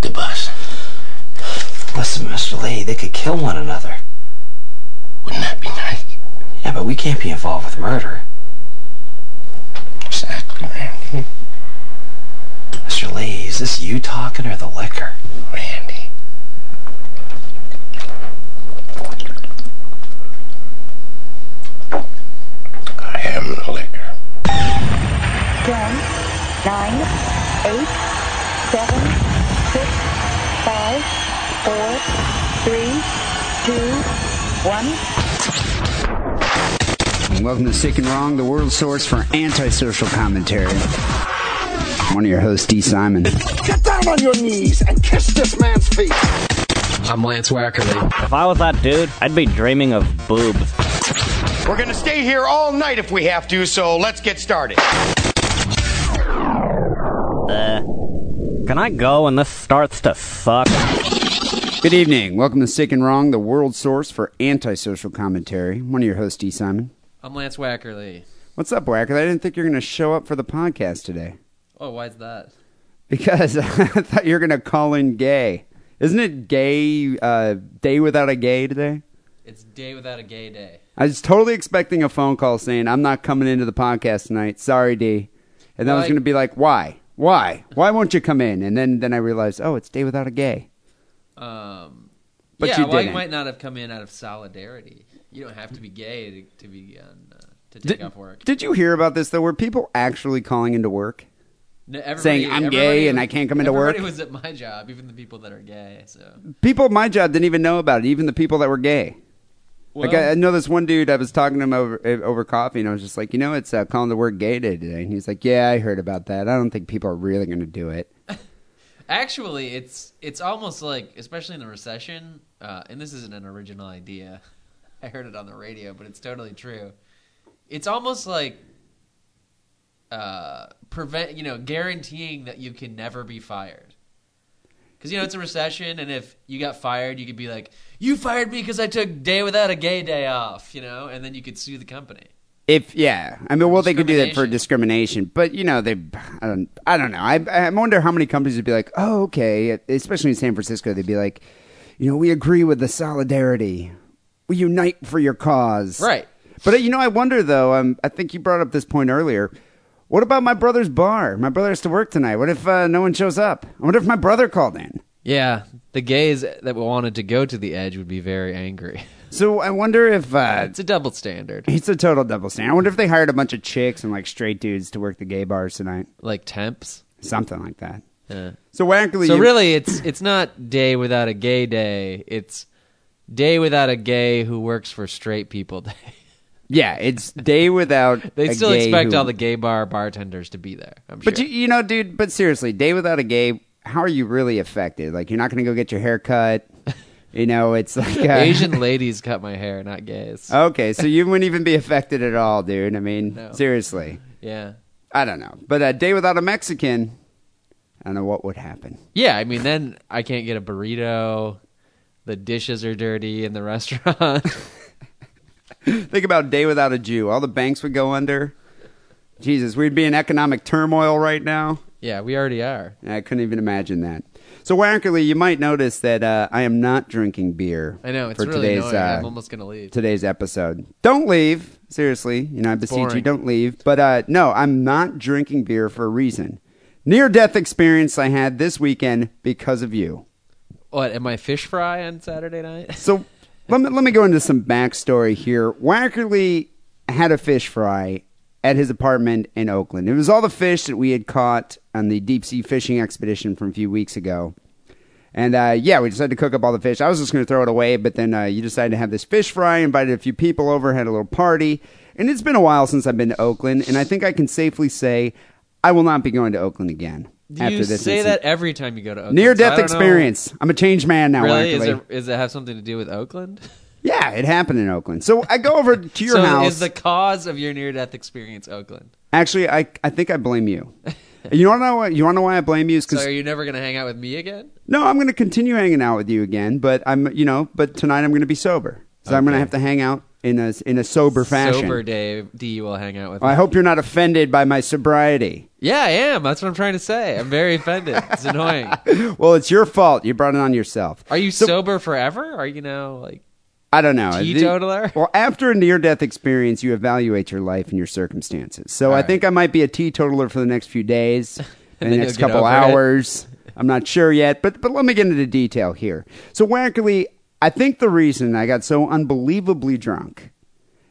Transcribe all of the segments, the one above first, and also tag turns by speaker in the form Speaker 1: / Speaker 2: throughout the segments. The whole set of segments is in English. Speaker 1: the bus.
Speaker 2: Listen, Mr. Lee, they could kill one another.
Speaker 1: Wouldn't that be nice?
Speaker 2: Yeah, but we can't be involved with murder.
Speaker 1: Exactly, Randy.
Speaker 2: Mr. Lee, is this you talking or the liquor?
Speaker 1: Randy. I am the liquor.
Speaker 3: 10, 9, 8, 7, 6, 5, 4, 3, 2, 1.
Speaker 4: Welcome to Sick and Wrong, the world source for antisocial commentary. One of your hosts, D. Simon.
Speaker 5: Get down on your knees and kiss this man's feet.
Speaker 6: I'm Lance Wackerly.
Speaker 7: If I was that dude, I'd be dreaming of boobs.
Speaker 8: We're going to stay here all night if we have to, so let's get started.
Speaker 7: Can I go when this starts to suck?
Speaker 4: Good evening. Welcome to Sick and Wrong, the world source for antisocial commentary. One of your hosts, D. Simon.
Speaker 6: I'm Lance Wackerly.
Speaker 4: What's up, Wacker? I didn't think you were going to show up for the podcast today
Speaker 6: Oh, why's that?
Speaker 4: because I thought you were going to call in gay. Isn't it gay, uh, day without a gay today?
Speaker 6: It's day without a gay day.
Speaker 4: I was totally expecting a phone call saying, I'm not coming into the podcast tonight. Sorry, D. And then I was
Speaker 6: Like-
Speaker 4: going to be like, why? Why? Why won't you come in? And then, then I realized, oh, it's Day Without a Gay.
Speaker 6: Um,
Speaker 4: But
Speaker 6: yeah,
Speaker 4: you
Speaker 6: well, I
Speaker 4: didn't.
Speaker 6: might not have come in out of solidarity. You don't have to be gay to, to be on uh, to take off work.
Speaker 4: Did you hear about this, though? Were people actually calling into work?
Speaker 6: No, everybody-
Speaker 4: saying, "I'm gay
Speaker 6: everybody
Speaker 4: and I can't come into work"?
Speaker 6: Everybody was at my job, even the people that are gay. So
Speaker 4: People at my job didn't even know about it, even the people that were gay.
Speaker 6: well,
Speaker 4: like, I, I know this one dude, I was talking to him over, eh, over coffee, and I was just like, you know, it's uh, calling the word gay day today. And he's like, yeah, I heard about that. I don't think people are really going to do it.
Speaker 6: actually, it's it's almost like, especially in the recession, uh, and this isn't an original idea. I heard it on the radio, but it's totally true. It's almost like uh, prevent, you know, guaranteeing that you can never be fired. Because you know it's a recession, and if you got fired, you could be like, "You fired me because I took day without a gay day off," you know, and then you could sue the company.
Speaker 4: If yeah, I mean, well, they could do that for
Speaker 6: Discrimination.
Speaker 4: discrimination, but you know, they, I don't, I don't know. I, I wonder how many companies would be like, oh, okay, especially in San Francisco, they'd be like, you know, we agree with the solidarity, we unite for your cause,
Speaker 6: Right.
Speaker 4: But uh, you know, I wonder though. Um, I think you brought up this point earlier. What about my brother's bar? My brother has to work tonight. What if uh, no one shows up? I wonder if my brother called in.
Speaker 6: Yeah, the gays that wanted to go to the edge would be very angry.
Speaker 4: So I wonder if uh,
Speaker 6: it's a double standard.
Speaker 4: it's a total double standard. I wonder if they hired a bunch of chicks and like straight dudes to work the gay bars tonight,
Speaker 6: Like temps.
Speaker 4: something like that.
Speaker 6: Yeah.
Speaker 4: So Wackerly,
Speaker 6: So
Speaker 4: you-
Speaker 6: really, it's it's not day without a gay day. It's day without a gay who works for straight people day.
Speaker 4: yeah, it's day without.
Speaker 6: They
Speaker 4: a
Speaker 6: still
Speaker 4: gay
Speaker 6: expect
Speaker 4: who-
Speaker 6: all the gay bar bartenders to be there. I'm sure.
Speaker 4: But you, you know, dude. But seriously, day without a gay. How are you really affected? Like, you're not going to go get your hair cut. You know, it's like uh,
Speaker 6: Asian ladies cut my hair, not gays.
Speaker 4: Okay, so you wouldn't even be affected at all, dude. I mean,
Speaker 6: No.
Speaker 4: seriously,
Speaker 6: Yeah,
Speaker 4: I don't know. But a day without a Mexican, I don't know what would happen.
Speaker 6: yeah. I mean, then I can't get a burrito. The dishes are dirty in the restaurant.
Speaker 4: Think about day without a Jew. All the banks would go under. Jesus, we'd be in economic turmoil right now.
Speaker 6: yeah, we already are.
Speaker 4: I couldn't even imagine that. So, Wackerly, you might notice that uh, I am not drinking beer.
Speaker 6: I know it's
Speaker 4: for
Speaker 6: really
Speaker 4: today's
Speaker 6: annoying.
Speaker 4: uh,
Speaker 6: I'm almost gonna leave.
Speaker 4: today's episode. Don't leave, seriously. You know, I beseech you,
Speaker 6: boring.
Speaker 4: don't leave. But uh, no, I'm not drinking beer for a reason. Near death experience I had this weekend because of you.
Speaker 6: What am I fish fry on Saturday night?
Speaker 4: So let me let me go into some backstory here. Wackerly had a fish fry at his apartment in Oakland. It was all the fish that we had caught on the deep sea fishing expedition from a few weeks ago. And uh, yeah, we decided to cook up all the fish. I was just going to throw it away, but then uh, you decided to have this fish fry, invited a few people over, had a little party. And it's been a while since I've been to Oakland, and I think I can safely say I will not be going to Oakland again.
Speaker 6: Do you say
Speaker 4: incident.
Speaker 6: that every time you go to Oakland?
Speaker 4: Near
Speaker 6: So I
Speaker 4: death
Speaker 6: don't know-
Speaker 4: experience. I'm a changed man now,
Speaker 6: Really? Is
Speaker 4: Wackerly.
Speaker 6: it, is it have something to do with Oakland?
Speaker 4: Yeah, it happened in Oakland. So I go over to your
Speaker 6: so
Speaker 4: house.
Speaker 6: is the cause of your near death experience Oakland?
Speaker 4: Actually, I I think I blame you. you want to know why, you want to know why I blame you? Is
Speaker 6: So
Speaker 4: because
Speaker 6: are you never going to hang out with me again?
Speaker 4: no, I'm going to continue hanging out with you again, but I'm you know, but tonight I'm going to be sober, so I'm going to have to hang out in a in a sober fashion.
Speaker 6: Sober day, D will hang out with.
Speaker 4: I
Speaker 6: me.
Speaker 4: hope you're not offended by my sobriety.
Speaker 6: Yeah, I am. That's what I'm trying to say. I'm very offended. It's annoying.
Speaker 4: Well, it's your fault. You brought it on yourself.
Speaker 6: Are you
Speaker 4: So-
Speaker 6: sober forever? Are you know like
Speaker 4: I don't know.
Speaker 6: Teetotaler?
Speaker 4: well, after a near death experience, you evaluate your life and your circumstances. So I think I might be a teetotaler for the next few days, and the
Speaker 6: then
Speaker 4: next
Speaker 6: you'll get
Speaker 4: couple
Speaker 6: over it.
Speaker 4: hours. I'm not sure yet, but but let me get into detail here. So Wackerly, I think the reason I got so unbelievably drunk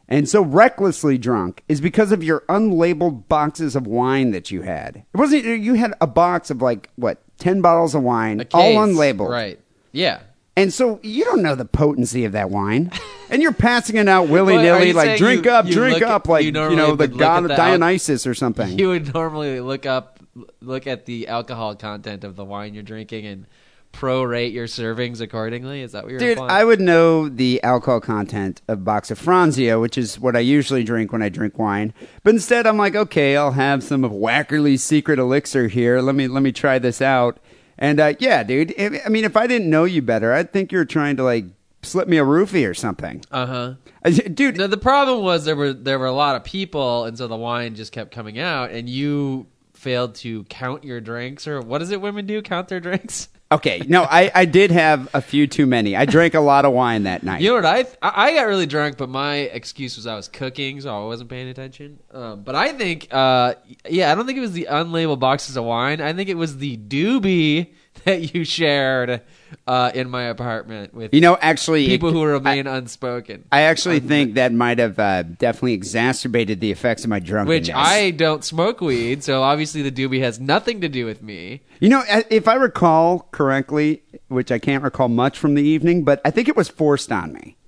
Speaker 4: and so recklessly drunk is because of your unlabeled boxes of wine that you had. It wasn't you had a box of like what ten bottles of wine,
Speaker 6: a case,
Speaker 4: all unlabeled,
Speaker 6: Right. Yeah.
Speaker 4: and so you don't know the potency of that wine, and you're passing it out willy
Speaker 6: Well, are
Speaker 4: nilly,
Speaker 6: you
Speaker 4: like
Speaker 6: saying
Speaker 4: drink
Speaker 6: you-
Speaker 4: up,
Speaker 6: you
Speaker 4: drink
Speaker 6: look-
Speaker 4: up, like
Speaker 6: you
Speaker 4: you,
Speaker 6: normally
Speaker 4: know the
Speaker 6: would look
Speaker 4: god
Speaker 6: at
Speaker 4: of
Speaker 6: the al-
Speaker 4: Dionysus or something.
Speaker 6: You would normally look up, look at the alcohol content of the wine you're drinking and prorate your servings accordingly. Is that what you're
Speaker 4: Dude,
Speaker 6: implying?
Speaker 4: I would know the alcohol content of box of Franzia, which is what I usually drink when I drink wine. But instead, I'm like, okay, I'll have some of Wackerly's secret elixir here. Let me let me try this out. And uh, yeah, dude, I I mean, if I didn't know you better, I'd think you were trying to like slip me a roofie or something,
Speaker 6: Uh huh.
Speaker 4: dude.
Speaker 6: No, the problem was there were there were a lot of people, and so the wine just kept coming out, and you failed to count your drinks, or what does it women do? Count their drinks.
Speaker 4: Okay, no, I, I did have a few too many. I drank a lot of wine that night.
Speaker 6: You know what I? Th- I I got really drunk, but my excuse was I was cooking, so I wasn't paying attention. Um, but I think, uh, yeah, I don't think it was the unlabeled boxes of wine. I think it was the doobie that you shared uh, in my apartment with
Speaker 4: You know, actually,
Speaker 6: people
Speaker 4: it-
Speaker 6: who remain unspoken,
Speaker 4: I actually think that might have uh, definitely exacerbated the effects of my drunkenness.
Speaker 6: which I don't smoke weed, so obviously the doobie has nothing to do with me.
Speaker 4: you know, I- if I recall correctly, which I can't recall much from the evening, but I think it was forced on me,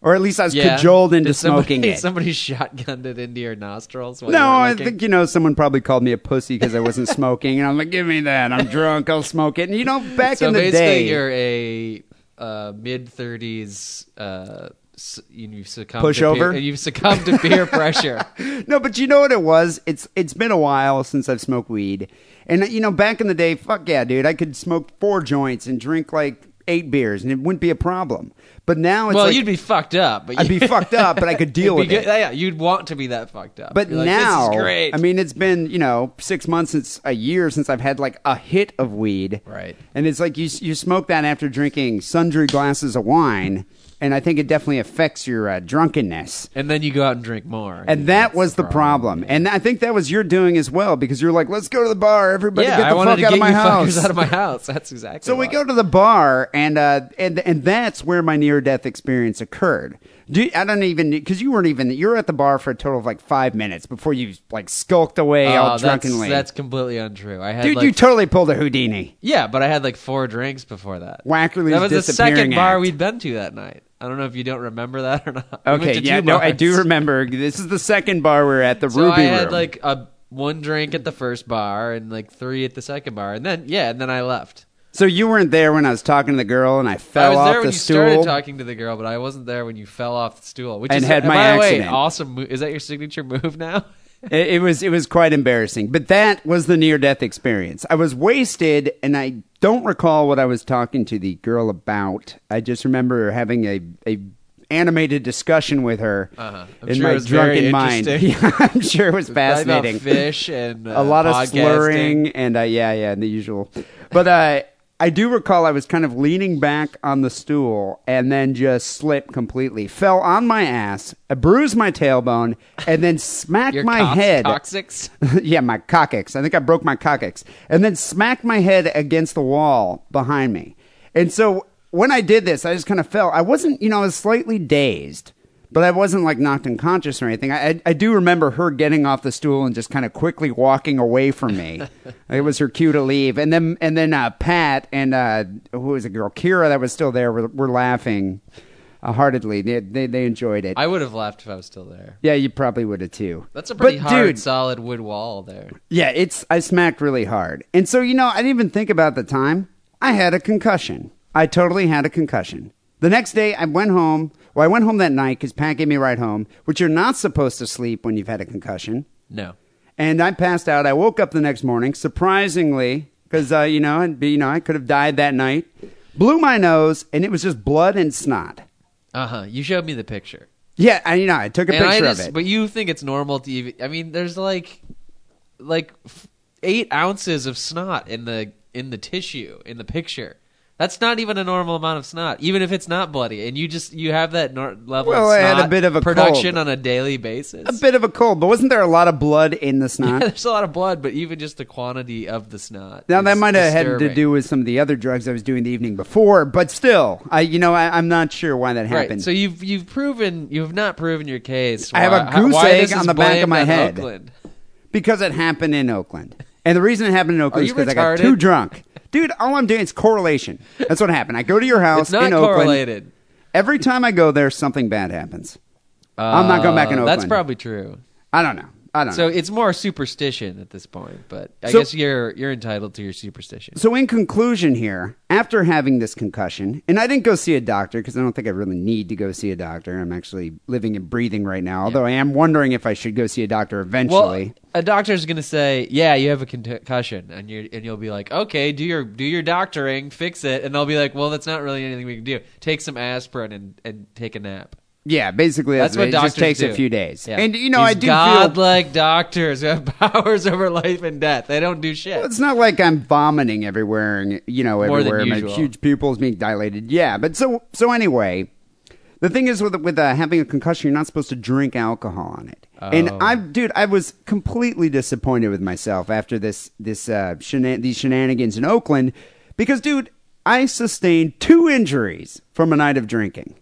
Speaker 4: or at least I was cajoled into
Speaker 6: Did somebody-
Speaker 4: smoking it.
Speaker 6: Somebody shotgunned it into your nostrils. While
Speaker 4: no,
Speaker 6: you were
Speaker 4: I
Speaker 6: looking?
Speaker 4: think you know someone probably called me a pussy because I wasn't smoking, and I'm like, "Give me that! I'm drunk. I'll smoke it." And you know, back
Speaker 6: so
Speaker 4: in the
Speaker 6: basically,
Speaker 4: day,
Speaker 6: you're a uh, mid thirties. Uh, s- you- you've succumbed To
Speaker 4: Pushover?
Speaker 6: peer, you've succumbed to peer pressure.
Speaker 4: No, but you know what it was? It's it's been a while since I've smoked weed, and you know back in the day, fuck yeah, dude, I could smoke four joints and drink like eight beers, and it wouldn't be a problem. But now it's
Speaker 6: well,
Speaker 4: like,
Speaker 6: you'd be fucked up. But
Speaker 4: I'd be fucked up, but I could deal
Speaker 6: It'd
Speaker 4: with
Speaker 6: be
Speaker 4: it.
Speaker 6: good- Yeah, you'd want to be that fucked up.
Speaker 4: But
Speaker 6: You're like,
Speaker 4: now,
Speaker 6: this is great.
Speaker 4: I mean, it's been you know six months, it's a year since I've had like a hit of weed,
Speaker 6: Right.
Speaker 4: And it's like you you smoke that after drinking sundry glasses of wine, and I think it definitely affects your uh, drunkenness.
Speaker 6: and then you go out and drink more,
Speaker 4: And that was the problem. And I think that was your doing as well because you're like, let's go to the bar. Everybody
Speaker 6: yeah,
Speaker 4: get
Speaker 6: I
Speaker 4: the
Speaker 6: wanted
Speaker 4: fuck
Speaker 6: to
Speaker 4: out
Speaker 6: get
Speaker 4: of my
Speaker 6: you
Speaker 4: house.
Speaker 6: fuckers out of my house. That's exactly.
Speaker 4: so we
Speaker 6: why.
Speaker 4: go to the bar, and uh, and and that's where my near death experience occurred. Do, I don't even because you weren't even you were at the bar for a total of like five minutes before you like skulked away
Speaker 6: Oh,
Speaker 4: all
Speaker 6: that's,
Speaker 4: drunkenly.
Speaker 6: that's completely untrue. I had
Speaker 4: Dude,
Speaker 6: like,
Speaker 4: you totally pulled a Houdini.
Speaker 6: Yeah, but I had like four drinks before that.
Speaker 4: Wackerly's
Speaker 6: That was the
Speaker 4: disappearing
Speaker 6: second bar
Speaker 4: act.
Speaker 6: we'd been to that night. I don't know if you don't remember that or not. We went
Speaker 4: Okay,
Speaker 6: to
Speaker 4: yeah,
Speaker 6: two
Speaker 4: no, I
Speaker 6: bars.
Speaker 4: do remember. This is the second bar we're at, the
Speaker 6: So
Speaker 4: Ruby
Speaker 6: I had
Speaker 4: Room.
Speaker 6: like a one drink at the first bar and like three at the second bar, and then yeah, and then I left.
Speaker 4: so you weren't there when I was talking to the girl, and I fell
Speaker 6: I was
Speaker 4: off
Speaker 6: there
Speaker 4: the
Speaker 6: when you
Speaker 4: stool.
Speaker 6: started talking to the girl, but I wasn't there when you fell off the stool. Which
Speaker 4: And
Speaker 6: is,
Speaker 4: had my
Speaker 6: by the way,
Speaker 4: accident.
Speaker 6: awesome. Mo- is that your signature move now?
Speaker 4: It, it was it was quite embarrassing, but that was the near death experience. I was wasted, and I don't recall what I was talking to the girl about. I just remember having a a animated discussion with her
Speaker 6: Uh-huh. I'm
Speaker 4: in
Speaker 6: sure
Speaker 4: my
Speaker 6: it was
Speaker 4: drunken
Speaker 6: very
Speaker 4: mind.
Speaker 6: interesting.
Speaker 4: Yeah, I'm sure it was
Speaker 6: Probably about
Speaker 4: fascinating.
Speaker 6: fish and uh,
Speaker 4: a lot of
Speaker 6: podcasting.
Speaker 4: slurring and uh, yeah, yeah, the usual. But uh, I do recall I was kind of leaning back on the stool and then just slipped completely, fell on my ass, I bruised my tailbone, and then smacked
Speaker 6: Your
Speaker 4: my
Speaker 6: cox-
Speaker 4: head.
Speaker 6: Toxics.
Speaker 4: yeah, my coccyx. I think I broke my coccyx, and then smacked my head against the wall behind me. And so when I did this, I just kind of fell. I wasn't, you know, I was slightly dazed, but I wasn't like knocked unconscious or anything. I, I, I do remember her getting off the stool and just kind of quickly walking away from me. it was her cue to leave, and then and then uh, Pat and uh, who was a girl, Kira, that was still there, were, were laughing. Uh, heartedly, they, they they enjoyed it.
Speaker 6: I would have left if I was still there.
Speaker 4: yeah, you probably would have too.
Speaker 6: That's a pretty
Speaker 4: but,
Speaker 6: hard,
Speaker 4: dude,
Speaker 6: solid wood wall there.
Speaker 4: yeah, it's I smacked really hard. And so, you know, I didn't even think about the time. I had a concussion. I totally had a concussion. The next day I went home. Well, I went home that night because Pat gave me a ride home, which you're not supposed to sleep when you've had a concussion.
Speaker 6: No.
Speaker 4: And I passed out. I woke up the next morning, surprisingly, because uh, you know, and you know, I could have died that night. Blew my nose, and it was just blood and snot.
Speaker 6: Uh huh. You Uh-huh, showed me the picture.
Speaker 4: Yeah, I, you know, I took a
Speaker 6: and I
Speaker 4: picture
Speaker 6: just,
Speaker 4: of it.
Speaker 6: But you think it's normal to even? I mean, there's like, like f- eight ounces of snot in the in the tissue in the picture. That's not even a normal amount of snot, even if it's not bloody. And you just you have that nor- level.
Speaker 4: Well,
Speaker 6: of
Speaker 4: I
Speaker 6: snot
Speaker 4: had a bit of a
Speaker 6: production
Speaker 4: cold.
Speaker 6: on a daily basis.
Speaker 4: a bit of a cold, but wasn't there a lot of blood in the snot?
Speaker 6: There's a lot of blood, but even just the quantity of the snot.
Speaker 4: Now that
Speaker 6: is
Speaker 4: might have had to
Speaker 6: disturbing.
Speaker 4: do with some of the other drugs I was doing the evening before, but still, I you know I, I'm not sure why that
Speaker 6: Right,
Speaker 4: happened.
Speaker 6: so you've you've proven you've not proven your case.
Speaker 4: I have a
Speaker 6: why- how-
Speaker 4: goose
Speaker 6: why
Speaker 4: egg
Speaker 6: this
Speaker 4: on
Speaker 6: is
Speaker 4: the back of
Speaker 6: blamed
Speaker 4: my
Speaker 6: on
Speaker 4: head.
Speaker 6: Oakland.
Speaker 4: because it happened in Oakland, and the reason it happened in Oakland
Speaker 6: Are
Speaker 4: is
Speaker 6: you
Speaker 4: because I got
Speaker 6: retarded?
Speaker 4: too drunk, dude. All I'm doing is correlation. That's what happened. I go to your house
Speaker 6: It's not
Speaker 4: in Oakland.
Speaker 6: correlated.
Speaker 4: Every time I go there, something bad happens. I'm not going back in
Speaker 6: Uh,
Speaker 4: Oakland.
Speaker 6: That's probably true.
Speaker 4: I don't know. I don't
Speaker 6: So
Speaker 4: know.
Speaker 6: it's more superstition at this point, but I
Speaker 4: So-
Speaker 6: guess you're you're entitled to your superstition.
Speaker 4: So, in conclusion, here, after having this concussion, and I didn't go see a doctor because I don't think I really need to go see a doctor. I'm actually living and breathing right now, although I am wondering if I should go see a doctor eventually.
Speaker 6: Well, uh, a doctor's going to say, "Yeah, you have a concussion," and you and you'll be like, "Okay, do your do your doctoring, fix it," and they'll be like, "Well, that's not really anything we can do. Take some aspirin and and take a nap."
Speaker 4: yeah, basically, that's,
Speaker 6: That's what
Speaker 4: it.
Speaker 6: doctors
Speaker 4: just takes
Speaker 6: do.
Speaker 4: a few days.
Speaker 6: Yeah.
Speaker 4: And, you know,
Speaker 6: These
Speaker 4: I do feel.
Speaker 6: godlike doctors who have powers over life and death. They don't do shit.
Speaker 4: It's not like I'm vomiting everywhere, and you know,
Speaker 6: More than
Speaker 4: everywhere. My
Speaker 6: usual.
Speaker 4: huge pupils being dilated. Yeah, but so so anyway, the thing is with with uh, having a concussion, you're not supposed to drink alcohol on it.
Speaker 6: Oh.
Speaker 4: And I, dude, I was completely disappointed with myself after this this uh, shenan- these shenanigans in Oakland, because dude, I sustained two injuries from a night of drinking.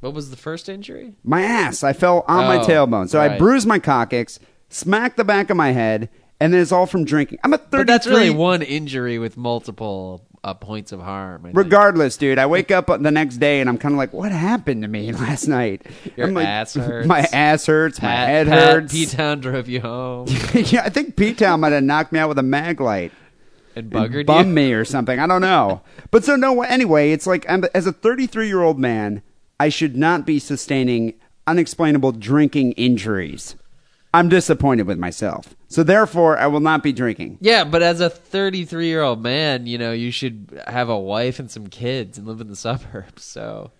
Speaker 6: what was the first injury?
Speaker 4: My ass, I fell on my
Speaker 6: Oh,
Speaker 4: tailbone, so I
Speaker 6: right.
Speaker 4: bruised my coccyx, smacked the back of my head. And then it's all from drinking. I'm a 33.
Speaker 6: But that's really one injury with multiple uh, points of harm. I think.
Speaker 4: Regardless, dude, I wake up the next day and I'm kind of like, what happened to me last night?
Speaker 6: Your
Speaker 4: I'm like,
Speaker 6: ass hurts.
Speaker 4: My ass hurts. my
Speaker 6: Pat-
Speaker 4: head
Speaker 6: Pat
Speaker 4: hurts.
Speaker 6: P Town drove you home
Speaker 4: yeah, I think P Town might have knocked me out with a mag light.
Speaker 6: and
Speaker 4: and
Speaker 6: buggered
Speaker 4: bummed
Speaker 6: you.
Speaker 4: me or something. I don't know. But so, no, anyway, it's like I'm, as a 33 year old man, I should not be sustaining unexplainable drinking injuries. I'm disappointed with myself. So, therefore, I will not be drinking.
Speaker 6: Yeah, but as a 33 year old man, you know, you should have a wife and some kids and live in the suburbs. So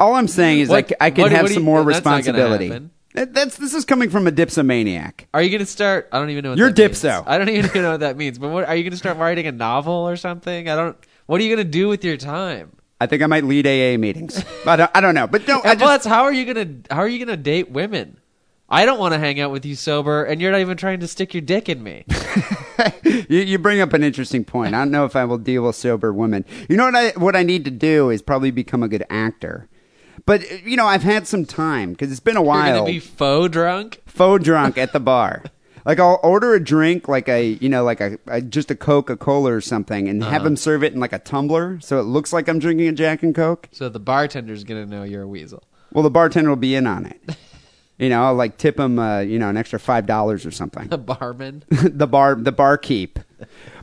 Speaker 4: All I'm saying is
Speaker 6: What-
Speaker 4: I, c- I can
Speaker 6: what-
Speaker 4: have
Speaker 6: what do
Speaker 4: some
Speaker 6: you-
Speaker 4: more
Speaker 6: that's not gonna
Speaker 4: responsibility.
Speaker 6: happen.
Speaker 4: That- That's this is coming from a dipsomaniac.
Speaker 6: are you going to start? I don't even know what
Speaker 4: You're
Speaker 6: that means.
Speaker 4: dipso.
Speaker 6: I don't even know what that means. But what are you going to start writing a novel or something? I don't. What are you going to do with your time?
Speaker 4: I think I might lead AA meetings. I don't, I don't know, but no, I
Speaker 6: And
Speaker 4: just
Speaker 6: plus, how are you going to how are you going to date women? I don't want to hang out with you sober, and you're not even trying to stick your dick in me.
Speaker 4: you, you bring up an interesting point. I don't know if I will deal with sober women. You know what I what I need to do is probably become a good actor. But you know, I've had some time because it's been a
Speaker 6: You're
Speaker 4: while.
Speaker 6: going to be faux drunk.
Speaker 4: faux drunk at the bar. Like I'll order a drink, like a you know, like a, a just a Coca Cola or something, and
Speaker 6: Uh-huh.
Speaker 4: have them serve it in like a tumbler, so it looks like I'm drinking a Jack and Coke.
Speaker 6: So the bartender's going to know you're a weasel.
Speaker 4: Well, the bartender will be in on it. You know, I'll like tip him, uh, you know, an extra five dollars or something.
Speaker 6: The barman.
Speaker 4: the bar, the barkeep.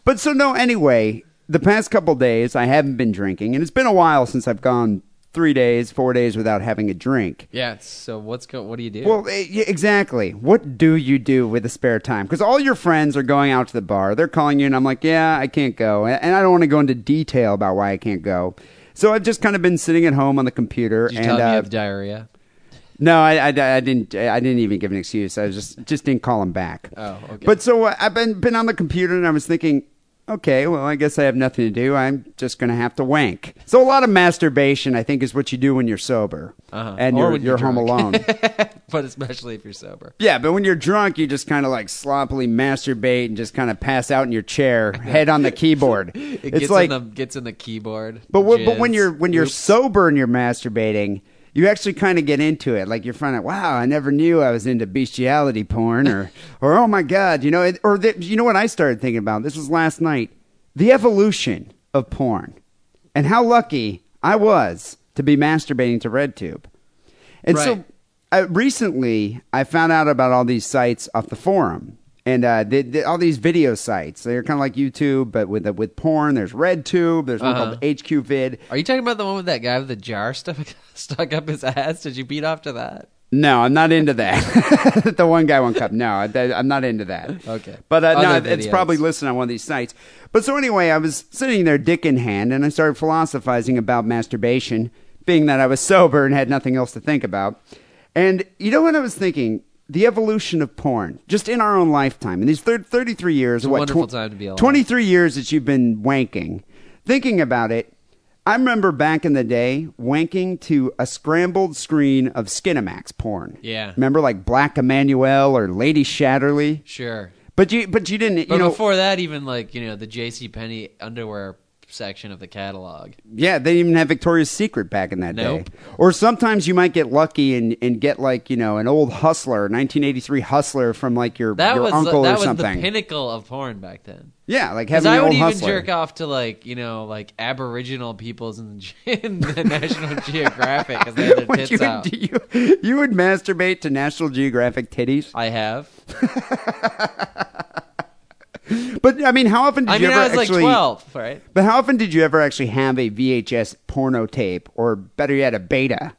Speaker 4: But so no. Anyway, the past couple days I haven't been drinking, and it's been a while since I've gone three days, four days without having a drink.
Speaker 6: yeah. So what's go? What do you do?
Speaker 4: Well, eh, yeah, exactly. What do you do with the spare time? Because all your friends are going out to the bar. They're calling you, and I'm like, yeah, I can't go. And and I don't want to go into detail about why I can't go. So I've just kind of been sitting at home on the computer.
Speaker 6: Did you
Speaker 4: and
Speaker 6: tell him you
Speaker 4: uh,
Speaker 6: have diarrhea?
Speaker 4: No, I, I, I didn't. I didn't even give an excuse. I was just just didn't call him back.
Speaker 6: Oh, okay.
Speaker 4: But so uh, I've been been on the computer, and I was thinking, okay, well, I guess I have nothing to do. I'm just gonna have to wank. So a lot of masturbation, I think, is what you do when you're sober and
Speaker 6: Uh-huh. Or
Speaker 4: you're
Speaker 6: when
Speaker 4: you're,
Speaker 6: you're
Speaker 4: home alone.
Speaker 6: drunk. but especially if you're sober.
Speaker 4: yeah, but when you're drunk, you just kind of like sloppily masturbate and just kind of pass out in your chair, head on the keyboard.
Speaker 6: It
Speaker 4: it's
Speaker 6: gets
Speaker 4: like
Speaker 6: in the gets in the keyboard.
Speaker 4: But when, but when
Speaker 6: jizz.
Speaker 4: you're when you're
Speaker 6: Oops.
Speaker 4: sober and you're masturbating, you actually kind of get into it. Like you're finding, out, wow, I never knew I was into bestiality porn, or or oh my god, you know, it, or the, you know what I started thinking about. This was last night. The evolution of porn, and how lucky I was to be masturbating to RedTube. And so
Speaker 6: Right.
Speaker 4: uh, recently, I found out about all these sites off the forum. And uh, they, they- all these video sites, they're kind of like YouTube, but with uh, with porn. There's RedTube. There's one called HQVid.
Speaker 6: Are you talking about the one with that guy with the jar stuff stuck up his ass? Did you beat off to that?
Speaker 4: No, I'm not into that. the one guy, one cup. No, I, I'm not into that.
Speaker 6: Okay.
Speaker 4: But uh, no,
Speaker 6: Other
Speaker 4: it's
Speaker 6: videos.
Speaker 4: probably listed on one of these sites. But so anyway, I was sitting there, dick in hand, and I started philosophizing about masturbation, being that I was sober and had nothing else to think about. And you know what I was thinking? The evolution of porn, just in our own lifetime, in these thir- 33 years,
Speaker 6: a
Speaker 4: what,
Speaker 6: wonderful time to be alive.
Speaker 4: 23 years that you've been wanking. Thinking about it, I remember back in the day wanking to a scrambled screen of Skinamax porn.
Speaker 6: Yeah.
Speaker 4: Remember like Black Emmanuel or Lady Shatterly?
Speaker 6: Sure.
Speaker 4: But you, but you didn't, you
Speaker 6: But
Speaker 4: know.
Speaker 6: before that, even like you know the J.C. Penney underwear section of the catalog.
Speaker 4: Yeah, they didn't even have Victoria's Secret back in that
Speaker 6: Nope.
Speaker 4: day. Or sometimes you might get lucky and, and get like you know an old hustler, 1983 hustler from like your,
Speaker 6: That
Speaker 4: your
Speaker 6: was
Speaker 4: uncle
Speaker 6: that
Speaker 4: or
Speaker 6: was
Speaker 4: something.
Speaker 6: the pinnacle of porn back then.
Speaker 4: yeah, like
Speaker 6: Because
Speaker 4: having
Speaker 6: I
Speaker 4: an
Speaker 6: would
Speaker 4: old
Speaker 6: even
Speaker 4: hustler.
Speaker 6: jerk off to like you know like Aboriginal peoples in the, in the National Geographic because they had their
Speaker 4: Would
Speaker 6: tits
Speaker 4: you,
Speaker 6: out.
Speaker 4: do you, you would masturbate to National Geographic titties,
Speaker 6: I have.
Speaker 4: but I mean, how often did
Speaker 6: I
Speaker 4: you
Speaker 6: mean,
Speaker 4: ever
Speaker 6: I was like
Speaker 4: actually?
Speaker 6: twelve, right?
Speaker 4: But how often did you ever actually have a VHS porno tape, or better yet, a beta?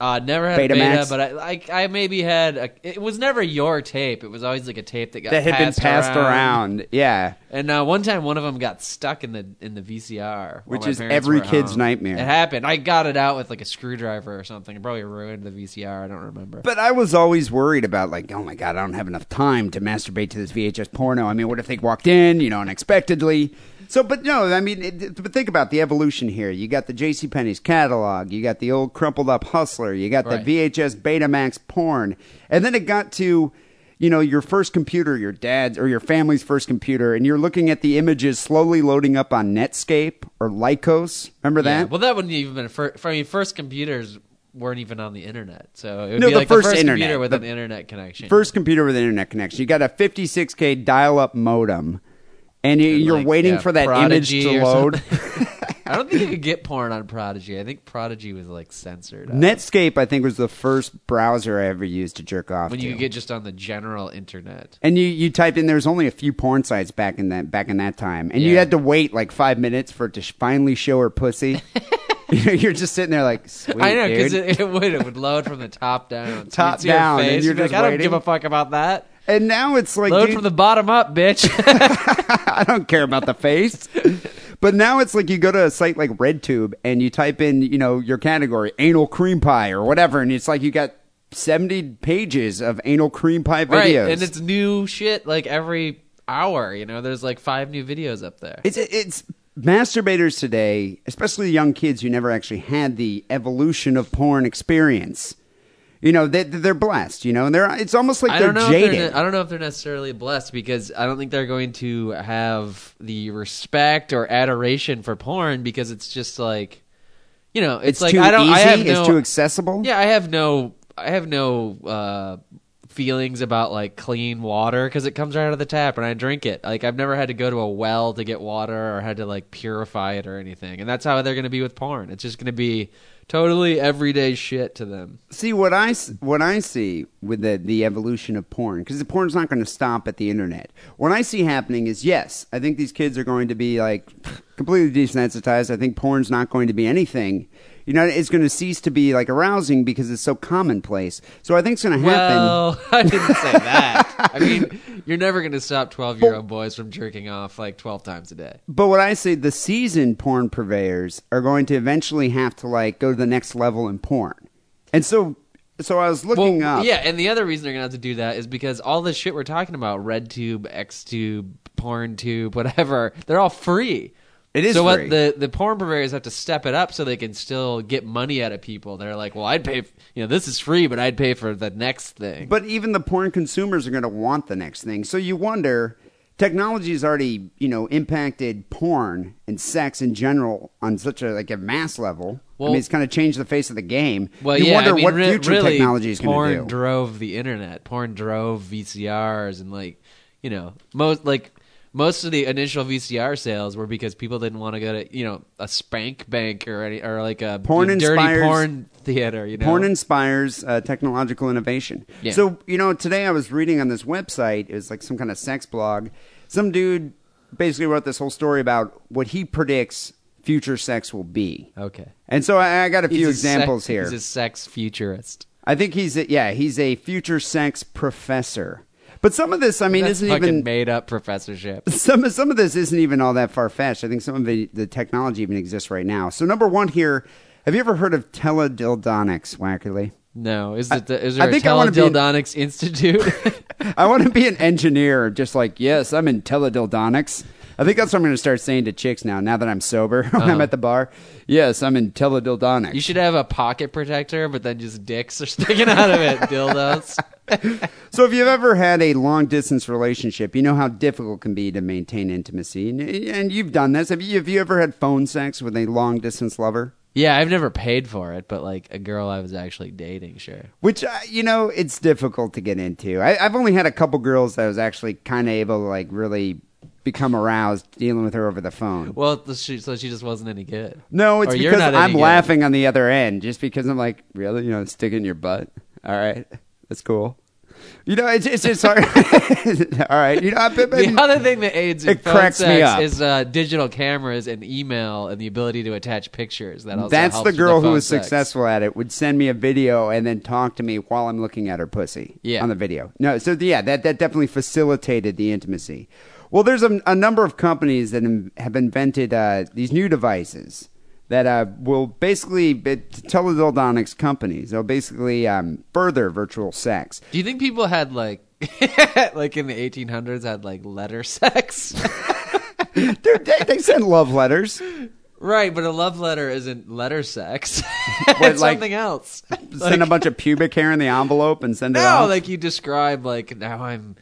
Speaker 6: Uh, never had a beta,
Speaker 4: Betamax?
Speaker 6: but I, I I maybe had a. It was never your tape. It was always like a tape that got
Speaker 4: That had
Speaker 6: passed
Speaker 4: been passed
Speaker 6: around.
Speaker 4: around. Yeah.
Speaker 6: And uh, one time, one of them got stuck in the in the VCR, while
Speaker 4: Which
Speaker 6: my
Speaker 4: is
Speaker 6: parents
Speaker 4: every
Speaker 6: were at
Speaker 4: kid's
Speaker 6: home.
Speaker 4: nightmare.
Speaker 6: It happened. I got it out with like a screwdriver or something. It probably ruined the VCR. I don't remember.
Speaker 4: But I was always worried about like, oh my god, I don't have enough time to masturbate to this VHS porno. I mean, what if they walked in, you know, unexpectedly? So, but no, I mean, it, but think about the evolution here. You got the J.C. Penney's catalog, you got the old crumpled up hustler, you got
Speaker 6: Right.
Speaker 4: the VHS Betamax porn, and then it got to. You know, your first computer, your dad's or your family's first computer, and you're looking at the images slowly loading up on Netscape or Lycos. Remember that?
Speaker 6: Yeah, well, that wouldn't even been fir- for. I mean, first computers weren't even on the internet, so it would
Speaker 4: No,
Speaker 6: be
Speaker 4: the
Speaker 6: like
Speaker 4: first
Speaker 6: the first
Speaker 4: internet,
Speaker 6: computer with
Speaker 4: the
Speaker 6: an internet connection.
Speaker 4: First computer with an internet connection. You got a 56k dial-up modem, and you,
Speaker 6: And,
Speaker 4: you're
Speaker 6: like,
Speaker 4: waiting
Speaker 6: yeah,
Speaker 4: for that
Speaker 6: Prodigy
Speaker 4: image to
Speaker 6: or
Speaker 4: load.
Speaker 6: I don't think you could get porn on Prodigy. I think Prodigy was like censored out.
Speaker 4: Netscape, I think, was the first browser I ever used to jerk off.
Speaker 6: when
Speaker 4: to.
Speaker 6: you could get just on the general internet.
Speaker 4: and you, you typed in there's only a few porn sites back in that back in that time, and you
Speaker 6: Yeah.
Speaker 4: had to wait like five minutes for it to sh- finally show her pussy. You know, you're just sitting there like, Sweet,
Speaker 6: I know because
Speaker 4: dude.
Speaker 6: it, it would it would load from the top down, So
Speaker 4: Top
Speaker 6: you'd see her
Speaker 4: down, and
Speaker 6: face,
Speaker 4: you're
Speaker 6: you'd be
Speaker 4: just
Speaker 6: like, I don't
Speaker 4: waiting.
Speaker 6: give a fuck about that.
Speaker 4: and now it's like
Speaker 6: Load
Speaker 4: dude,
Speaker 6: from the bottom up, bitch.
Speaker 4: I don't care about the face. But now it's like you go to a site like RedTube and you type in, you know, your category, anal cream pie or whatever, and it's like you got 70 pages of anal cream pie
Speaker 6: right,
Speaker 4: videos.
Speaker 6: and it's new shit like every hour. You know, there's like five new videos up there.
Speaker 4: it's it's masturbators today, especially young kids who never actually had the evolution of porn experience. You know, they they're blessed, you know, and they're it's almost like
Speaker 6: I
Speaker 4: they're
Speaker 6: don't know. If
Speaker 4: jaded.
Speaker 6: they're, ne- I don't know if they're necessarily blessed because I don't think they're going to have the respect or adoration for porn because it's just like, you know,
Speaker 4: it's
Speaker 6: it's, like
Speaker 4: too
Speaker 6: I don't.
Speaker 4: easy,
Speaker 6: I have no,
Speaker 4: it's too accessible.
Speaker 6: Yeah, I have no. I have no uh, feelings about like clean water because it comes right out of the tap and I drink it. Like I've never had to go to a well to get water or had to like purify it or anything. And that's how they're going to be with porn. It's just going to be totally everyday shit to them.
Speaker 4: See what I s- what I see with the the evolution of porn because the porn's not going to stop at the internet. What I see happening is yes, I think these kids are going to be like completely desensitized. I think porn's not going to be anything. You know, it's going to cease to be like arousing because it's so commonplace. So I think it's going to happen.
Speaker 6: Well, I didn't say that. I mean, you're never going to stop 12 year old boys from jerking off like 12 times a day.
Speaker 4: But what I say, the seasoned porn purveyors are going to eventually have to like go to the next level in porn. And so, so I was looking up.
Speaker 6: yeah, and the other reason they're going to have to do that is because all this shit we're talking about RedTube, XTube, PornTube, whatever, they're all free.
Speaker 4: It is
Speaker 6: so
Speaker 4: free.
Speaker 6: what the the porn purveyors have to step it up so they can still get money out of people. They're like, well, I'd pay, f- you know, this is free, but I'd pay for the next thing.
Speaker 4: But even the porn consumers are going to want the next thing. So you wonder, technology has already, you know, impacted porn and sex in general on such a like a mass level. I
Speaker 6: Well-
Speaker 4: mean, it's kind of changed the face of the game.
Speaker 6: Well,
Speaker 4: you
Speaker 6: yeah,
Speaker 4: wonder
Speaker 6: I mean,
Speaker 4: what
Speaker 6: re-
Speaker 4: future
Speaker 6: really,
Speaker 4: technology is going
Speaker 6: porn
Speaker 4: to do.
Speaker 6: drove the internet. Porn drove VCRs and like you know most like most of the initial VCR sales were because people didn't want to go to you know a spank bank or any or like a
Speaker 4: Porn
Speaker 6: dirty
Speaker 4: inspires-
Speaker 6: porn theater. You know,
Speaker 4: Porn inspires uh, technological innovation.
Speaker 6: Yeah.
Speaker 4: So, you know, today I was reading on this website, it was like some kind of sex blog. Some dude basically wrote this whole story about what he predicts future sex will be.
Speaker 6: okay.
Speaker 4: And so I, I got a few
Speaker 6: He's a
Speaker 4: examples
Speaker 6: sex-
Speaker 4: here.
Speaker 6: He's a sex futurist.
Speaker 4: I think he's a, yeah, he's a future sex professor. But some of this, I mean,
Speaker 6: That's
Speaker 4: isn't
Speaker 6: fucking
Speaker 4: even
Speaker 6: made up professorship.
Speaker 4: some of- some of this isn't even all that far fetched. I think some of the, the technology even exists right now. So number one here, have you ever heard of teledildonics, Wackerly?
Speaker 6: No, is it the, is there
Speaker 4: I think
Speaker 6: a
Speaker 4: I wanna be-
Speaker 6: Teledildonics Institute?
Speaker 4: I want to be an engineer, just like, yes, I'm in teledildonics. I think that's what I'm going to start saying to chicks now, now that I'm sober when
Speaker 6: Uh-huh.
Speaker 4: I'm at the bar. Yes, I'm in teledildonics.
Speaker 6: you should have a pocket protector, but then just dicks are sticking out of it, dildos.
Speaker 4: So, if you've ever had a long distance relationship, you know how difficult it can be to maintain intimacy. And, and you've done this. Have you, have you ever had phone sex with a long distance lover?
Speaker 6: Yeah, I've never paid for it, but like a girl I was actually dating, sure.
Speaker 4: Which, uh, you know, it's difficult to get into. I, I've only had a couple girls that I was actually kind of able to, like, really become aroused dealing with her over the phone.
Speaker 6: Well, the, she, so she just wasn't any good.
Speaker 4: No, it's
Speaker 6: Or Oh, you're
Speaker 4: because
Speaker 6: not any
Speaker 4: I'm
Speaker 6: good.
Speaker 4: laughing on the other end, just because I'm like, really, you know, stick in your butt. All right, that's cool. You know, it's it's just hard. All right, you know, I've been,
Speaker 6: The other thing that aids in
Speaker 4: It
Speaker 6: phone
Speaker 4: cracks me
Speaker 6: sex
Speaker 4: up.
Speaker 6: is uh, digital cameras and email and the ability to attach pictures. That also
Speaker 4: that's
Speaker 6: helps
Speaker 4: the
Speaker 6: with
Speaker 4: girl who
Speaker 6: phone
Speaker 4: was
Speaker 6: sex.
Speaker 4: successful at it would send me a video and then talk to me while I'm looking at her pussy
Speaker 6: Yeah.
Speaker 4: on the video. No, so yeah, that that definitely facilitated the intimacy. Well, there's a, a number of companies that in- have invented uh, these new devices that uh, will basically it, teledildonics companies. They'll basically um, further virtual sex.
Speaker 6: Do you think people had like, like in the 1800s, had like letter sex?
Speaker 4: Dude, they, they send love letters.
Speaker 6: right, but a love letter isn't letter sex.
Speaker 4: What,
Speaker 6: it's
Speaker 4: like-
Speaker 6: something else. Like-
Speaker 4: Send a bunch of pubic hair in the envelope and send it
Speaker 6: No,
Speaker 4: off.
Speaker 6: like you describe, like now I'm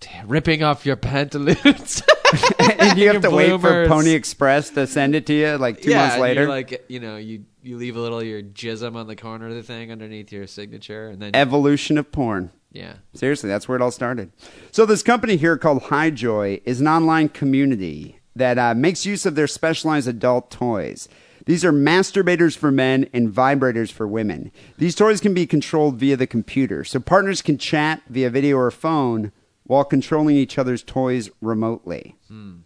Speaker 6: t- ripping off your pantaloons.
Speaker 4: and you have
Speaker 6: your
Speaker 4: to wait for
Speaker 6: bloomers.
Speaker 4: Pony Express to send it to you like two
Speaker 6: yeah,
Speaker 4: months
Speaker 6: and
Speaker 4: later.
Speaker 6: you like you know, you you leave a little of your jism on the corner of the thing underneath your signature, and then
Speaker 4: Evolution of porn.
Speaker 6: yeah,
Speaker 4: Seriously, that's where it all started. So this company here called HighJoy is an online community that uh, makes use of their specialized adult toys. These are masturbators for men and vibrators for women. These toys can be controlled via the computer, so partners can chat via video or phone while controlling each other's toys remotely.
Speaker 6: Hmm.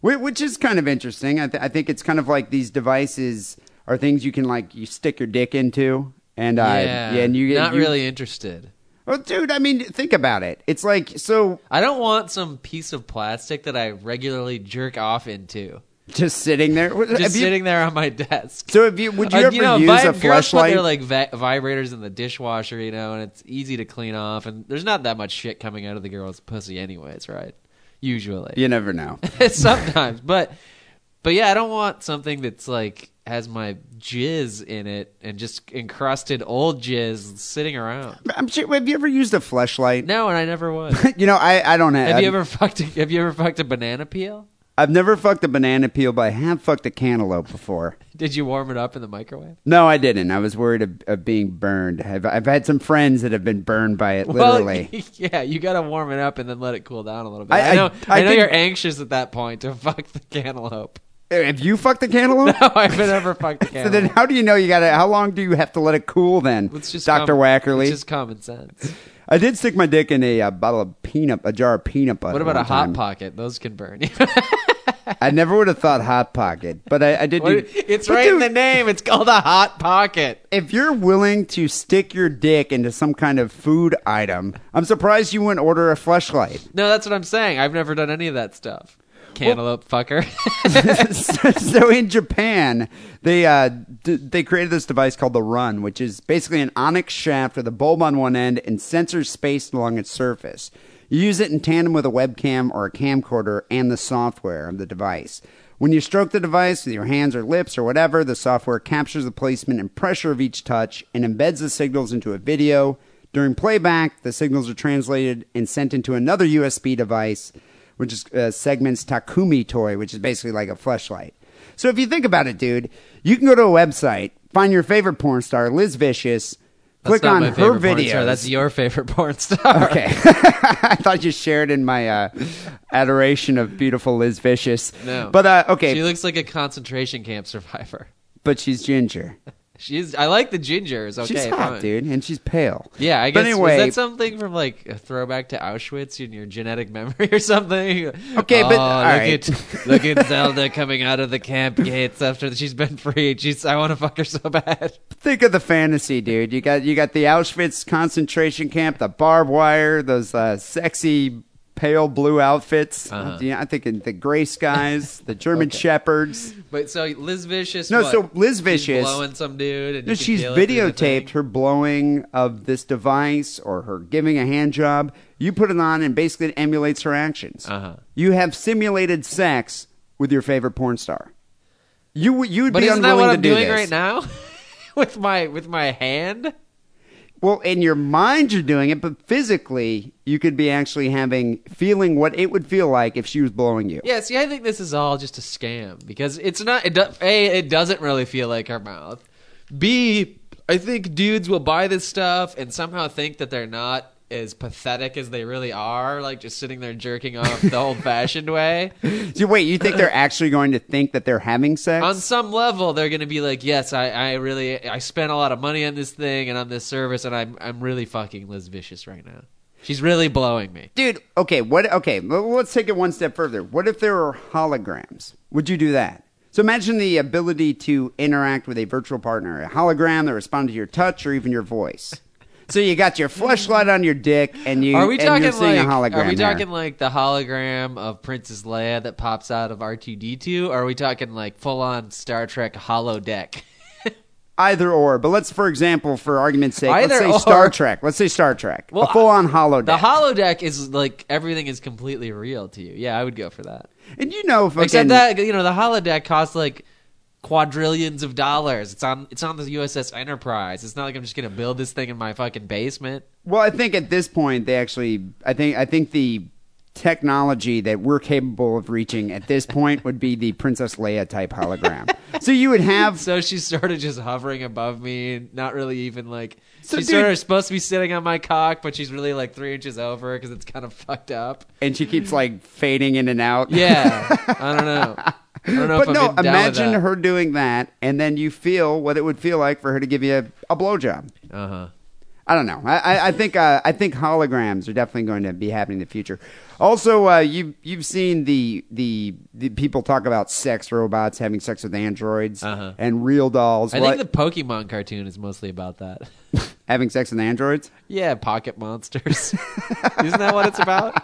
Speaker 4: Whi- Which is kind of interesting. I, th- I think it's kind of like these devices are things you can like you stick your dick into, and uh,
Speaker 6: yeah,
Speaker 4: yeah, and you
Speaker 6: not
Speaker 4: you-
Speaker 6: really interested.
Speaker 4: well, dude, I mean, think about it. It's like so
Speaker 6: I don't want some piece of plastic that I regularly jerk off into,
Speaker 4: just sitting there. Have you-
Speaker 6: just sitting there on my desk.
Speaker 4: So, have you? Would you
Speaker 6: Uh,
Speaker 4: ever
Speaker 6: know,
Speaker 4: use
Speaker 6: vi-
Speaker 4: a
Speaker 6: girls put their
Speaker 4: flashlight?
Speaker 6: like va- vibrators in the dishwasher, you know, and it's easy to clean off, and there's not that much shit coming out of the girl's pussy, anyways, right? Usually,
Speaker 4: you never know.
Speaker 6: sometimes, but but yeah, I don't want something that's like has my jizz in it and just encrusted old jizz sitting around.
Speaker 4: I'm sure. Have you ever used a flashlight?
Speaker 6: No, and I never would.
Speaker 4: You know, I, I don't have.
Speaker 6: Have you
Speaker 4: I've-
Speaker 6: ever fucked? A, have you ever fucked a banana peel?
Speaker 4: I've never fucked a banana peel, but I have fucked a cantaloupe before.
Speaker 6: Did you warm it up in the microwave?
Speaker 4: No, I didn't. I was worried of, of being burned. I've, I've had some friends that have been burned by it, literally.
Speaker 6: Well, yeah, you gotta warm it up and then let it cool down a little bit.
Speaker 4: I-
Speaker 6: I, know,
Speaker 4: I-
Speaker 6: I,
Speaker 4: I
Speaker 6: know
Speaker 4: think-
Speaker 6: you're anxious at that point to fuck the cantaloupe.
Speaker 4: Uh, have you fucked a cantaloupe?
Speaker 6: No, I've never fucked the
Speaker 4: So
Speaker 6: cantaloupe.
Speaker 4: then, how do you know you got to? How long do you have to let it cool? Then,
Speaker 6: It's just
Speaker 4: Doctor
Speaker 6: common-
Speaker 4: Wackerly.
Speaker 6: It's just common sense.
Speaker 4: I did stick my dick in a, uh bottle of peanut, a jar of peanut butter.
Speaker 6: What about a
Speaker 4: one
Speaker 6: hot
Speaker 4: time.
Speaker 6: pocket? Those can burn.
Speaker 4: I never would have thought hot pocket, but I, I did.
Speaker 6: What-
Speaker 4: do-
Speaker 6: it's
Speaker 4: but
Speaker 6: right in
Speaker 4: dude,
Speaker 6: the name. It's called a hot pocket.
Speaker 4: If you're willing to stick your dick into some kind of food item, I'm surprised you wouldn't order a fleshlight.
Speaker 6: No, that's what I'm saying. I've never done any of that stuff. Cantaloupe fucker.
Speaker 4: so, so in Japan, they uh, d- they created this device called the Run, which is basically an onyx shaft with a bulb on one end and sensors spaced along its surface. You use it in tandem with a webcam or a camcorder and the software of the device. When you stroke the device with your hands or lips or whatever, the software captures the placement and pressure of each touch and embeds the signals into a video. During playback, the signals are translated and sent into another USB device which is uh, segments Takumi toy, which is basically like a flashlight. So if you think about it, dude, you can go to a website, find your favorite porn star, Liz Vicious,
Speaker 6: That's
Speaker 4: click
Speaker 6: not
Speaker 4: on
Speaker 6: my
Speaker 4: her
Speaker 6: favorite Porn
Speaker 4: video.
Speaker 6: star. That's your favorite porn star.
Speaker 4: okay. I thought you shared in my uh, adoration of beautiful Liz Vicious.
Speaker 6: No.
Speaker 4: but uh, okay,
Speaker 6: She looks like a concentration camp survivor.
Speaker 4: but she's ginger.
Speaker 6: She's. I like the gingers. Okay,
Speaker 4: She's hot,
Speaker 6: fine.
Speaker 4: dude, and she's pale.
Speaker 6: Yeah, I
Speaker 4: But
Speaker 6: guess
Speaker 4: anyway,
Speaker 6: was that something from like a throwback to Auschwitz in your genetic memory or something?
Speaker 4: Okay, but-
Speaker 6: Oh,
Speaker 4: all
Speaker 6: look
Speaker 4: right.
Speaker 6: at look at Zelda coming out of the camp gates after she's been freed. She's I want to fuck her so bad.
Speaker 4: think of the fantasy, dude. You got you got the Auschwitz concentration camp, the barbed wire, those uh, sexy pale blue outfits.
Speaker 6: Uh-huh.
Speaker 4: Yeah, I think in the gray skies, the German shepherds.
Speaker 6: But so Liz Vicious.
Speaker 4: No,
Speaker 6: what?
Speaker 4: so Liz Vicious-
Speaker 6: she's blowing some dude. And
Speaker 4: No,
Speaker 6: you can
Speaker 4: she's
Speaker 6: feel it through the
Speaker 4: videotaped
Speaker 6: thing.
Speaker 4: her blowing of this device or her giving a hand job. You put it on and basically it emulates her actions.
Speaker 6: Uh-huh.
Speaker 4: You have simulated sex with your favorite porn star. You would you would
Speaker 6: But
Speaker 4: be
Speaker 6: isn't
Speaker 4: unwilling
Speaker 6: that what
Speaker 4: to
Speaker 6: I'm
Speaker 4: do
Speaker 6: doing
Speaker 4: this.
Speaker 6: right now? with my with my hand.
Speaker 4: Well, in your mind you're doing it, but physically you could be actually having feeling what it would feel like if she was blowing you.
Speaker 6: Yeah. See, I think this is all just a scam because it's not. It do, a. It doesn't really feel like her mouth. B. I think dudes will buy this stuff and somehow think that they're not as pathetic as they really are, like just sitting there jerking off the old-fashioned way.
Speaker 4: So wait, you think they're actually going to think that they're having sex?
Speaker 6: on some level they're going to be like yes I, I really i spent a lot of money on this thing and on this service and i'm i'm really fucking liz vicious right now she's really blowing me
Speaker 4: Dude, okay, what okay, l- let's take it one step further. What if there were holograms? Would you do that? So imagine the ability to interact with a virtual partner, a hologram that responds to your touch or even your voice. So you got your flashlight on your dick and you
Speaker 6: are we
Speaker 4: and you're
Speaker 6: talking
Speaker 4: seeing
Speaker 6: like
Speaker 4: a hologram.
Speaker 6: are we
Speaker 4: there.
Speaker 6: talking like the hologram of princess leia that pops out of r2d2 or are we talking like full on star trek hollow deck
Speaker 4: either or, but let's for example, for argument's sake,
Speaker 6: Either
Speaker 4: let's say
Speaker 6: or.
Speaker 4: Star Trek. Let's say Star Trek.
Speaker 6: Well,
Speaker 4: a full on holodeck.
Speaker 6: the hollow deck is like everything is completely real to you yeah i would go for that
Speaker 4: and you know fucking
Speaker 6: Except that you know the holodeck costs like quadrillions of dollars. It's on it's on the USS Enterprise. It's not like I'm just gonna build this thing in my fucking basement.
Speaker 4: Well, I think at this point they actually I think I think the technology that we're capable of reaching at this point would be the Princess Leia type hologram. so you would have
Speaker 6: So she's sort of just hovering above me, not really even like
Speaker 4: So,
Speaker 6: she's
Speaker 4: dude-
Speaker 6: sort of supposed to be sitting on my cock, but she's really like three inches over because it's kind of fucked up.
Speaker 4: and she keeps like fading in and out.
Speaker 6: Yeah, I don't know. I don't know
Speaker 4: But
Speaker 6: if
Speaker 4: no,
Speaker 6: I'm down
Speaker 4: imagine
Speaker 6: with that.
Speaker 4: her doing that and then you feel what it would feel like for her to give you a, a blowjob.
Speaker 6: Uh huh.
Speaker 4: I don't know. I, I, I think uh, I think holograms are definitely going to be happening in the future. Also, uh, you you've seen the, the the people talk about sex robots having sex with androids
Speaker 6: Uh-huh.
Speaker 4: and real dolls.
Speaker 6: I
Speaker 4: What-
Speaker 6: think the Pokemon cartoon is mostly about that.
Speaker 4: having sex with androids.
Speaker 6: yeah, pocket monsters. Isn't that what it's about?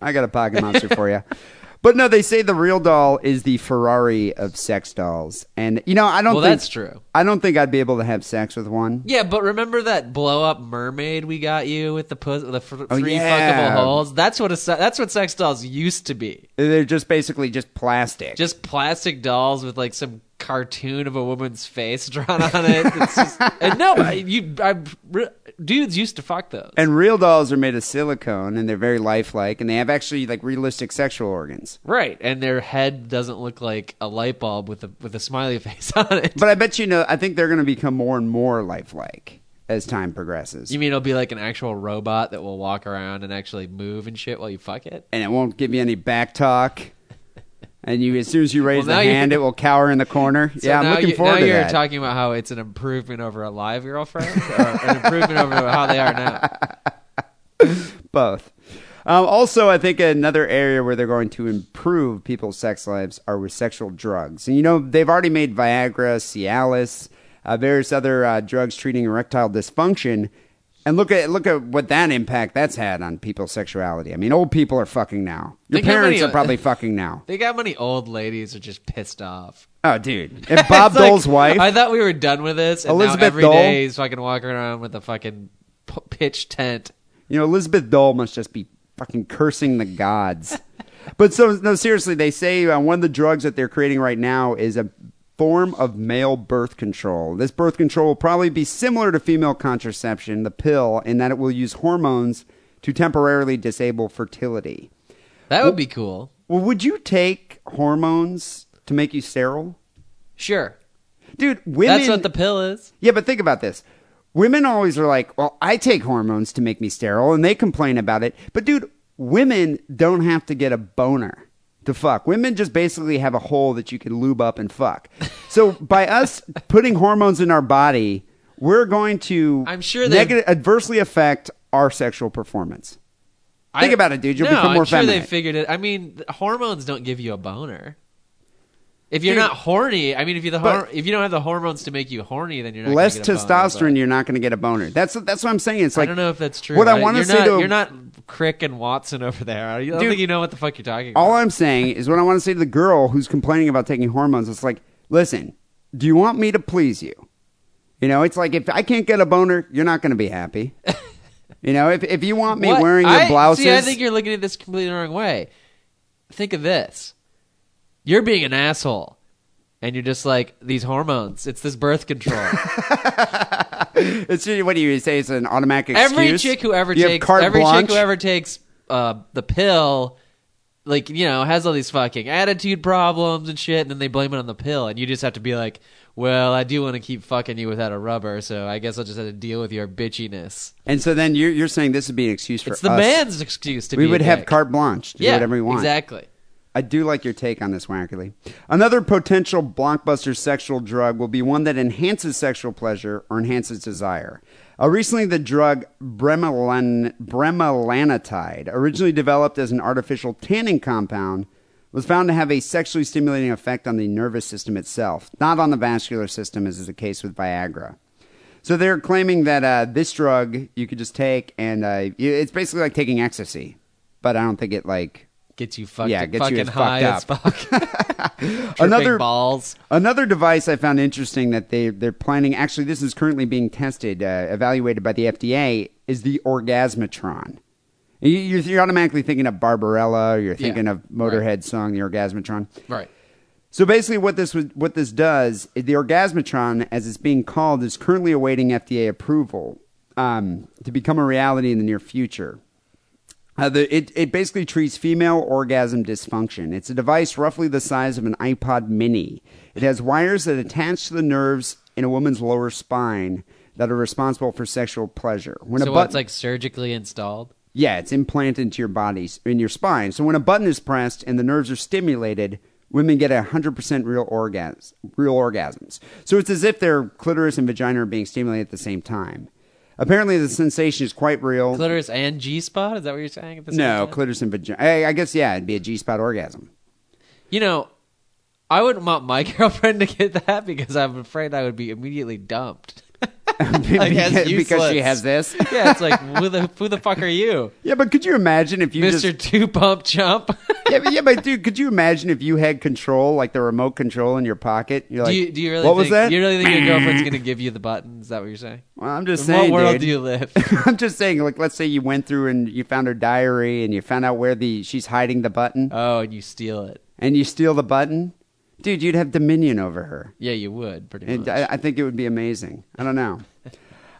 Speaker 4: I got a pocket monster for you. But no, they say the real doll is the Ferrari of sex dolls, and you know I don't.
Speaker 6: Well,
Speaker 4: think,
Speaker 6: that's true.
Speaker 4: I don't think I'd be able to have sex with one.
Speaker 6: Yeah, but remember that blow up mermaid we got you with the pus- the fr-
Speaker 4: Oh,
Speaker 6: three
Speaker 4: yeah.
Speaker 6: fuckable holes? That's what a se- that's what sex dolls used to be.
Speaker 4: They're just basically just plastic.
Speaker 6: Just plastic dolls with like some cartoon of a woman's face drawn on it. It's just, and no, I- you I, re- dudes used to fuck those.
Speaker 4: and real dolls are made of silicone, and they're very lifelike, and they have actually like realistic sexual organs.
Speaker 6: Right, and their head doesn't look like a light bulb with a with a smiley face on it.
Speaker 4: But I bet you know. I think they're going to become more and more lifelike as time progresses,
Speaker 6: you mean it'll be like an actual robot that will walk around and actually move and shit while you fuck it?
Speaker 4: and it won't give you any back talk. And you, as soon as you raise
Speaker 6: Well, now
Speaker 4: the
Speaker 6: you-
Speaker 4: hand, it will cower in the corner.
Speaker 6: So
Speaker 4: yeah, I'm
Speaker 6: now
Speaker 4: looking
Speaker 6: you,
Speaker 4: forward
Speaker 6: now
Speaker 4: to
Speaker 6: you're
Speaker 4: that.
Speaker 6: talking about how it's an improvement over a live girlfriend, or an improvement over how they are now.
Speaker 4: both. Um, also, I think another area where they're going to improve people's sex lives are with sexual drugs. And you know, they've already made Viagra, Cialis, uh, various other uh, drugs treating erectile dysfunction. And look at look at what that impact that's had on people's sexuality. I mean, old people are fucking now. Your
Speaker 6: Think how
Speaker 4: parents
Speaker 6: many-
Speaker 4: are probably fucking now.
Speaker 6: Think how many old ladies are just pissed off.
Speaker 4: Oh, dude, and Bob
Speaker 6: It's like,
Speaker 4: Dole's wife.
Speaker 6: I thought we were done with this. And
Speaker 4: Elizabeth
Speaker 6: now every
Speaker 4: Dole.
Speaker 6: day he's fucking walking around with a fucking p- pitch tent.
Speaker 4: You know, Elizabeth Dole must just be fucking cursing the gods. but so, no, seriously, they say uh, one of the drugs that they're creating right now is a form of male birth control. This birth control will probably be similar to female contraception, the pill, in that it will use hormones to temporarily disable fertility.
Speaker 6: That would be cool.
Speaker 4: Well, would you take hormones to make you sterile?
Speaker 6: Sure,
Speaker 4: Dude, women.
Speaker 6: that's what the pill is.
Speaker 4: Yeah, but think about this. Women always are like, well, I take hormones to make me sterile, and they complain about it. But, dude, women don't have to get a boner to fuck. Women just basically have a hole that you can lube up and fuck. So, by us putting hormones in our body, we're going to
Speaker 6: I'm sure they-
Speaker 4: negati- adversely affect our sexual performance. Think
Speaker 6: I-
Speaker 4: about it, dude. You'll
Speaker 6: no,
Speaker 4: become more
Speaker 6: I'm sure they
Speaker 4: feminine.
Speaker 6: figured it. I mean, th- hormones don't give you a boner. If you're
Speaker 4: Dude.
Speaker 6: not horny, I mean, if you the hor-
Speaker 4: But-
Speaker 6: if you don't have the hormones to make you horny, then you're not gonna
Speaker 4: Less
Speaker 6: get a boner,
Speaker 4: testosterone,
Speaker 6: but-
Speaker 4: you're not going to get a boner. That's that's what I'm saying. It's like
Speaker 6: I don't know if that's true.
Speaker 4: What I want to
Speaker 6: you're
Speaker 4: say
Speaker 6: not,
Speaker 4: to
Speaker 6: you're not Crick and Watson over there. I don't
Speaker 4: Dude,
Speaker 6: think you know what the fuck you're talking
Speaker 4: All
Speaker 6: about.
Speaker 4: I'm saying is what I want to say to the girl who's complaining about taking hormones. It's like, listen, do you want me to please you? You know, it's like if I can't get a boner, you're not going to be happy. you know, if if you want me
Speaker 6: What?
Speaker 4: wearing your
Speaker 6: I-
Speaker 4: blouses,
Speaker 6: See, I think you're looking at this completely the wrong way. Think of this: you're being an asshole, and you're just like these hormones. It's this birth control.
Speaker 4: it's what do you say? It's an automatic excuse.
Speaker 6: every chick who ever
Speaker 4: You have
Speaker 6: takes
Speaker 4: carte
Speaker 6: every
Speaker 4: blanche?
Speaker 6: chick who ever takes uh, the pill, like you know, has all these fucking attitude problems and shit, and then they blame it on the pill, and you just have to be like, "Well, I do want to keep fucking you without a rubber, so I guess I'll just have to deal with your bitchiness."
Speaker 4: and so then you're you're saying this would be an excuse for
Speaker 6: It's the
Speaker 4: us.
Speaker 6: man's excuse to
Speaker 4: We
Speaker 6: be. a
Speaker 4: would have
Speaker 6: dick.
Speaker 4: carte blanche to do
Speaker 6: yeah,
Speaker 4: whatever we want.
Speaker 6: Exactly.
Speaker 4: I do like your take on this, Wackerly. Another potential blockbuster sexual drug will be one that enhances sexual pleasure or enhances desire. Uh, recently, the drug bremalan- bremalanotide, originally developed as an artificial tanning compound, was found to have a sexually stimulating effect on the nervous system itself, not on the vascular system, as is the case with Viagra. So they're claiming that uh, this drug you could just take, and uh, y- it's basically like taking ecstasy, but I don't think it like
Speaker 6: Gets you fucked.
Speaker 4: Yeah, gets you
Speaker 6: fucking
Speaker 4: as fucked
Speaker 6: high as
Speaker 4: up.
Speaker 6: fuck. Tripping
Speaker 4: Another-
Speaker 6: balls.
Speaker 4: Another device I found interesting that they they're planning. Actually, this is currently being tested, uh, evaluated by the FDA. Is the orgasmatron? You- You're, you're automatically thinking of Barbarella. Or you're thinking of Motorhead song, the orgasmatron.
Speaker 6: Right.
Speaker 4: So basically, what this was, what this does is the orgasmatron, as it's being called, is currently awaiting FDA approval um, to become a reality in the near future. Uh, the, it, it basically treats female orgasm dysfunction. It's a device roughly the size of an iPod mini. It has wires that attach to the nerves in a woman's lower spine that are responsible for sexual pleasure. When
Speaker 6: So
Speaker 4: a
Speaker 6: what,
Speaker 4: button,
Speaker 6: it's like surgically installed.
Speaker 4: yeah, it's implanted into your body, in your spine. So when a button is pressed and the nerves are stimulated, women get a 100% real, orgas- real orgasms. So it's as if their clitoris and vagina are being stimulated at the same time. Apparently, the sensation is quite real.
Speaker 6: Clitoris and G spot. Is that what you're saying? At the same
Speaker 4: no,
Speaker 6: time?
Speaker 4: clitoris and vagina. I, I guess, yeah, it'd be a G spot orgasm.
Speaker 6: You know, I wouldn't want my girlfriend to get that because I'm afraid I would be immediately dumped. Like, that's
Speaker 4: because, because she
Speaker 6: useless.
Speaker 4: has this.
Speaker 6: yeah, it's like who the who the fuck are you,
Speaker 4: Yeah, but could you imagine if you
Speaker 6: Mister
Speaker 4: just.
Speaker 6: Two Pump Chump?
Speaker 4: Yeah but, yeah, but dude, could you imagine if you had control, like the remote control in your pocket? You're like,
Speaker 6: do you do you really
Speaker 4: what
Speaker 6: think,
Speaker 4: was that?
Speaker 6: You really think your girlfriend's gonna give you the button? Is that what you're saying?
Speaker 4: well, I'm just
Speaker 6: In
Speaker 4: saying.
Speaker 6: what world
Speaker 4: dude.
Speaker 6: do you live?
Speaker 4: I'm just saying, like, let's say you went through and you found her diary and you found out where the she's hiding the button
Speaker 6: oh, and you steal it.
Speaker 4: and you steal the button, dude, you'd have dominion over her.
Speaker 6: Yeah, you would pretty
Speaker 4: And uh,
Speaker 6: much.
Speaker 4: I, I think it would be amazing. I don't know.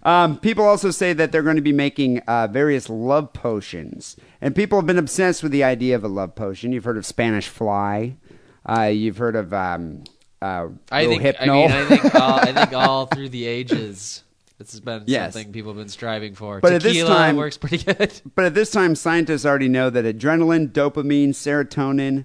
Speaker 4: Um, people also say that they're going to be making uh, various love potions, and people have been obsessed with the idea of a love potion. You've heard of Spanish fly, uh, you've heard of um, uh,
Speaker 6: I think. I
Speaker 4: Rohypnol.
Speaker 6: mean, I think. All, I think all through the ages, this has been
Speaker 4: Yes.
Speaker 6: something people have been striving for.
Speaker 4: But at this
Speaker 6: Tequila
Speaker 4: time-
Speaker 6: works pretty good.
Speaker 4: But at this time, scientists already know that adrenaline, dopamine, serotonin,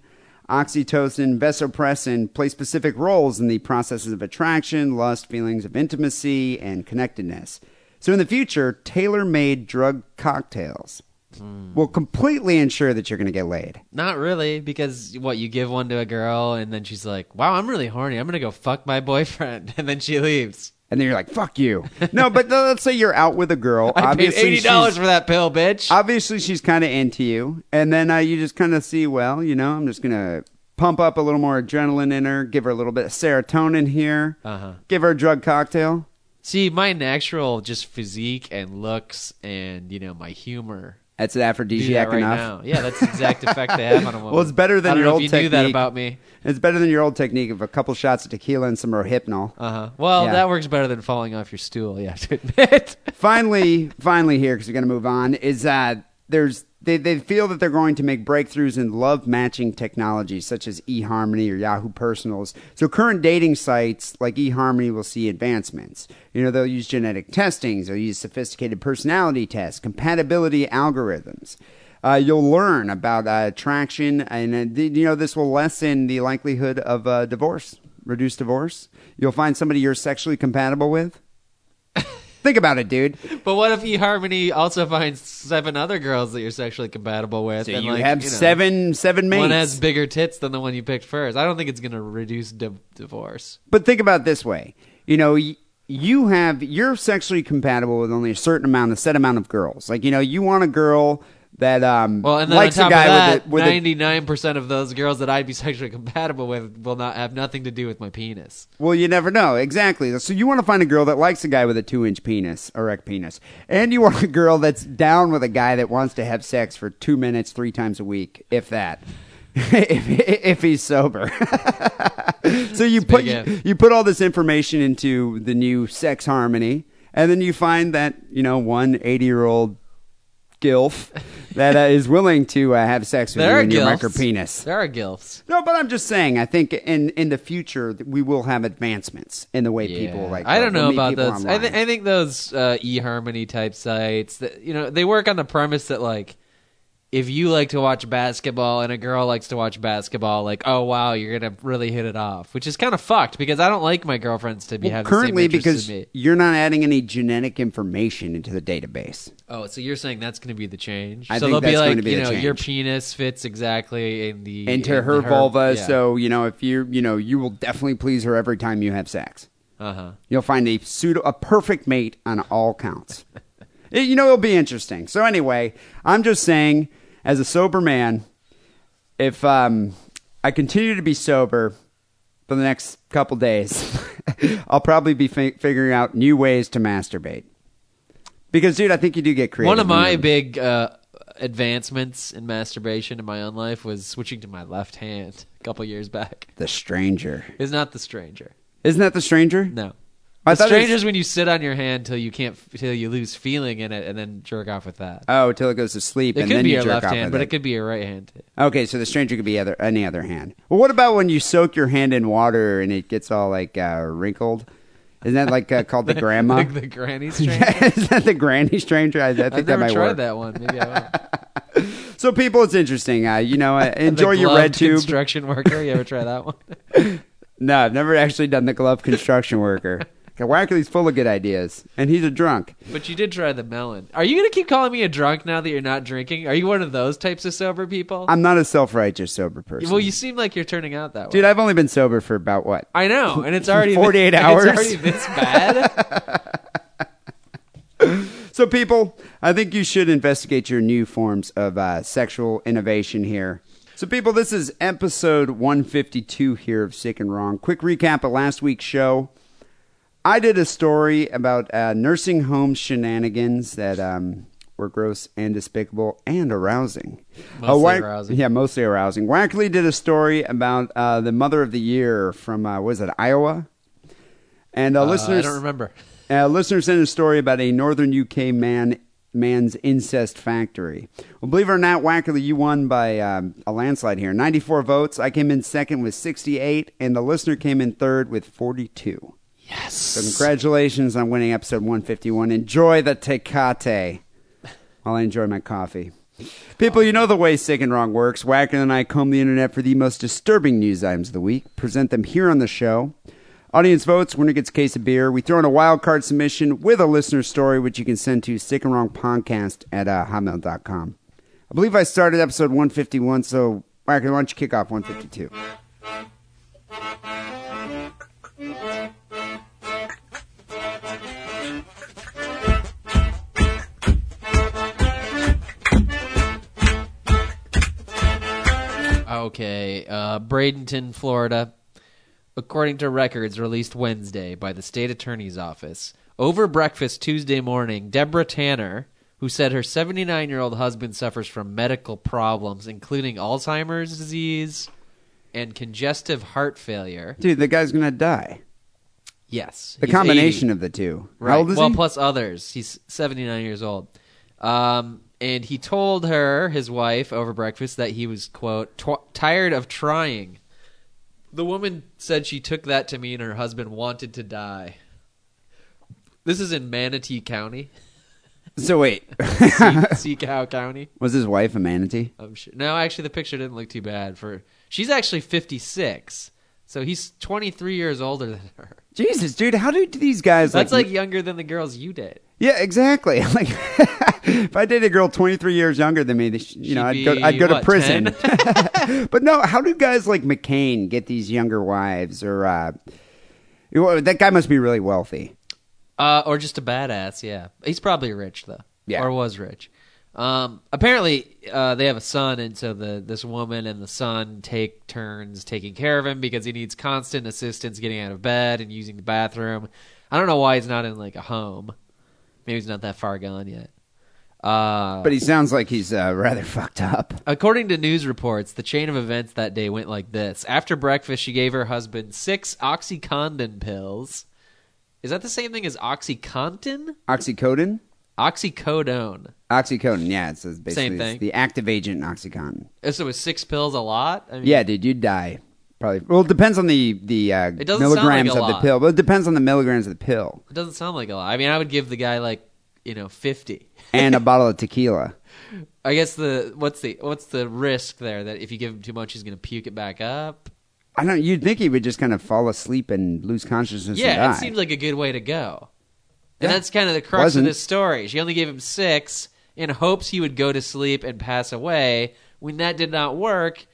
Speaker 4: oxytocin, vasopressin play specific roles in the processes of attraction, lust, feelings of intimacy, and connectedness. So in the future, tailor made drug cocktails
Speaker 6: Hmm.
Speaker 4: will completely ensure that you're going to get laid.
Speaker 6: Not really, because what you give one to a girl, and then she's like, "Wow, I'm really horny. I'm gonna go fuck my boyfriend," and then she leaves.
Speaker 4: And then you're like, fuck you. no, but let's say you're out with a girl.
Speaker 6: I paid eighty
Speaker 4: Obviously,
Speaker 6: dollars
Speaker 4: she's,
Speaker 6: for that pill, bitch.
Speaker 4: obviously she's kind of into you. And then uh, you just kind of see, well, you know, I'm just going to pump up a little more adrenaline in her, give her a little bit of serotonin here,
Speaker 6: Uh-huh.
Speaker 4: give her a drug cocktail.
Speaker 6: See, my natural just physique and looks, and you know my humor.
Speaker 4: That's
Speaker 6: Do that
Speaker 4: aphrodisiac
Speaker 6: right
Speaker 4: enough.
Speaker 6: now. Yeah, that's the exact effect they have on a woman.
Speaker 4: Well, it's better than
Speaker 6: I don't
Speaker 4: your
Speaker 6: know
Speaker 4: old
Speaker 6: if you
Speaker 4: technique.
Speaker 6: knew that about me.
Speaker 4: It's better than your old technique of a couple shots of tequila and some Rohypnol.
Speaker 6: Uh huh. Well,
Speaker 4: Yeah.
Speaker 6: that works better than falling off your stool. You have to admit.
Speaker 4: finally, finally here because we're going to move on is uh, there's they, they feel that they're going to make breakthroughs in love matching technologies such as eHarmony or Yahoo Personals. So current dating sites like eHarmony will see advancements. You know they'll use genetic testings, they'll use sophisticated personality tests, compatibility algorithms. Uh, you'll learn about uh, attraction, and uh, th- you know this will lessen the likelihood of uh, divorce, reduce divorce. You'll find somebody you're sexually compatible with. Think about it, dude.
Speaker 6: but what if eHarmony also finds seven other girls that you're sexually compatible with?
Speaker 4: So
Speaker 6: and
Speaker 4: you
Speaker 6: like,
Speaker 4: have
Speaker 6: you know,
Speaker 4: seven seven mates.
Speaker 6: One has bigger tits than the one you picked first. I don't think it's going to reduce div divorce.
Speaker 4: but think about it this way. You know, y- you have you're sexually compatible with only a certain amount, a set amount of girls. Like you know, you want a girl that um
Speaker 6: Well, and then
Speaker 4: likes
Speaker 6: on
Speaker 4: a guy
Speaker 6: top of
Speaker 4: with,
Speaker 6: that,
Speaker 4: a, with a,
Speaker 6: ninety-nine percent of those girls that I'd be sexually compatible with will not have nothing to do with my penis.
Speaker 4: Well, you never know. Exactly. So you want to find a girl that likes a guy with a two inch penis, erect penis. And you want a girl that's down with a guy that wants to have sex for two minutes, three times a week, if that. if, if he's sober. so you put
Speaker 6: big
Speaker 4: you,
Speaker 6: if.
Speaker 4: you put all this information into the new sex harmony, and then you find that, you know, one 80 year old gilf that uh, is willing to uh, have sex with
Speaker 6: There
Speaker 4: you
Speaker 6: are
Speaker 4: and your record
Speaker 6: gilfs.
Speaker 4: penis.
Speaker 6: There are gilfs.
Speaker 4: No, but I'm just saying. I think in in the future that we will have advancements in the way people like.
Speaker 6: I don't
Speaker 4: we'll
Speaker 6: know
Speaker 4: meet
Speaker 6: about
Speaker 4: people
Speaker 6: those. I, th-
Speaker 4: online.
Speaker 6: I think those uh, eHarmony type sites. That, you know, they work on the premise that like, if you like to watch basketball and a girl likes to watch basketball, like, oh wow, you're gonna really hit it off, which is kind of fucked because I don't like my girlfriends to be
Speaker 4: Well,
Speaker 6: having
Speaker 4: currently
Speaker 6: the same interests
Speaker 4: because
Speaker 6: as me.
Speaker 4: you're not adding any genetic information into the database.
Speaker 6: Oh, so you're saying that's going to be the change?
Speaker 4: I
Speaker 6: so
Speaker 4: think
Speaker 6: they'll
Speaker 4: that's
Speaker 6: be like,
Speaker 4: going to be
Speaker 6: you
Speaker 4: the
Speaker 6: know, your
Speaker 4: change.
Speaker 6: penis fits exactly in the
Speaker 4: Into
Speaker 6: in
Speaker 4: her
Speaker 6: the
Speaker 4: vulva,
Speaker 6: yeah.
Speaker 4: so you know if you you know you will definitely please her every time you have sex.
Speaker 6: uh-huh.
Speaker 4: You'll find a pseudo a perfect mate on all counts. It- you know it'll be interesting. So anyway, I'm just saying, as a sober man, if um, I continue to be sober for the next couple days, I'll probably be fi- figuring out new ways to masturbate. Because, dude, I think you do get creative.
Speaker 6: One of
Speaker 4: when
Speaker 6: my
Speaker 4: you're-
Speaker 6: big uh, advancements in masturbation in my own life was switching to my left hand a couple years back.
Speaker 4: the stranger
Speaker 6: It's not the stranger.
Speaker 4: isn't that the stranger?
Speaker 6: No.
Speaker 4: I
Speaker 6: The
Speaker 4: thought it was-
Speaker 6: stranger's when you sit on your hand till you can't till you lose feeling in it and then jerk off with that.
Speaker 4: Oh, till it goes to sleep,
Speaker 6: It
Speaker 4: and
Speaker 6: could
Speaker 4: then
Speaker 6: be
Speaker 4: you
Speaker 6: your
Speaker 4: jerk
Speaker 6: left
Speaker 4: off
Speaker 6: hand,
Speaker 4: with
Speaker 6: but it could be your right hand.
Speaker 4: Okay, so the stranger could be other any other hand. Well, what about when you soak your hand in water and it gets all like uh, wrinkled? Isn't that like uh, called the grandma?
Speaker 6: Like the granny stranger.
Speaker 4: Is that the granny stranger? I, I think
Speaker 6: I've
Speaker 4: that
Speaker 6: never
Speaker 4: might
Speaker 6: tried
Speaker 4: work.
Speaker 6: that one. Maybe I will.
Speaker 4: So, people, it's interesting. Uh, you know, uh,
Speaker 6: The
Speaker 4: enjoy your red
Speaker 6: gloved
Speaker 4: tube.
Speaker 6: construction worker. You ever try that one?
Speaker 4: no, I've never actually done the glove construction worker. Okay, Wackerly's full of good ideas, and he's a drunk.
Speaker 6: But you did try the melon. Are you going to keep calling me a drunk now that you're not drinking? Are you one of those types of sober people?
Speaker 4: I'm not a self-righteous sober person.
Speaker 6: well, you seem like you're turning out that way.
Speaker 4: dude, I've only been sober for about what
Speaker 6: I know, and it's already
Speaker 4: 48
Speaker 6: it's
Speaker 4: hours?
Speaker 6: already this bad.
Speaker 4: So, people, I think you should investigate your new forms of uh, sexual innovation here. So, people, this is episode 152 here of Sick and Wrong. Quick recap of last week's show. I did a story about uh, nursing home shenanigans that um, were gross and despicable and arousing.
Speaker 6: Mostly
Speaker 4: Wack-
Speaker 6: arousing.
Speaker 4: Yeah, mostly arousing. Wackley did a story about uh, the Mother of the Year from, uh, was it Iowa? And uh,
Speaker 6: Uh, I
Speaker 4: listeners,
Speaker 6: don't remember.
Speaker 4: a Uh, listener sent a story about a northern UK man man's incest factory. Well, believe it or not, Wackerly, you won by um, a landslide here. 94 votes. I came in second with 68, and the listener came in third with 42. Yes. So congratulations on winning episode 151. Enjoy the Tecate while I enjoy my coffee. People, you know the way Sick and Wrong works. Wacken and I comb the internet for the most disturbing news items of the week, present them here on the show. Audience votes, winner gets a case of beer. We throw in a wild card submission with a listener story, which you can send to Sick and Wrong Podcast at uh, hotmail.com. I believe I started episode 151, so Wacken, why don't you kick off 152?
Speaker 6: Okay, uh, Bradenton, Florida. According to records released Wednesday by the state attorney's office, over breakfast Tuesday morning, Deborah Tanner, who said her 79 year old husband suffers from medical problems, including Alzheimer's disease and congestive heart failure.
Speaker 4: Dude, the guy's going to die.
Speaker 6: Yes.
Speaker 4: The
Speaker 6: he's
Speaker 4: combination
Speaker 6: 80.
Speaker 4: of the two.
Speaker 6: Right.
Speaker 4: How old is
Speaker 6: well,
Speaker 4: he?
Speaker 6: plus others. He's 79 years old. Um, and he told her, his wife, over breakfast, that he was, quote, tw- tired of trying. The woman said she took that to mean her husband wanted to die. This is in Manatee County,
Speaker 4: so wait,
Speaker 6: Sea Cow County.
Speaker 4: was his wife a manatee?
Speaker 6: I'm sure. No, actually, the picture didn't look too bad for. She's actually 56, so he's 23 years older than her.
Speaker 4: Jesus, dude, how do these guys
Speaker 6: That's
Speaker 4: like
Speaker 6: like younger than the girls you did.
Speaker 4: Yeah, exactly. Like, if I dated a girl 23 years younger than me, they sh- you know, I'd
Speaker 6: She'd
Speaker 4: go,
Speaker 6: be,
Speaker 4: I'd go to
Speaker 6: what,
Speaker 4: prison. but no, how do guys like McCain get these younger wives? Or uh, you know, that guy must be really wealthy.
Speaker 6: Uh, or just a badass, yeah. He's probably rich though.
Speaker 4: Yeah.
Speaker 6: Or was rich. Um, apparently, uh, they have a son, and so the this woman and the son take turns taking care of him because he needs constant assistance getting out of bed and using the bathroom. I don't know why he's not in like a home. Maybe he's not that far gone yet. Uh,
Speaker 4: But he sounds like he's uh, rather fucked up.
Speaker 6: According to news reports, the chain of events that day went like this. After breakfast, she gave her husband six Oxycontin pills. Is that the same thing as Oxycontin?
Speaker 4: Oxycodone?
Speaker 6: Oxycodone.
Speaker 4: Oxycodone, yeah, it's it's basically
Speaker 6: Same
Speaker 4: it's
Speaker 6: thing.
Speaker 4: the active agent in Oxycontin.
Speaker 6: Uh, So is six pills a lot? I mean,
Speaker 4: Yeah, dude, you'd die. Probably. Well, it depends on the the uh,
Speaker 6: It doesn't sound like
Speaker 4: milligrams
Speaker 6: a
Speaker 4: of the
Speaker 6: lot.
Speaker 4: pill. But it depends on the milligrams of the pill
Speaker 6: It doesn't sound like a lot. I mean, I would give the guy like, you know, 50.
Speaker 4: and a bottle of tequila.
Speaker 6: I guess the what's the what's the risk there that if you give him too much he's going to puke it back up?
Speaker 4: I don't. You'd think he would just kind of fall asleep and lose consciousness. and
Speaker 6: Yeah,
Speaker 4: die.
Speaker 6: it seems like a good way to go. And
Speaker 4: Yeah.
Speaker 6: that's kind of the crux
Speaker 4: Wasn't.
Speaker 6: of this story. She only gave him six in hopes he would go to sleep and pass away. When that did not work,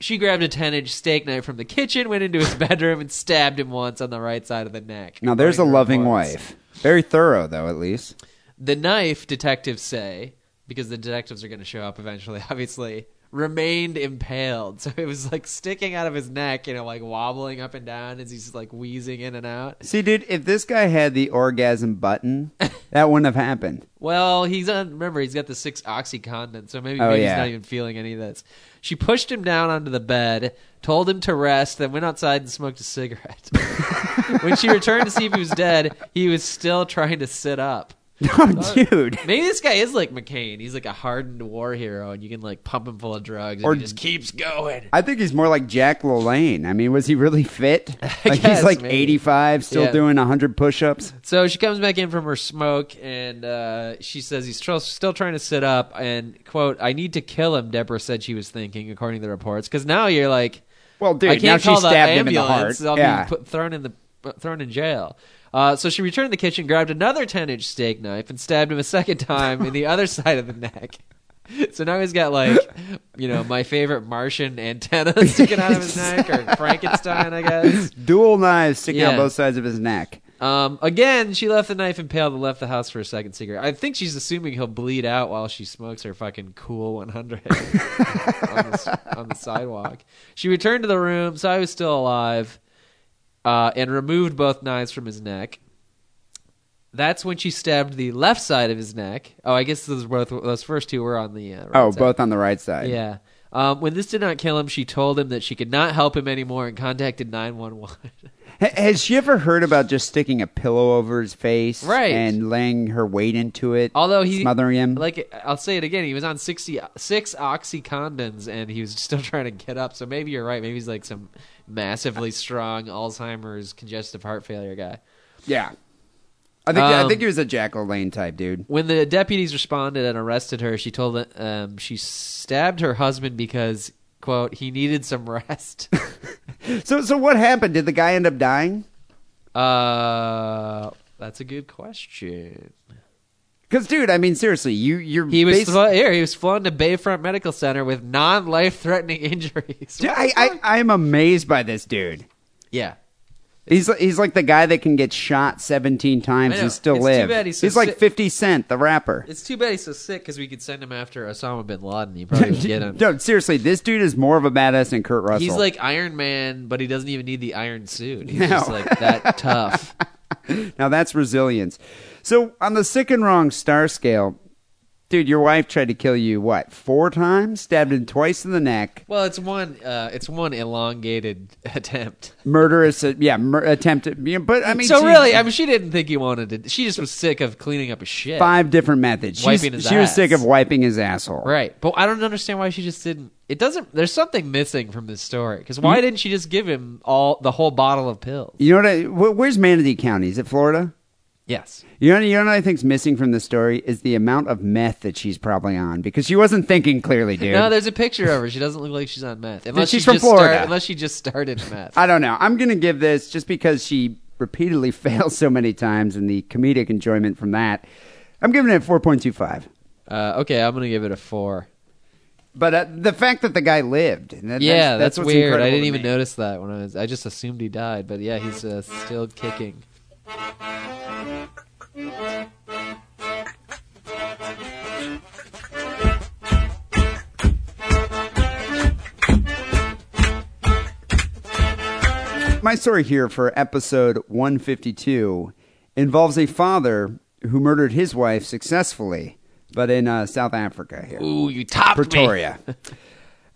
Speaker 6: she grabbed a 10 inch steak knife from the kitchen, went into his bedroom, and stabbed him once on the right side of the neck.
Speaker 4: now there's a
Speaker 6: According to
Speaker 4: loving
Speaker 6: reports.
Speaker 4: wife. Very thorough, though. At least
Speaker 6: The knife, detectives say, because the detectives are going to show up eventually, obviously, remained impaled. So it was like sticking out of his neck, you know, like wobbling up and down as he's like wheezing in and out.
Speaker 4: See, dude, if this guy had the orgasm button, that wouldn't have happened.
Speaker 6: Well, he's on. Remember, he's got the six oxycontin, so maybe,
Speaker 4: Oh,
Speaker 6: maybe
Speaker 4: yeah.
Speaker 6: he's not even feeling any of this. She pushed him down onto the bed, told him to rest, then went outside and smoked a cigarette. when she returned to see if he was dead, he was still trying to sit up.
Speaker 4: Oh, dude.
Speaker 6: Maybe this guy is like McCain. He's like a hardened war hero, and you can like pump him full of drugs,
Speaker 4: Or-
Speaker 6: and he just keeps going.
Speaker 4: I think he's more like Jack LaLanne. I mean, was he really fit? Like he's
Speaker 6: guess,
Speaker 4: like
Speaker 6: maybe.
Speaker 4: 85, still
Speaker 6: Yeah.
Speaker 4: doing 100 push-ups.
Speaker 6: So she comes back in from her smoke, and uh, she says he's tr- still trying to sit up. And quote, "I need to kill him." Deborah said she was thinking, according to the reports, because now you're like,
Speaker 4: Well, dude,
Speaker 6: I can't
Speaker 4: now she
Speaker 6: call the
Speaker 4: stabbed him in the heart.
Speaker 6: ambulance. I'll
Speaker 4: Yeah.
Speaker 6: be put, thrown in the thrown in jail." Uh, so she returned to the kitchen, grabbed another ten-inch steak knife, and stabbed him a second time in the other side of the neck. So now he's got like, you know, my favorite Martian antenna sticking out of his neck, or Frankenstein, I guess.
Speaker 4: Dual knives sticking out
Speaker 6: Yeah.
Speaker 4: both sides of his neck.
Speaker 6: Um, again, she left the knife impaled and left the house for a second cigarette. I think she's assuming he'll bleed out while she smokes her fucking cool 100 on, the, s- on the sidewalk. She returned to the room, so I was still alive, uh, and removed both knives from his neck. That's when she stabbed the left side of his neck. Oh, I guess those both those first two were on the uh, right
Speaker 4: Oh,
Speaker 6: side.
Speaker 4: both on the right side.
Speaker 6: Yeah. Um, when this did not kill him, she told him that she could not help him anymore and contacted 911.
Speaker 4: H- has she ever heard about just sticking a pillow over his face
Speaker 6: Right.
Speaker 4: and laying her weight into it?
Speaker 6: Although he
Speaker 4: smothering him.
Speaker 6: like I'll say it again, he was on sixty six oxycondins and he was still trying to get up. So maybe you're right. Maybe he's like some massively strong Alzheimer's, congestive heart failure guy.
Speaker 4: yeah. I think I
Speaker 6: Um,
Speaker 4: think he was a Jack O'Lane type dude.
Speaker 6: When the deputies responded and arrested her, she told um, she stabbed her husband because quote he needed some rest.
Speaker 4: So so what happened? Did the guy end up dying?
Speaker 6: uh, that's a good question.
Speaker 4: Because dude, I mean seriously, you you're
Speaker 6: He was
Speaker 4: basi-
Speaker 6: flo- here. He was flown to Bayfront Medical Center with non life threatening injuries.
Speaker 4: Dude, I, I I'm amazed by this dude.
Speaker 6: yeah.
Speaker 4: He's li- he's like the guy that can get shot 17 times
Speaker 6: I know.
Speaker 4: and still
Speaker 6: It's too
Speaker 4: live.
Speaker 6: bad he's so
Speaker 4: like
Speaker 6: sick.
Speaker 4: 50 Cent, the rapper.
Speaker 6: It's too bad he's so sick because we could send him after Osama bin Laden. He probably would get him.
Speaker 4: No, seriously, this dude is more of a badass than Kurt Russell.
Speaker 6: He's like Iron Man, but he doesn't even need the iron suit. He's
Speaker 4: No.
Speaker 6: just like that tough.
Speaker 4: now that's resilience. So on the sick and wrong star scale, dude, your wife tried to kill you what four times? Stabbed him twice in the neck.
Speaker 6: Well, it's one, uh, it's one elongated attempt.
Speaker 4: Murderous, uh, yeah, mur- attempted. You know, but I mean,
Speaker 6: so
Speaker 4: she-
Speaker 6: really, I mean, she didn't think he wanted to. She just was sick of cleaning up his shit,
Speaker 4: five different methods. She's-
Speaker 6: Wiping his
Speaker 4: she was sick
Speaker 6: ass.
Speaker 4: of wiping his asshole.
Speaker 6: right? But I don't understand why she just didn't. It doesn't. There's something missing from this story because
Speaker 4: Mm-hmm.
Speaker 6: why didn't she just give him all the whole bottle of pills?
Speaker 4: You know what? I, wh- where's Manatee County? Is it Florida?
Speaker 6: Yes.
Speaker 4: You know, you know what I think's missing from the story is the amount of meth that she's probably on because she wasn't thinking clearly, dude.
Speaker 6: No, there's a picture of her. She doesn't look like she's on meth. Unless
Speaker 4: she's
Speaker 6: she
Speaker 4: from
Speaker 6: just started-
Speaker 4: Florida.
Speaker 6: unless she just started meth.
Speaker 4: I don't know. I'm going to give this just because she repeatedly fails so many times and the comedic enjoyment from that. I'm giving it 4.25.
Speaker 6: Uh, okay, I'm gonna give it a four.
Speaker 4: But uh, the fact that the guy lived. and that-
Speaker 6: yeah, that's,
Speaker 4: what's
Speaker 6: weird.
Speaker 4: incredible
Speaker 6: I
Speaker 4: to
Speaker 6: didn't even
Speaker 4: me.
Speaker 6: notice that when I was. I just assumed he died, but yeah, he's uh, still kicking.
Speaker 4: my story here for episode 152 involves a father who murdered his wife successfully, but in uh, South Africa here.
Speaker 6: Ooh, you topped
Speaker 4: Pretoria.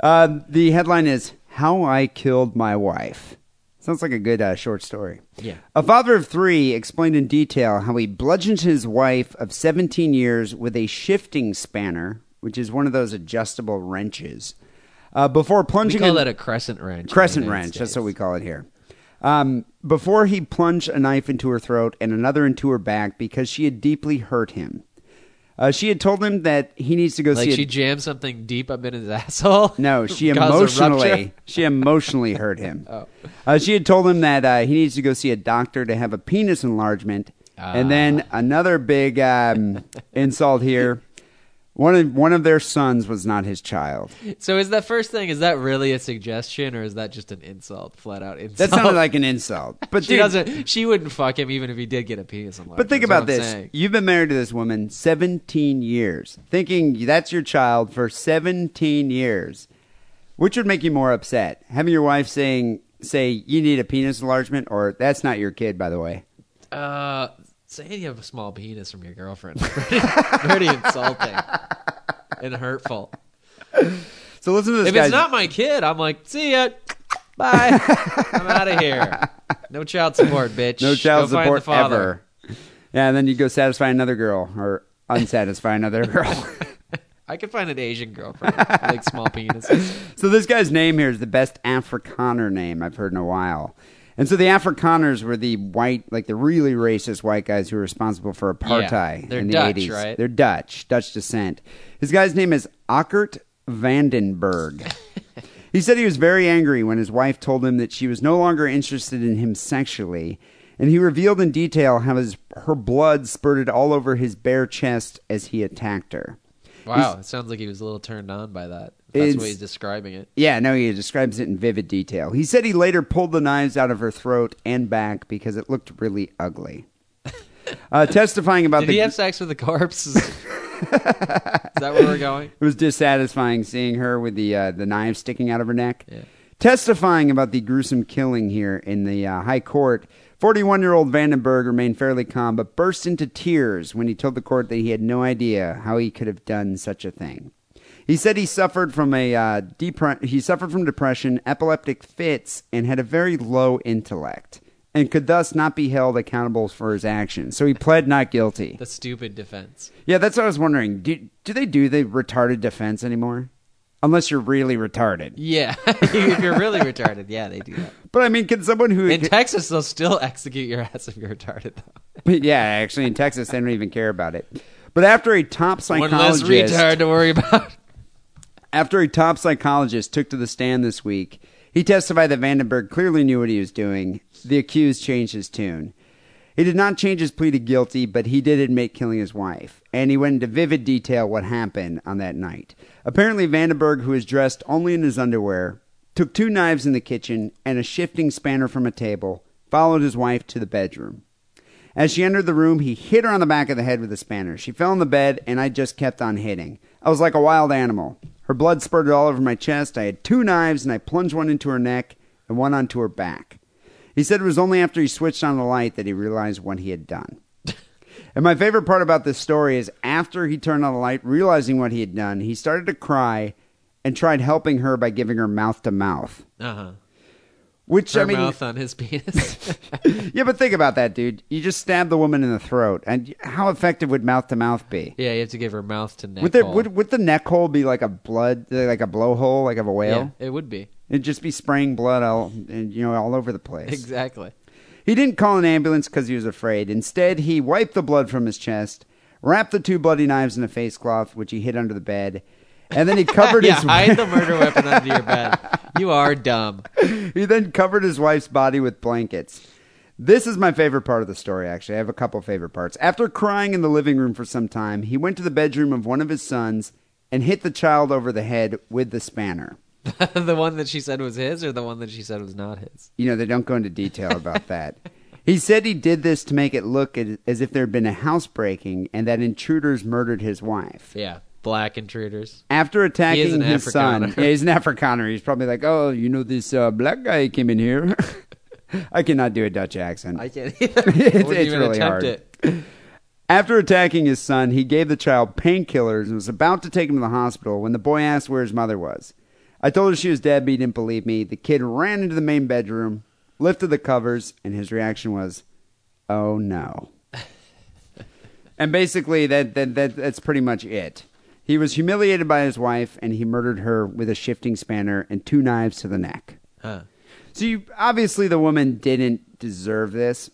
Speaker 4: uh, the headline is How I Killed My Wife. Sounds like a good uh, short story.
Speaker 6: Yeah.
Speaker 4: A father of three explained in detail how he bludgeoned his wife of 17 years with a shifting spanner, which is one of those adjustable wrenches, uh, before
Speaker 6: me. We
Speaker 4: plunging.
Speaker 6: call
Speaker 4: in-
Speaker 6: that a crescent wrench. in the
Speaker 4: Crescent
Speaker 6: United
Speaker 4: wrench. That's
Speaker 6: States.
Speaker 4: what we call it here. Um, before he plunged a knife into her throat and another into her back because she had deeply hurt him. Uh, she had told him that he needs to go
Speaker 6: Like
Speaker 4: see. a-
Speaker 6: she jammed something deep up in his asshole.
Speaker 4: no, she
Speaker 6: Caused a rupture?
Speaker 4: emotionally she emotionally hurt him.
Speaker 6: Oh.
Speaker 4: Uh, she had told him that uh, he needs to go see a doctor to have a penis enlargement.
Speaker 6: Ah.
Speaker 4: And then another big um, insult here. One of one of their sons was not his child.
Speaker 6: So is that first thing? Is that really a suggestion, or is that just an insult, flat out insult?
Speaker 4: That sounded like an insult. But
Speaker 6: she
Speaker 4: dude,
Speaker 6: doesn't. She wouldn't fuck him even if he did get a penis enlargement.
Speaker 4: But think
Speaker 6: is what
Speaker 4: about
Speaker 6: I'm
Speaker 4: this.
Speaker 6: saying.
Speaker 4: You've been married to this woman 17 years, thinking that's your child for 17 years. Which would make you more upset? Having your wife saying, say, you need a penis enlargement, or that's not your kid, by the way.
Speaker 6: Uh, saying you have a small penis from your girlfriend is pretty, pretty insulting and hurtful.
Speaker 4: So listen to this
Speaker 6: If
Speaker 4: guy's-
Speaker 6: it's not my kid, I'm like, see ya, bye, I'm out of here. No child support, bitch.
Speaker 4: no child
Speaker 6: Go find the
Speaker 4: support
Speaker 6: father.
Speaker 4: ever. Yeah, and then you go satisfy another girl or unsatisfy another girl.
Speaker 6: I could find an Asian girlfriend with, like small penises.
Speaker 4: So this guy's name here is the best Afrikaner name I've heard in a while. And so the Afrikaners were the white, like the really racist white guys who were responsible for apartheid
Speaker 6: they're
Speaker 4: in the
Speaker 6: Dutch,
Speaker 4: 80s.
Speaker 6: right?
Speaker 4: They're Dutch, Dutch descent. His guy's name is Ockert Vandenberg. he said he was very angry when his wife told him that she was no longer interested in him sexually, and he revealed in detail how his her blood spurted all over his bare chest as he attacked her.
Speaker 6: Wow, it sounds like he was a little turned on by that. If That's the
Speaker 4: It's-
Speaker 6: way he's describing it.
Speaker 4: Yeah, no, he describes it in vivid detail. He said he later pulled the knives out of her throat and back because it looked really ugly. Uh, testifying about
Speaker 6: Did
Speaker 4: the
Speaker 6: he have sex with the corpse? Is, is that where we're going?
Speaker 4: it was dissatisfying seeing her with the uh, the knife sticking out of her neck. Testifying about the gruesome killing here in the uh, high court, 41 year old Vandenberg remained fairly calm but burst into tears when he told the court that he had no idea how he could have done such a thing. He said he suffered from a uh, depre- he suffered from depression, epileptic fits, and had a very low intellect, and could thus not be held accountable for his actions. So he pled not guilty.
Speaker 6: The stupid defense.
Speaker 4: Yeah, that's what I was wondering. Do do they do the retarded defense anymore? Unless you're really retarded.
Speaker 6: Yeah, if you're really retarded, yeah, they do that.
Speaker 4: But I mean, can someone who
Speaker 6: In Texas, they'll still execute your ass if you're retarded, though.
Speaker 4: yeah, actually in Texas they don't even care about it. But after a top
Speaker 6: One less
Speaker 4: psychologist,
Speaker 6: retard to worry about.
Speaker 4: after a top psychologist took to the stand this week, he testified that Vandenberg clearly knew what he was doing. The accused changed his tune. He did not change his plea to guilty, but he did admit killing his wife, and he went into vivid detail what happened on that night. Apparently, Vandenberg, who was dressed only in his underwear, took two knives in the kitchen and a shifting spanner from a table, followed his wife to the bedroom. As she entered the room, he hit her on the back of the head with a spanner. She fell on the bed, and I just kept on hitting. I was like a wild animal. Her blood spurted all over my chest. I had two knives, and I plunged one into her neck and one onto her back. He said it was only after he switched on the light that he realized what he had done. And my favorite part about this story is after he turned on the light, realizing what he had done, he started to cry and tried helping her by giving her mouth to mouth.
Speaker 6: Uh huh.
Speaker 4: Which
Speaker 6: Her
Speaker 4: I mean,
Speaker 6: mouth on his penis.
Speaker 4: yeah, but think about that, dude. You just stabbed the woman in the throat, and how effective would mouth to mouth be?
Speaker 6: yeah, you have to give her mouth to neck.
Speaker 4: Would, there,
Speaker 6: hole.
Speaker 4: would would the neck hole be like a blood, like a blowhole, like of a
Speaker 6: yeah,
Speaker 4: whale?
Speaker 6: it would be
Speaker 4: It'd just be spraying blood all, and, you know, all over the place.
Speaker 6: exactly.
Speaker 4: He didn't call an ambulance because he was afraid. Instead, he wiped the blood from his chest, wrapped the two bloody knives in a face cloth, which he hid under the bed, and then he covered
Speaker 6: Yeah,
Speaker 4: his.
Speaker 6: hide the murder weapon under your bed. You are dumb.
Speaker 4: he then covered his wife's body with blankets. This is my favorite part of the story, actually. I have a couple favorite parts. After crying in the living room for some time, he went to the bedroom of one of his sons and hit the child over the head with the spanner.
Speaker 6: the one that she said was his, or the one that she said was not his.
Speaker 4: You know, they don't go into detail about that. He said he did this to make it look as as if there had been a housebreaking and that intruders murdered his wife.
Speaker 6: Yeah, black intruders.
Speaker 4: After
Speaker 6: He is
Speaker 4: attacking
Speaker 6: an
Speaker 4: his son,
Speaker 6: Afrikaner.
Speaker 4: yeah, he's an Afrikaner. He's probably like, "Oh, you know, this uh, black guy came in here." I cannot do a Dutch accent.
Speaker 6: I can't either. I
Speaker 4: It's-
Speaker 6: wouldn't
Speaker 4: it's
Speaker 6: even
Speaker 4: really
Speaker 6: attempt
Speaker 4: hard.
Speaker 6: it.
Speaker 4: After attacking his son, he gave the child painkillers and was about to take him to the hospital when the boy asked where his mother was. I told her she was dead, but he didn't believe me. The kid ran into the main bedroom, lifted the covers, and his reaction was, "Oh no." and basically, that, that that that's pretty much it. He was humiliated by his wife, and he murdered her with a shifting spanner and two knives to the neck.
Speaker 6: Huh.
Speaker 4: So you, obviously, the woman didn't deserve this.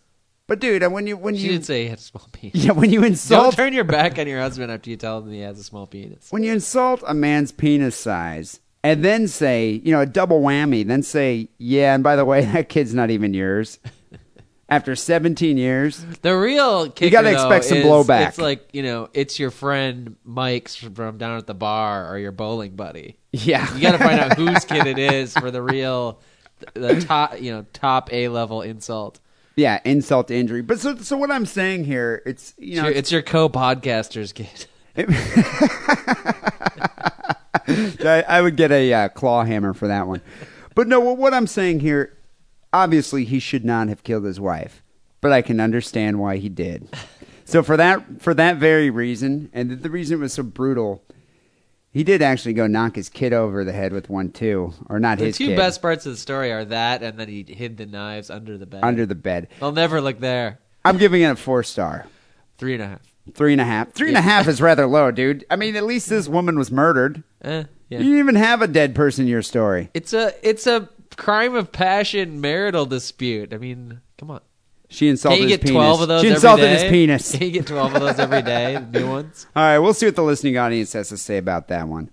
Speaker 4: But dude, when you when
Speaker 6: She
Speaker 4: you
Speaker 6: did say he had a small penis.
Speaker 4: yeah, when you
Speaker 6: Don't
Speaker 4: insult
Speaker 6: turn your back on your husband after you tell him he has a small penis.
Speaker 4: when you insult a man's penis size and then say, you know, a double whammy, then say, yeah, and by the way, that kid's not even yours. After 17 years,
Speaker 6: The real kicker,
Speaker 4: gotta
Speaker 6: though,
Speaker 4: expect some
Speaker 6: is
Speaker 4: blowback.
Speaker 6: It's like you know, it's your friend Mike's from down at the bar or your bowling buddy.
Speaker 4: yeah,
Speaker 6: You got to find out whose kid it is for the real, the top you know top A level insult.
Speaker 4: yeah, insult to injury. But so, so what I'm saying here, it's you know,
Speaker 6: it's, your, it's your co-podcaster's kid.
Speaker 4: I, I would get a uh, claw hammer for that one. But no, what, what I'm saying here, obviously, he should not have killed his wife, but I can understand why he did. So for that for that very reason, and the reason it was so brutal, he did actually go knock his kid over the head with one too, or not
Speaker 6: The
Speaker 4: his
Speaker 6: two
Speaker 4: kid,
Speaker 6: best parts of the story are that, and then he hid the knives under the bed.
Speaker 4: under the bed.
Speaker 6: They'll never look there.
Speaker 4: I'm giving it a four star.
Speaker 6: Three and a half.
Speaker 4: Three and a half. Three and a half is rather low, dude. I mean, at least this woman was murdered.
Speaker 6: Eh, yeah.
Speaker 4: You didn't even have a dead person in your story.
Speaker 6: It's a it's a crime of passion marital dispute. I mean, come on.
Speaker 4: She insulted
Speaker 6: Can you
Speaker 4: his
Speaker 6: get
Speaker 4: penis.
Speaker 6: twelve of those?
Speaker 4: She
Speaker 6: every
Speaker 4: insulted
Speaker 6: day?
Speaker 4: his penis.
Speaker 6: Can you get twelve of those every day? the new ones.
Speaker 4: All right, we'll see what the listening audience has to say about that one.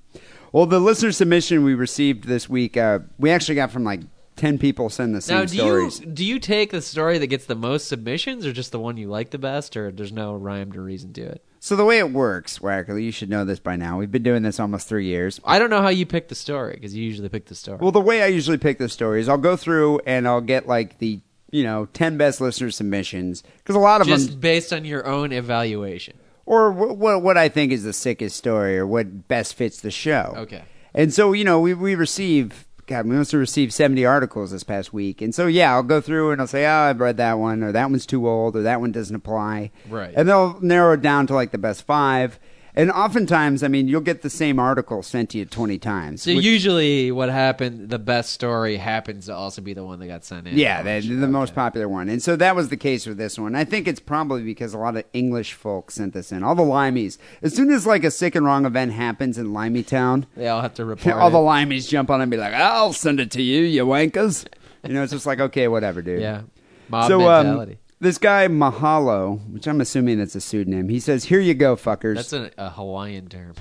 Speaker 4: Well, the listener submission we received this week, uh, we actually got from like ten people send the same
Speaker 6: Now, do
Speaker 4: stories.
Speaker 6: you do you take the story that gets the most submissions, or just the one you like the best, or there's no rhyme or reason to it?
Speaker 4: So the way it works, Wackerly, you should know this by now. We've been doing this almost three years.
Speaker 6: I don't know how you pick the story because you usually pick the story.
Speaker 4: Well, the way I usually pick the stories, I'll go through and I'll get like the you know ten best listener submissions because a lot of them
Speaker 6: just based on your own evaluation.
Speaker 4: or what what I think is the sickest story or what best fits the show.
Speaker 6: Okay.
Speaker 4: And so you know we we receive God we must have received seventy articles this past week, and so yeah I'll go through and I'll say oh I've read that one or that one's too old or that one doesn't apply.
Speaker 6: Right.
Speaker 4: And they'll narrow it down to like the best five. And oftentimes, I mean, you'll get the same article sent to you twenty times.
Speaker 6: So
Speaker 4: which-
Speaker 6: usually, what happened, the best story happens to also be the one that got sent in.
Speaker 4: Yeah, the, the most popular one. And so that was the case with this one. I think it's probably because a lot of English folk sent this in. All the Limeys. As soon as like a sick and wrong event happens in Limey Town,
Speaker 6: They all have to report.
Speaker 4: all the
Speaker 6: it.
Speaker 4: Limeys jump on and be like, I'll send it to you, you wankers. You know, it's just like, okay, whatever, dude.
Speaker 6: yeah, mob
Speaker 4: so,
Speaker 6: mentality.
Speaker 4: um, this guy, Mahalo, which I'm assuming that's a pseudonym, he says, Here you go, fuckers.
Speaker 6: That's a, a Hawaiian term.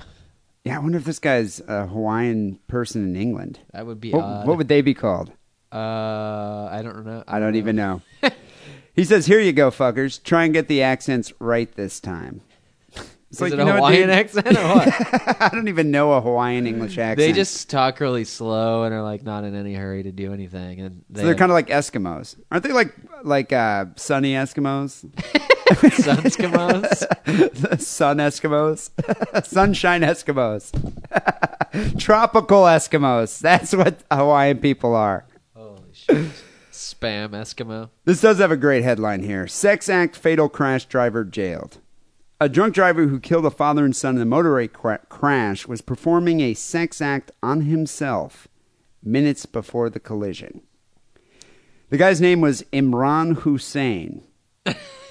Speaker 4: yeah, I wonder if this guy's a Hawaiian person in England.
Speaker 6: That would be
Speaker 4: What,
Speaker 6: odd.
Speaker 4: what would they be called?
Speaker 6: uh, I don't know.
Speaker 4: I don't even know. he says, "Here you go, fuckers. Try and get the accents right this time." It's
Speaker 6: Is it
Speaker 4: you know
Speaker 6: a
Speaker 4: what,
Speaker 6: Hawaiian
Speaker 4: dude?
Speaker 6: accent or what?
Speaker 4: I don't even know a Hawaiian English accent.
Speaker 6: they just talk really slow and are like not in any hurry to do anything, and they
Speaker 4: so they're kind of like Eskimos, aren't they? Like like uh, sunny Eskimos,
Speaker 6: of sun Eskimos.
Speaker 4: sun Eskimos, sunshine Eskimos, tropical Eskimos. That's what Hawaiian people are.
Speaker 6: Holy shit! Spam Eskimo.
Speaker 4: This does have a great headline here Sex Act Fatal Crash Driver Jailed. A drunk driver who killed a father and son in a motorway cra- crash was performing a sex act on himself minutes before the collision. The guy's name was Imran Hussein.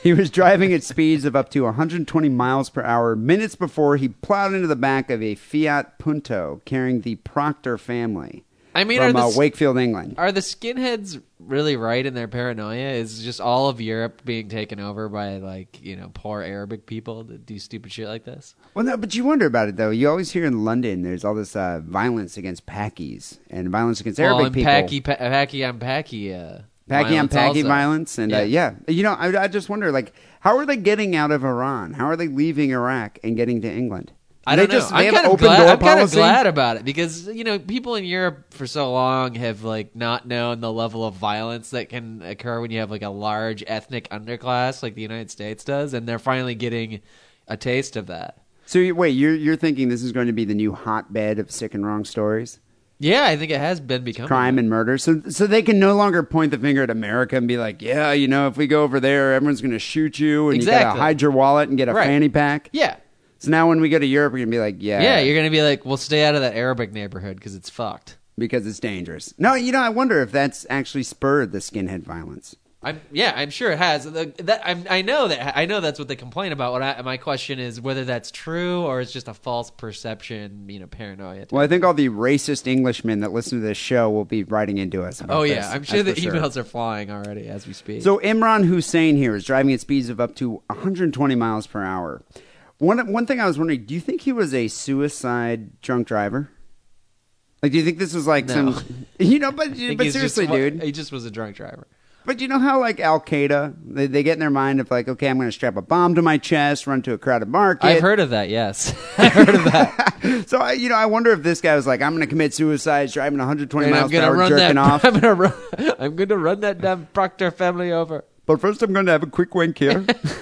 Speaker 4: He was driving at speeds of up to 120 miles per hour minutes before he plowed into the back of a Fiat Punto carrying the Proctor family
Speaker 6: I mean,
Speaker 4: from
Speaker 6: are the
Speaker 4: uh,
Speaker 6: s-
Speaker 4: Wakefield, England.
Speaker 6: Are the skinheads really right in their paranoia? Is just all of Europe being taken over by like you know poor Arabic people that do stupid shit like this?
Speaker 4: Well, no, but you wonder about it though. You always hear in London there's all this uh, violence against Pakis and violence against Arabic
Speaker 6: well, and
Speaker 4: people.
Speaker 6: Paki, pa- Paki on Paki, uh,
Speaker 4: Paki on
Speaker 6: violence
Speaker 4: Paki
Speaker 6: also.
Speaker 4: violence, and yeah. Uh, yeah, you know, I, I just wonder like how are they getting out of Iran? How are they leaving Iraq and getting to England?
Speaker 6: I
Speaker 4: they
Speaker 6: don't know.
Speaker 4: just- they
Speaker 6: I'm
Speaker 4: have
Speaker 6: kind of
Speaker 4: open
Speaker 6: glad.
Speaker 4: door
Speaker 6: I'm kind of
Speaker 4: policy?
Speaker 6: glad about it because you know people in Europe for so long have like not known the level of violence that can occur when you have like a large ethnic underclass like the United States does, and they're finally getting a taste of that.
Speaker 4: So you, wait, you're you're thinking this is going to be the new hotbed of sick and wrong stories?
Speaker 6: Yeah, I think it has been becoming
Speaker 4: crime and murder. So so they can no longer point the finger at America and be like, yeah, you know, if we go over there, everyone's going to shoot you and you got
Speaker 6: Exactly.
Speaker 4: to hide your wallet and get a
Speaker 6: Right.
Speaker 4: fanny pack.
Speaker 6: Yeah.
Speaker 4: So now when we go to Europe, we're going to be like, yeah,
Speaker 6: Yeah, you're gonna be like, well, stay out of that Arabic neighborhood because it's fucked.
Speaker 4: because it's dangerous. No, you know, I wonder if that's actually spurred the skinhead violence.
Speaker 6: I'm yeah, I'm sure it has. The- that- I'm, I know that I know that's what they complain about. What I, my question is whether that's true or it's just a false perception, you know, paranoia.
Speaker 4: Well, I think all the racist Englishmen that listen to this show will be writing into us. about
Speaker 6: oh
Speaker 4: this,
Speaker 6: yeah, I'm sure the
Speaker 4: that's for
Speaker 6: emails are flying already as we speak.
Speaker 4: So Imran Hussein here is driving at speeds of up to 120 miles per hour. One one thing I was wondering, do you think he was a suicide drunk driver? Like, do you think this was like
Speaker 6: No.
Speaker 4: some, you know? But
Speaker 6: I think
Speaker 4: but
Speaker 6: he's just
Speaker 4: seriously,
Speaker 6: wa-
Speaker 4: dude.
Speaker 6: he just was a drunk driver.
Speaker 4: But you know how like Al Qaeda, they, they get in their mind of like, okay, I'm going to strap a bomb to my chest, run to a crowded market.
Speaker 6: I've heard of that. Yes, I've heard of that.
Speaker 4: So I, you know, I wonder if this guy was like, I'm going to commit suicide, driving 120
Speaker 6: and
Speaker 4: miles
Speaker 6: I'm gonna
Speaker 4: per hour,
Speaker 6: run
Speaker 4: jerking
Speaker 6: that.
Speaker 4: off.
Speaker 6: I'm gonna run. I'm gonna run that damn Proctor family over.
Speaker 4: But first, I'm going to have a quick wank here.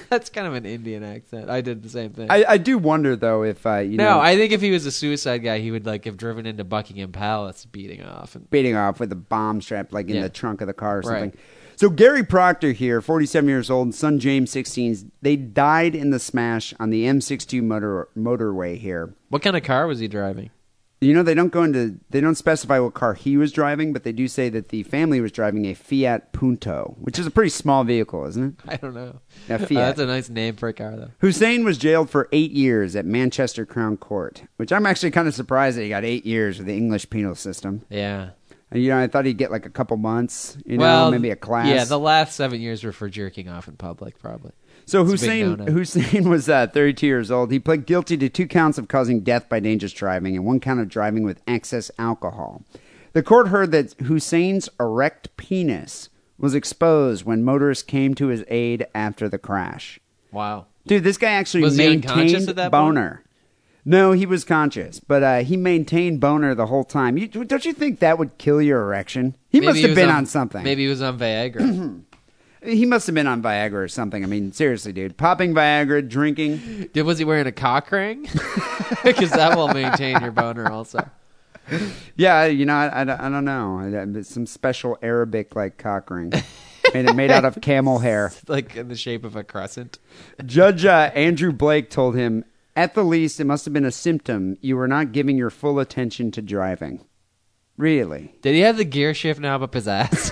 Speaker 6: That's kind of an Indian accent. I did the same thing.
Speaker 4: I, I do wonder though if uh, you
Speaker 6: no,
Speaker 4: know
Speaker 6: I think if he was a suicide guy, he would like have driven into Buckingham Palace beating off and
Speaker 4: beating off with a bomb strapped like in
Speaker 6: Yeah.
Speaker 4: the trunk of the car or
Speaker 6: Right.
Speaker 4: something. So Gary Proctor here, 47 years old, and son James, 16, they died in the smash on the M62 motor motorway here.
Speaker 6: What kind of car was he driving?
Speaker 4: You know they don't go into they don't specify what car he was driving, but they do say that the family was driving a Fiat Punto, which is a pretty small vehicle, isn't it?
Speaker 6: I don't know.
Speaker 4: A
Speaker 6: Uh,
Speaker 4: Fiat.
Speaker 6: that's a nice name for a car, though.
Speaker 4: Hussein was jailed for eight years at Manchester Crown Court, which I'm actually kind of surprised that he got eight years with the English penal system.
Speaker 6: Yeah.
Speaker 4: And, You know, I thought he'd get like a couple months, you know,
Speaker 6: well,
Speaker 4: maybe a class.
Speaker 6: Yeah, the last seven years were for jerking off in public, probably.
Speaker 4: So
Speaker 6: It's a big
Speaker 4: Hussein
Speaker 6: no-no.
Speaker 4: Hussein was uh, 32 years old. He pled guilty to two counts of causing death by dangerous driving and one count of driving with excess alcohol. The court heard that Hussein's erect penis was exposed when motorists came to his aid after the crash.
Speaker 6: Wow.
Speaker 4: Dude, this guy actually
Speaker 6: Was he
Speaker 4: maintained
Speaker 6: unconscious at that point?
Speaker 4: boner. No, he was conscious, but uh, he maintained boner the whole time. You, don't you think that would kill your erection? He must have
Speaker 6: was
Speaker 4: been on, something.
Speaker 6: Maybe he was on Viagra.
Speaker 4: He must have been on Viagra or something. I mean, seriously, dude. Popping Viagra, drinking.
Speaker 6: Did was he wearing a cock ring? Because that will maintain your boner, also.
Speaker 4: Yeah, you know, I, I, don't- I don't know. I- I- Some special Arabic like cock ring. and it made out of camel hair.
Speaker 6: Like in the shape of a crescent.
Speaker 4: Judge uh, Andrew Blake told him, at the least, it must have been a symptom. You were not giving your full attention to driving. Really?
Speaker 6: Did he have the gear shift knob up his ass?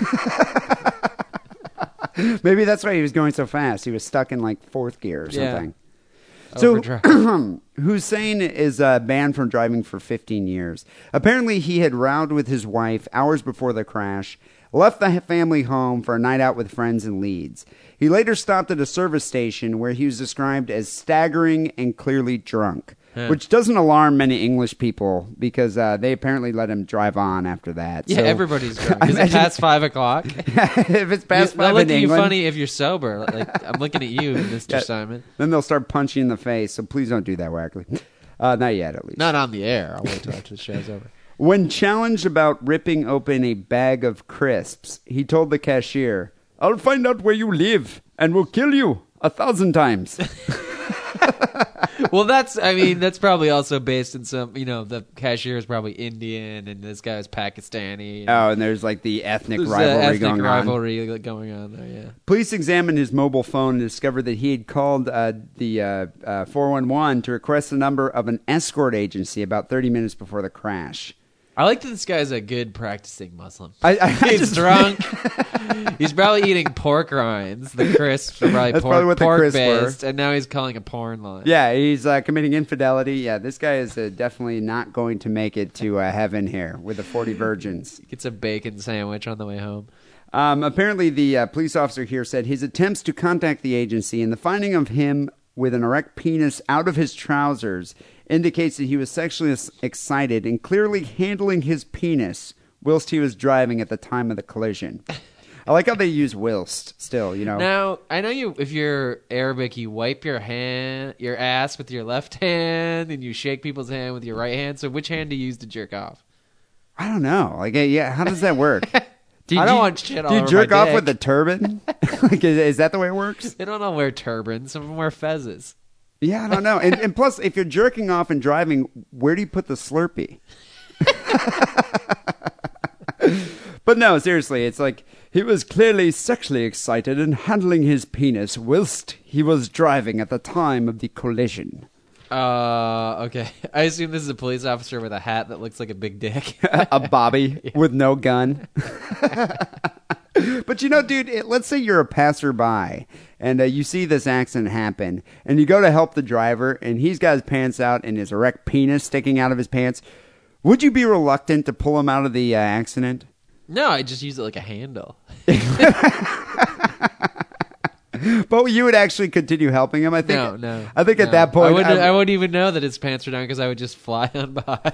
Speaker 4: Maybe that's why he was going so fast. He was stuck in like fourth gear or
Speaker 6: Yeah.
Speaker 4: something.
Speaker 6: Overdrive.
Speaker 4: So Hussein is uh, banned from driving for 15 years. Apparently, he had rowed with his wife hours before the crash, left the family home for a night out with friends in Leeds. He later stopped at a service station where he was described as staggering and clearly drunk, which doesn't alarm many English people because uh, they apparently let him drive on after that.
Speaker 6: yeah,
Speaker 4: So-
Speaker 6: everybody's drunk.
Speaker 4: I
Speaker 6: Is it
Speaker 4: imagine-
Speaker 6: past five o'clock?
Speaker 4: if it's past
Speaker 6: I'm not
Speaker 4: five in
Speaker 6: looking at you
Speaker 4: England,
Speaker 6: funny if you're sober. Like I'm looking at you, Mr. Simon.
Speaker 4: Then they'll start punching you in the face. So please don't do that, Wackley. Uh, not yet, at least.
Speaker 6: Not on the air. I'll wait till after the show's over.
Speaker 4: When challenged about ripping open a bag of crisps, he told the cashier, I'll find out where you live and will kill you a thousand times.
Speaker 6: Well, that's I mean that's probably also based in some you know the cashier is probably Indian and this guy's Pakistani. and
Speaker 4: oh, and there's like the ethnic
Speaker 6: there's a
Speaker 4: rivalry
Speaker 6: ethnic
Speaker 4: going on.
Speaker 6: rivalry li- going on there. Yeah,
Speaker 4: Police examined his mobile phone and discovered that he had called uh, the uh, uh, 411 to request the number of an escort agency about 30 minutes before the crash.
Speaker 6: I like that this guy's a good practicing Muslim.
Speaker 4: I- I- I
Speaker 6: He's
Speaker 4: just-
Speaker 6: drunk. he's probably eating pork rinds. The crisps are probably
Speaker 4: That's
Speaker 6: pork,
Speaker 4: probably what the
Speaker 6: pork
Speaker 4: crisps were.
Speaker 6: based, and now he's calling a porn line.
Speaker 4: Yeah, he's uh, committing infidelity. Yeah, this guy is uh, definitely not going to make it to uh, heaven here with the 40 virgins.
Speaker 6: gets a bacon sandwich on the way home.
Speaker 4: Um, apparently, the uh, police officer here said his attempts to contact the agency and the finding of him with an erect penis out of his trousers indicates that he was sexually ex- excited and clearly handling his penis whilst he was driving at the time of the collision. I like how they use whilst still, you know.
Speaker 6: Now I know you. If you're Arabic, you wipe your hand, your ass with your left hand, and you shake people's hand with your right hand. So which hand do you use to jerk off?
Speaker 4: I don't know. Like, uh, yeah, how does that work?
Speaker 6: Do you,
Speaker 4: I don't
Speaker 6: do you-
Speaker 4: want
Speaker 6: shit
Speaker 4: Do
Speaker 6: all
Speaker 4: you
Speaker 6: over
Speaker 4: jerk
Speaker 6: my
Speaker 4: off
Speaker 6: dick?
Speaker 4: with a turban? like, is, is that the way it works?
Speaker 6: They don't all wear turbans. Some of them wear fezzes.
Speaker 4: Yeah, I don't know. And, and plus, if you're jerking off and driving, where do you put the Slurpee? But no, seriously, it's like he was clearly sexually excited and handling his penis whilst he was driving at the time of the collision.
Speaker 6: Uh, okay. I assume this is a police officer with a hat that looks like a big dick.
Speaker 4: A Bobby with no gun. but you know, dude, it, let's say you're a passerby and uh, you see this accident happen and you go to help the driver and he's got his pants out and his erect penis sticking out of his pants. Would you be reluctant to pull him out of the uh, accident?
Speaker 6: no, I just use it like a handle.
Speaker 4: But you would actually continue helping him, I think.
Speaker 6: No, no.
Speaker 4: I think
Speaker 6: no.
Speaker 4: at that point,
Speaker 6: I wouldn't,
Speaker 4: I-
Speaker 6: I wouldn't even know that his pants were down because I would just fly on by.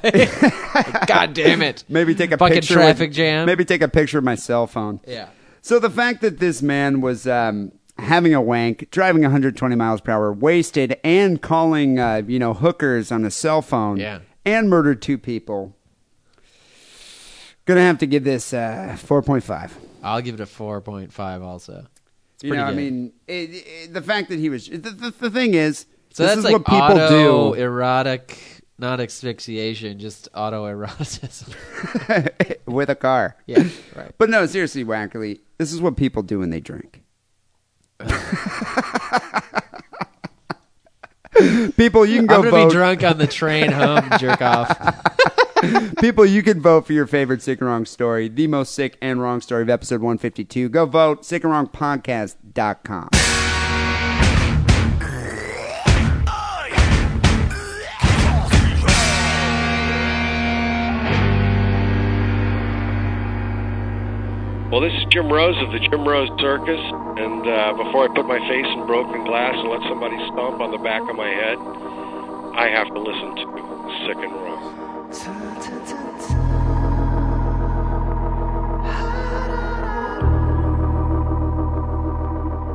Speaker 6: God damn it!
Speaker 4: Maybe take a
Speaker 6: fucking
Speaker 4: picture with-
Speaker 6: traffic jam.
Speaker 4: Maybe take a picture of my cell phone.
Speaker 6: Yeah.
Speaker 4: So the fact that this man was um, having a wank, driving 120 miles per hour, wasted, and calling uh, you know hookers on a cell phone,
Speaker 6: Yeah.
Speaker 4: and murdered two people. Gonna have to give this uh, 4.5.
Speaker 6: I'll give it a four point five. Also,
Speaker 4: You
Speaker 6: pretty
Speaker 4: know, I
Speaker 6: good.
Speaker 4: mean, it, it, the fact that he was the, the, the thing is,
Speaker 6: so
Speaker 4: this
Speaker 6: that's
Speaker 4: is
Speaker 6: like
Speaker 4: what people
Speaker 6: auto
Speaker 4: do.
Speaker 6: erotic, not asphyxiation, just auto eroticism.
Speaker 4: with a car.
Speaker 6: Yeah, right.
Speaker 4: But no, seriously, Wackerly, this is what people do when they drink. people, you can go
Speaker 6: I'm gonna
Speaker 4: vote.
Speaker 6: be drunk on the train home, jerk off.
Speaker 4: People, you can vote for your favorite sick and wrong story, the most sick and wrong story of episode 152. Go vote sickandwrongpodcast.com.
Speaker 9: Well, this is Jim Rose of the Jim Rose Circus, and uh, before I put my face in broken glass and let somebody stomp on the back of my head, I have to listen to Sick and Wrong.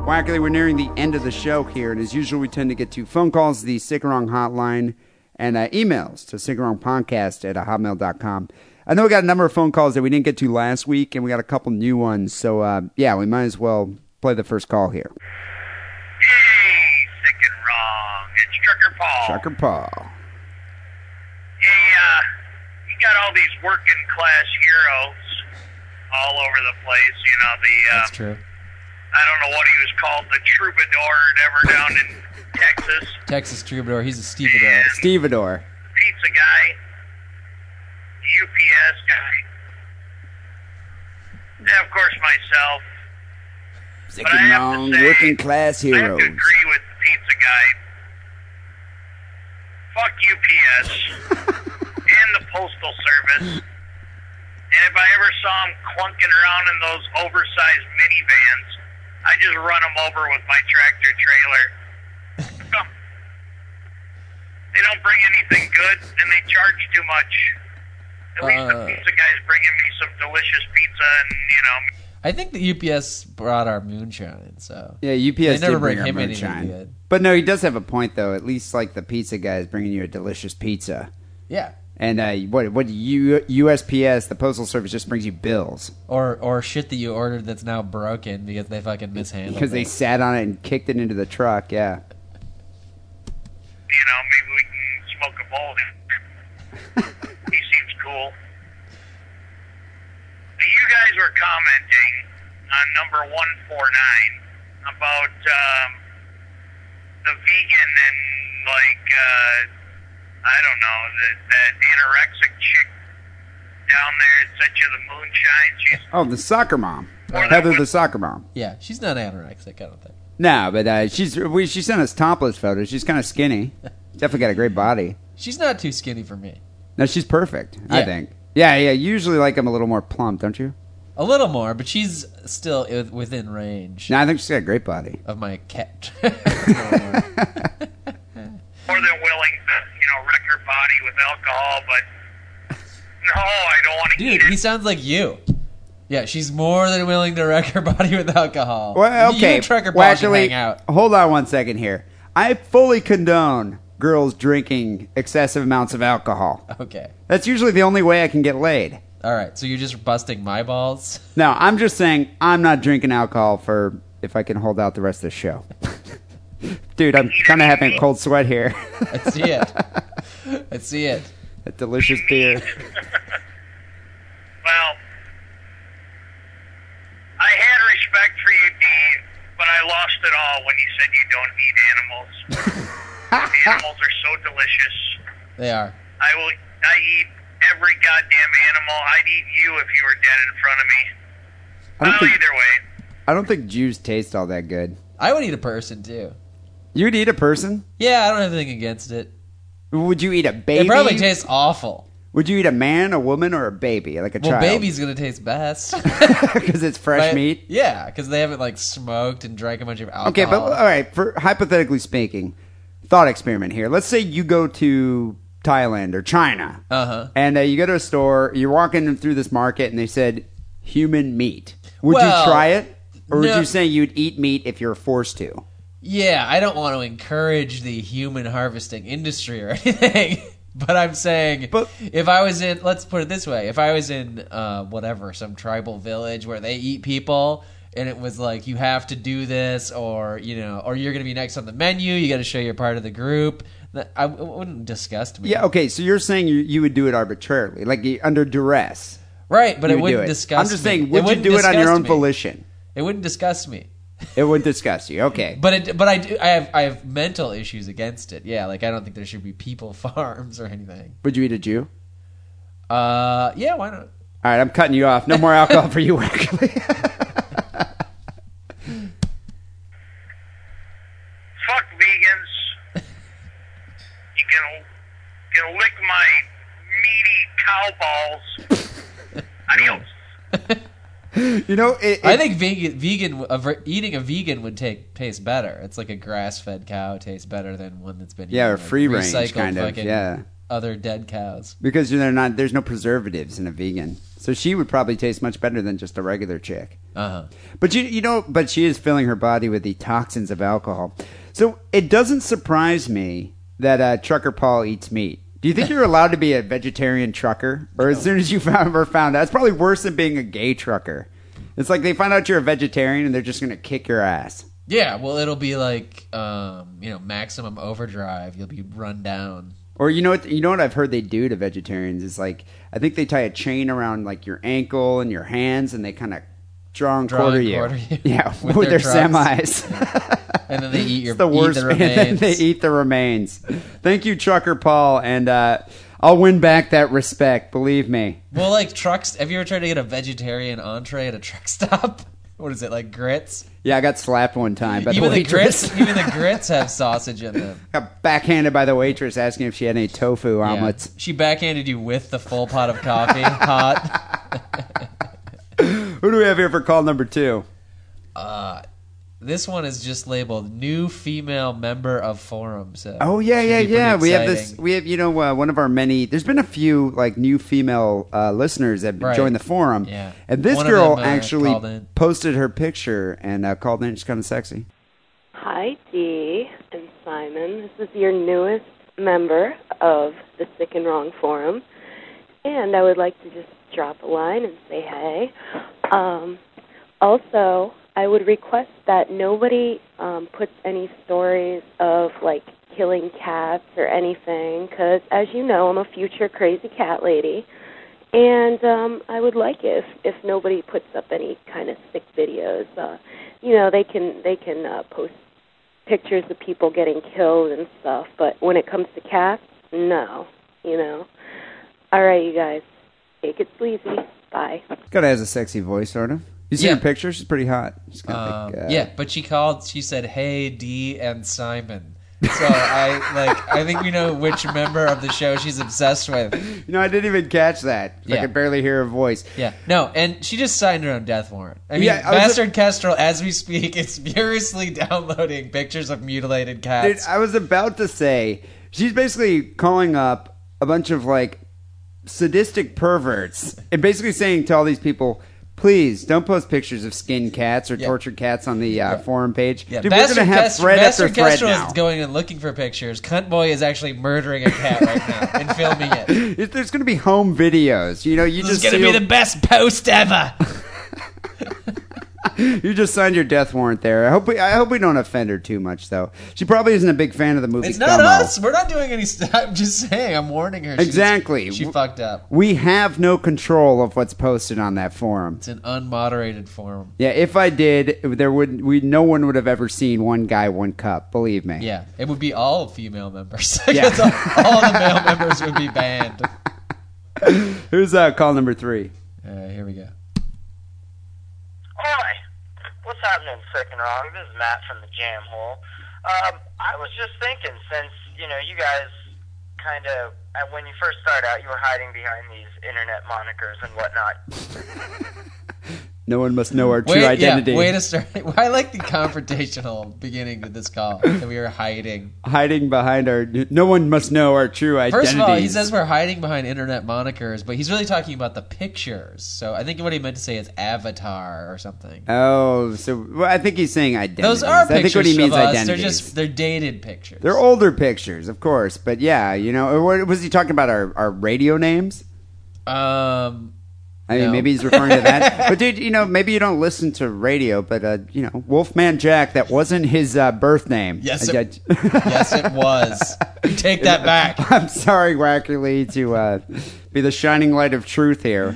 Speaker 4: Wackerly, we're nearing the end of the show here, and as usual, we tend to get to phone calls, the Sick and Wrong hotline, and uh, emails to sickandwrongpodcast at uh, hotmail.com. I know we got a number of phone calls that we didn't get to last week, and we got a couple new ones, so uh, yeah, we might as well play the first call here.
Speaker 10: Hey, sick and wrong. It's Trucker Paul.
Speaker 4: Trucker Paul.
Speaker 10: Hey, uh, you got all these working class heroes all over the place. You know, the, uh,
Speaker 6: That's true.
Speaker 10: I don't know what he was called, the troubadour or whatever down in Texas,
Speaker 6: Texas troubadour. He's a stevedore.
Speaker 4: Stevedore.
Speaker 10: pizza guy, UPS guy, and of course myself.
Speaker 4: Sick
Speaker 10: But I
Speaker 4: and
Speaker 10: have to
Speaker 4: Wrong
Speaker 10: say,
Speaker 4: working class
Speaker 10: I have
Speaker 4: heroes.
Speaker 10: to agree with the pizza guy. Fuck UPS and the postal service. And if I ever saw them clunking around in those oversized minivans, I just run them over with my tractor trailer. They don't bring anything good, and they charge too much. At least the
Speaker 6: Uh.
Speaker 10: pizza guy's bringing me some delicious pizza, and you know,
Speaker 6: I think the UPS brought our moonshine, so
Speaker 4: Yeah, UPS
Speaker 6: They never
Speaker 4: did bring
Speaker 6: bring
Speaker 4: our
Speaker 6: him anything
Speaker 4: moonshine.
Speaker 6: good.
Speaker 4: But no, he does have a point though. At least like the pizza guy is bringing you a delicious pizza,
Speaker 6: yeah,
Speaker 4: and uh, what what U, USPS, the postal service, just brings you bills
Speaker 6: or or shit that you ordered that's now broken because they fucking mishandled.
Speaker 4: because they
Speaker 6: it.
Speaker 4: sat on it and kicked it into the truck. Yeah,
Speaker 10: you know, maybe we can smoke a bowl. with him. he seems cool. You guys were commenting on number 149 about um, the vegan and, like, uh, I don't know, that, that anorexic chick down there that sent you the moonshine. She's
Speaker 4: Oh, the soccer mom, Heather, the soccer mom.
Speaker 6: yeah, she's not anorexic. I don't think.
Speaker 4: No, but uh, she's we, she sent us topless photos. She's kind of skinny. Definitely got a great body.
Speaker 6: She's not too skinny for me.
Speaker 4: No, she's perfect. I
Speaker 6: Yeah.
Speaker 4: think. Yeah, yeah. Usually, like I'm a little more plump, don't you?
Speaker 6: A little more, but she's still i- within range
Speaker 4: No, I think she's got a great body.
Speaker 6: of my cat.
Speaker 10: more than willing to, you know, wreck her body with alcohol, but no, I don't want to eat
Speaker 6: Dude,
Speaker 10: it.
Speaker 6: he sounds like you. Yeah, she's more than willing to wreck her body with alcohol.
Speaker 4: Well, okay.
Speaker 6: You and Trucker Paul should
Speaker 4: Wackerly,
Speaker 6: hang out.
Speaker 4: Hold on one second here. I fully condone girls drinking excessive amounts of alcohol.
Speaker 6: Okay.
Speaker 4: That's usually the only way I can get laid.
Speaker 6: All right. So you're just busting my balls.
Speaker 4: No, I'm just saying I'm not drinking alcohol for if I can hold out the rest of the show. Dude, I'm kind of having a cold sweat here.
Speaker 6: I see it. I see it.
Speaker 4: That delicious beer.
Speaker 11: all when you said you don't eat animals. animals are so delicious.
Speaker 6: They are.
Speaker 11: I will. I eat every goddamn animal. I'd eat you if you were dead in front of me.
Speaker 4: I don't
Speaker 11: Well,
Speaker 4: think-
Speaker 11: either way,
Speaker 4: I don't think Jews taste all that good.
Speaker 6: I would eat a person too.
Speaker 4: You'd eat a person?
Speaker 6: Yeah, I don't have anything against it.
Speaker 4: Would you eat a baby?
Speaker 6: It probably tastes awful.
Speaker 4: Would you eat a man, a woman, or a baby, like a
Speaker 6: Well,
Speaker 4: child?
Speaker 6: baby's gonna taste best.
Speaker 4: because it's fresh
Speaker 6: But-
Speaker 4: meat.
Speaker 6: Yeah, because they haven't like smoked and drank a bunch of alcohol.
Speaker 4: Okay, but all right. For hypothetically speaking, thought experiment here. Let's say you go to Thailand or China,
Speaker 6: Uh huh.
Speaker 4: and uh, you go to a store. You're walking through this market, and they said human meat. Would
Speaker 6: Well,
Speaker 4: you try it, or would
Speaker 6: no.
Speaker 4: you say you'd eat meat if you're forced to?
Speaker 6: Yeah, I don't want to encourage the human harvesting industry or anything. But I'm saying,
Speaker 4: But-
Speaker 6: if I was in, let's put it this way: if I was in uh, whatever some tribal village where they eat people, and it was like you have to do this, or you know, or you're going to be next on the menu, you got to show you're part of the group. That I it wouldn't disgust me.
Speaker 4: Yeah. Okay. So you're saying you, you would do it arbitrarily, like you- under duress.
Speaker 6: right. But
Speaker 4: you
Speaker 6: it
Speaker 4: would
Speaker 6: wouldn't
Speaker 4: do it.
Speaker 6: disgust.
Speaker 4: I'm just
Speaker 6: me.
Speaker 4: saying, would you
Speaker 6: wouldn't
Speaker 4: do it on your
Speaker 6: disgust
Speaker 4: own
Speaker 6: me.
Speaker 4: volition?
Speaker 6: It wouldn't disgust me.
Speaker 4: It would disgust you. Okay.
Speaker 6: But it, but I do, I have I have mental issues against it. Yeah, like I don't think there should be people farms or anything.
Speaker 4: Would you eat a Jew?
Speaker 6: Uh, yeah, why not?
Speaker 4: All right, I'm cutting you off. No more alcohol for you, Wackerly.
Speaker 11: fuck vegans. you can you can lick my meaty cow balls. Adios.
Speaker 4: you know, it,
Speaker 6: I think vegan vegan a ver- eating a vegan would take taste better. It's like a grass fed cow tastes better than one that's been
Speaker 4: Yeah,
Speaker 6: eaten,
Speaker 4: or
Speaker 6: like,
Speaker 4: free range,
Speaker 6: recycled
Speaker 4: kind of,
Speaker 6: fucking
Speaker 4: yeah.
Speaker 6: other dead cows.
Speaker 4: because they're not. There's no preservatives in a vegan, so she would probably taste much better than just a regular chick.
Speaker 6: Uh huh.
Speaker 4: But you, you know, but she is filling her body with the toxins of alcohol, so it doesn't surprise me that uh, trucker Paul eats meat. Do you think you're allowed to be a vegetarian trucker? Or as soon as you found, ever found out, it's probably worse than being a gay trucker. It's like they find out you're a vegetarian and they're just going to kick your ass.
Speaker 6: Yeah, well, it'll be like um, you know maximum overdrive. You'll be run down.
Speaker 4: Or you know what you know what I've heard they do to vegetarians is like I think they tie a chain around like your ankle and your hands and they kind of draw and
Speaker 6: Draw and
Speaker 4: quarter you.
Speaker 6: quarter you
Speaker 4: Yeah, with,
Speaker 6: with
Speaker 4: their,
Speaker 6: their
Speaker 4: semis.
Speaker 6: trucks. And then they eat your
Speaker 4: it's the worst.
Speaker 6: eat the
Speaker 4: and then
Speaker 6: remains.
Speaker 4: they eat the remains. Thank you, Trucker Paul, and uh, I'll win back that respect. Believe me.
Speaker 6: Well, like trucks. Have you ever tried to get a vegetarian entree at a truck stop? What is it like grits?
Speaker 4: Yeah, I got slapped one time by
Speaker 6: even
Speaker 4: the
Speaker 6: the
Speaker 4: waitress.
Speaker 6: grits, even the grits have sausage in them.
Speaker 4: got backhanded by the waitress asking if she had any tofu
Speaker 6: Yeah.
Speaker 4: omelets.
Speaker 6: She backhanded you with the full pot of coffee, hot.
Speaker 4: Who do we have here for call number two?
Speaker 6: This one is just labeled "new female member of forum." So
Speaker 4: Oh yeah,
Speaker 6: should
Speaker 4: yeah,
Speaker 6: be pretty
Speaker 4: yeah. We have this.
Speaker 6: exciting.
Speaker 4: We have you know uh, one of our many. There's been a few like new female uh, listeners that
Speaker 6: Right.
Speaker 4: joined the forum.
Speaker 6: Yeah.
Speaker 4: And this
Speaker 6: One of
Speaker 4: girl
Speaker 6: them, uh, called
Speaker 4: actually
Speaker 6: in.
Speaker 4: posted her picture and uh, called in. She's kind of sexy.
Speaker 12: Hi, Dee and Simon. This is your newest member of the Sick and Wrong Forum. And I would like to just drop a line and say hey. Um, also, I would request that nobody um, puts any stories of like killing cats or anything, because as you know, I'm a future crazy cat lady. And um, I would like it if if nobody puts up any kind of sick videos. Uh, you know, they can they can uh, post pictures of people getting killed and stuff, but when it comes to cats, no. You know. All right, you guys, take it sleazy. Bye.
Speaker 4: Kind of has a sexy voice, sort of. You see
Speaker 6: Yeah.
Speaker 4: her picture? She's pretty hot. She's kinda
Speaker 6: Um,
Speaker 4: like, uh,
Speaker 6: yeah, but she called. She said, "Hey, D and Simon." So I like. I think we know which member of the show she's obsessed with.
Speaker 4: You know, I didn't even catch that. I
Speaker 6: Yeah.
Speaker 4: could barely hear her voice.
Speaker 6: Yeah. No, and she just signed her own death warrant. I mean,
Speaker 4: Yeah, I was-
Speaker 6: Bastard Kestrel, as we speak, is furiously downloading pictures of mutilated
Speaker 4: Dude,
Speaker 6: cats.
Speaker 4: I was about to say she's basically calling up a bunch of like sadistic perverts and basically saying to all these people, please don't post pictures of skinned cats or
Speaker 6: Yeah.
Speaker 4: tortured cats on the uh, forum page.
Speaker 6: Yeah,
Speaker 4: Dude,
Speaker 6: Bastard
Speaker 4: we're gonna have
Speaker 6: Kestrel,
Speaker 4: thread
Speaker 6: Bastard
Speaker 4: after thread
Speaker 6: Kestrel
Speaker 4: now.
Speaker 6: is going and looking for pictures. Cunt Boy is actually murdering a cat right now and filming it.
Speaker 4: If There's going to be home videos. You know, you
Speaker 6: This is
Speaker 4: just
Speaker 6: going to
Speaker 4: see-
Speaker 6: be the best post ever.
Speaker 4: you just signed your death warrant there. I hope we, I hope we don't offend her too much, though. She probably isn't a big fan of the movie.
Speaker 6: It's not
Speaker 4: Gummo.
Speaker 6: us. We're not doing any stuff. I'm just saying. I'm warning her. She's-
Speaker 4: Exactly.
Speaker 6: She fucked up.
Speaker 4: We have no control of what's posted on that forum.
Speaker 6: It's an unmoderated form.
Speaker 4: Yeah, if I did, there would we no one would have ever seen one guy, one cup. Believe me.
Speaker 6: Yeah, it would be all female members.
Speaker 4: Yeah.
Speaker 6: It's all, all the male members would be banned.
Speaker 4: Who's uh, call number three?
Speaker 6: All right, here we go.
Speaker 10: Hi. What's happening, Second Wrong? This is Matt from the Jam Hole. Um, I was just thinking, since, you know, you guys kind of, uh, when you first started out, you were hiding behind these internet monikers and whatnot.
Speaker 4: No one must know our true
Speaker 6: yeah,
Speaker 4: identity.
Speaker 6: wait a second. I like the confrontational beginning to this call that we were hiding.
Speaker 4: Hiding behind our. No one must know our true identity.
Speaker 6: First of all, he says we're hiding behind internet monikers, but he's really talking about the pictures. So I think what he meant to say is avatar or something.
Speaker 4: Oh, so well, I think he's saying identity.
Speaker 6: Those are pictures
Speaker 4: I think what he means
Speaker 6: of us. They're
Speaker 4: identities.
Speaker 6: just they're dated pictures.
Speaker 4: They're older pictures, of course, but yeah, you know, or what was he talking about? Our our radio names?
Speaker 6: Um,
Speaker 4: I mean,
Speaker 6: no.
Speaker 4: maybe he's referring to that. but dude, you know, maybe you don't listen to radio, but uh, you know, Wolfman Jack. That wasn't his uh, birth name.
Speaker 6: Yes,
Speaker 4: I-
Speaker 6: it- yes, it was. You Take that back.
Speaker 4: I'm sorry, Wackerly, to uh, be the shining light of truth here.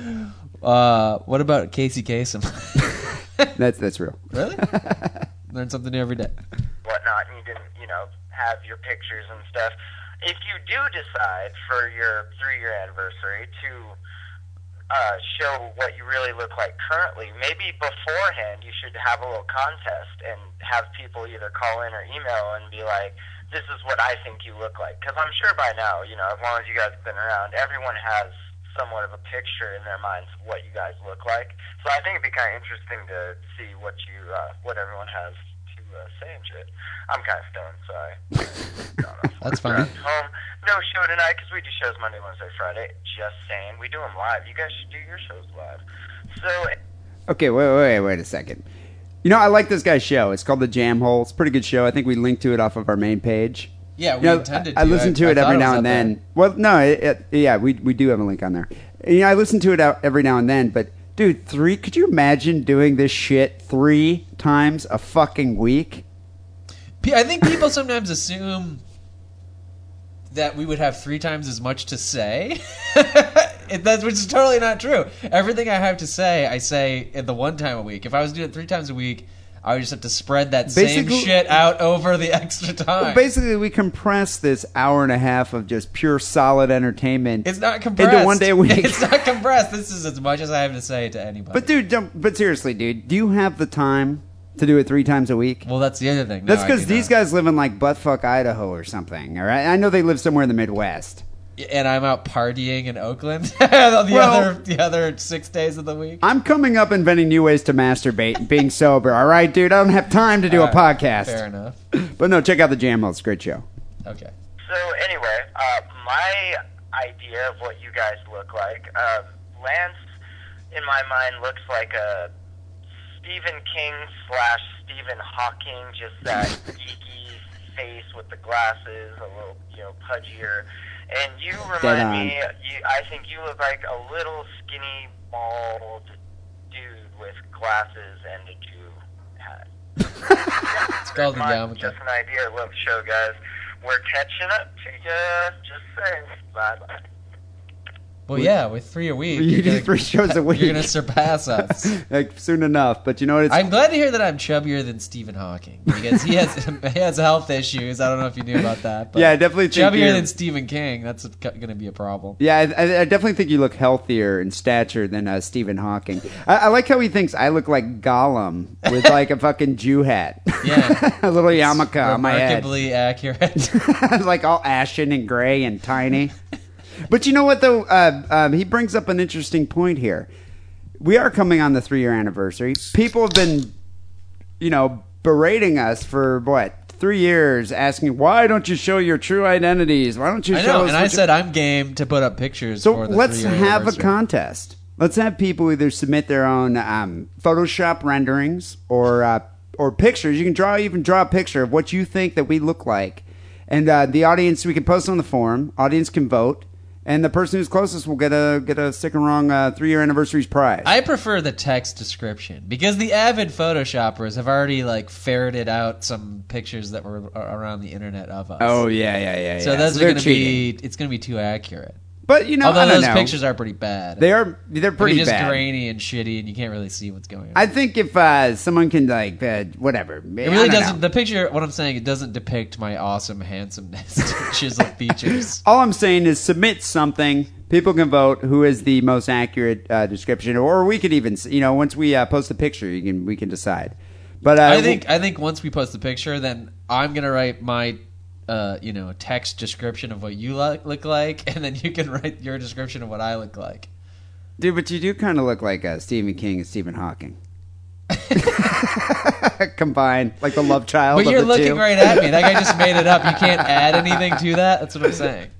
Speaker 6: Uh, what about Casey Kasem?
Speaker 4: that's that's real.
Speaker 6: Really? Learn something new every day.
Speaker 10: whatnot, and you didn't, you know, have your pictures and stuff. If you do decide for your three-year anniversary to uh, show what you really look like currently, maybe beforehand you should have a little contest and have people either call in or email and be like, "This is what I think you look like." Because I'm sure by now, you know, as long as you guys have been around, everyone has somewhat of a picture in their minds of what you guys look like. So I think it'd be kind of interesting to see what you, uh, what everyone has to uh, say and shit. I'm kind of stoned, sorry.
Speaker 6: That's fine.
Speaker 10: Um, no show tonight because we do shows Monday, Wednesday, Friday. Just saying, we do them live. You guys should do your shows live. So
Speaker 4: Okay, wait, wait, wait a second. You know, I like this guy's show. It's called The Jam Hole. It's a pretty good show. I think we linked to it off of our main page.
Speaker 6: Yeah,
Speaker 4: You
Speaker 6: we
Speaker 4: know,
Speaker 6: intended
Speaker 4: I, I
Speaker 6: to.
Speaker 4: listen
Speaker 6: I-
Speaker 4: to
Speaker 6: I
Speaker 4: it
Speaker 6: thought
Speaker 4: every
Speaker 6: it
Speaker 4: now
Speaker 6: was
Speaker 4: and
Speaker 6: up
Speaker 4: then. Well, no, it, it- yeah, we we do have a link on there. You know, I listen to it out every now and then, but dude, three? Could you imagine doing this shit three times a fucking week?
Speaker 6: P- I think people sometimes assume that we would have three times as much to say, It- that's, which is totally not true. Everything I have to say, I say at the one time a week. If I was doing it three times a week, I would just have to spread that
Speaker 4: Basically-
Speaker 6: same shit out over the extra time.
Speaker 4: Well, basically, we compress this hour and a half of just pure solid entertainment.
Speaker 6: it's not compressed.
Speaker 4: into one day a week.
Speaker 6: It's not compressed. This is as much as I have to say to anybody.
Speaker 4: But dude, don't, but seriously, dude, do you have the time to do it three times a week?
Speaker 6: well, that's the other thing. No,
Speaker 4: That's
Speaker 6: I uh,
Speaker 4: because
Speaker 6: do
Speaker 4: these guys live in like buttfuck Idaho or something. All right, I know they live somewhere in the Midwest.
Speaker 6: not. and I'm out partying in Oakland the
Speaker 4: Well-
Speaker 6: other the other six days of the week.
Speaker 4: I'm coming up inventing new ways to masturbate and being sober. All right, dude, I don't have time to do
Speaker 6: All
Speaker 4: a
Speaker 6: right,
Speaker 4: podcast.
Speaker 6: Fair enough.
Speaker 4: But no, check out the Jam Hole. It's a great show.
Speaker 6: Okay.
Speaker 10: So anyway, uh, my idea of what you guys look like, um, Lance, in my mind, looks like a Stephen King slash Stephen Hawking, just that geeky face with the glasses, a little you know pudgier. And you
Speaker 4: Dead
Speaker 10: remind
Speaker 4: on.
Speaker 10: me, you, I think you look like a little skinny bald dude with glasses and a Jew hat.
Speaker 6: It's called the Yarmulke.
Speaker 10: Just an idea. Love the show, guys. We're catching up to ya. Just saying. Bye bye.
Speaker 6: Well, yeah, with three a week,
Speaker 4: You
Speaker 6: you're
Speaker 4: do three shows a week.
Speaker 6: You're gonna surpass us.
Speaker 4: like soon enough. But you know what? It's,
Speaker 6: I'm glad to hear that I'm chubbier than Stephen Hawking because he has he has health issues. I don't know if you knew about that. But
Speaker 4: Yeah, I definitely think
Speaker 6: chubbier
Speaker 4: you're-
Speaker 6: than Stephen King. That's going to be a problem.
Speaker 4: yeah, I, I- I definitely think you look healthier in stature than uh, Stephen Hawking. I, I like how he thinks I look like Gollum with like a fucking Jew hat.
Speaker 6: Yeah.
Speaker 4: a little yarmulke on my head.
Speaker 6: Remarkably accurate.
Speaker 4: like all ashen and gray and tiny. but you know what though? Uh, um, he brings up an interesting point here. We are coming on the three-year anniversary. People have been, you know, berating us for what three years, asking why don't you show your true identities? Why don't you?
Speaker 6: I
Speaker 4: show
Speaker 6: know,
Speaker 4: us
Speaker 6: and I
Speaker 4: what you-"
Speaker 6: said I'm game to put up pictures.
Speaker 4: So
Speaker 6: for the
Speaker 4: let's
Speaker 6: three-year
Speaker 4: have a
Speaker 6: anniversary.
Speaker 4: contest. Let's have people either submit their own um, Photoshop renderings or uh, or pictures. You can draw even draw a picture of what you think that we look like, and uh, the audience we can post on the forum. Audience can vote, and the person who's closest will get a get a sick and wrong uh, three year anniversaries prize.
Speaker 6: I prefer the text description because the avid photoshoppers have already like ferreted out some pictures that were a- around the internet of us.
Speaker 4: Oh, yeah, yeah, yeah,
Speaker 6: So
Speaker 4: yeah.
Speaker 6: those
Speaker 4: So they're
Speaker 6: are going to be it's going to be too accurate.
Speaker 4: But, you know,
Speaker 6: although
Speaker 4: I don't
Speaker 6: those
Speaker 4: know.
Speaker 6: pictures are pretty bad.
Speaker 4: They are- they're
Speaker 6: I mean,
Speaker 4: pretty
Speaker 6: just
Speaker 4: bad.
Speaker 6: grainy and shitty, and you can't really see what's going on.
Speaker 4: I think if uh, someone can like uh, whatever,
Speaker 6: It really doesn't. The picture, what I'm saying, it doesn't depict my awesome handsomeness, chiseled features.
Speaker 4: All I'm saying is submit something. People can vote who is the most accurate uh, description, or we could even s- you know once we uh, post the picture, you can we can decide. But uh,
Speaker 6: I think I think once we post the picture, then I'm gonna write my, uh, you know, text description of what you look, look like, and then you can write your description of what I look like.
Speaker 4: dude, but you do kind of look like uh, Stephen King and Stephen Hawking. Combined, like the love child.
Speaker 6: But
Speaker 4: of
Speaker 6: you're
Speaker 4: the
Speaker 6: looking
Speaker 4: two.
Speaker 6: right at me. That guy just made it up. You can't add anything to that. That's what I'm saying.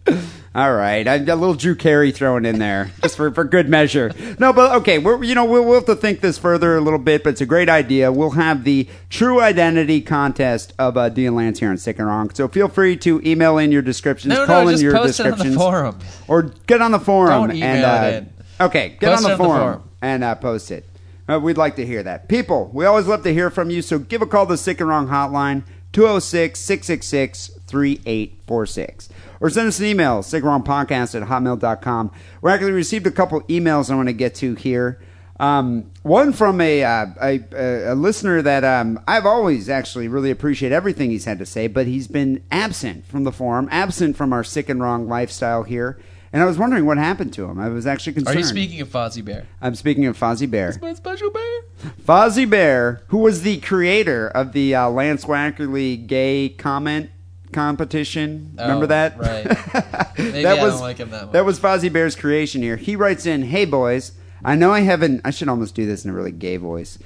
Speaker 4: All right, I got a little Drew Carey thrown in there just for, for good measure. No, but okay, we're, you know we'll, we'll have to think this further a little bit, but it's a great idea. We'll have the true identity contest of uh, Dean Lance here on Sick and Wrong. So feel free to email in your descriptions,
Speaker 6: No, no,
Speaker 4: call in
Speaker 6: just
Speaker 4: your
Speaker 6: post it on the
Speaker 4: descriptions,
Speaker 6: forum.
Speaker 4: or get on the forum
Speaker 6: Don't email
Speaker 4: and uh,
Speaker 6: it in.
Speaker 4: okay, get
Speaker 6: Post
Speaker 4: on, the,
Speaker 6: it on the
Speaker 4: forum
Speaker 6: forum.
Speaker 4: and uh, post it. Uh, we'd like to hear that. People, we always love to hear from you, so give a call to the Sick and Wrong Hotline, 206 666 3846. Or send us an email, sickandwrongpodcast at hotmail.com. We actually received a couple emails I want to get to here. Um, one from a, uh, a, a- a listener that um, I've always actually really appreciated everything he's had to say, but he's been absent from the forum, absent from our Sick and Wrong lifestyle here. And I was wondering what happened to him. I was actually
Speaker 6: Are
Speaker 4: concerned.
Speaker 6: you speaking of Fozzie Bear?
Speaker 4: I'm speaking of Fozzie Bear.
Speaker 6: My special bear.
Speaker 4: Fozzie Bear, who was the creator of the uh, Lance Wackerly gay comment competition. Remember
Speaker 6: Oh,
Speaker 4: that?
Speaker 6: right. Maybe I
Speaker 4: that
Speaker 6: don't
Speaker 4: was
Speaker 6: like him that much.
Speaker 4: that was Fozzie Bear's creation here. He writes in, "Hey boys, I know I haven't. I should almost do this in a really gay voice."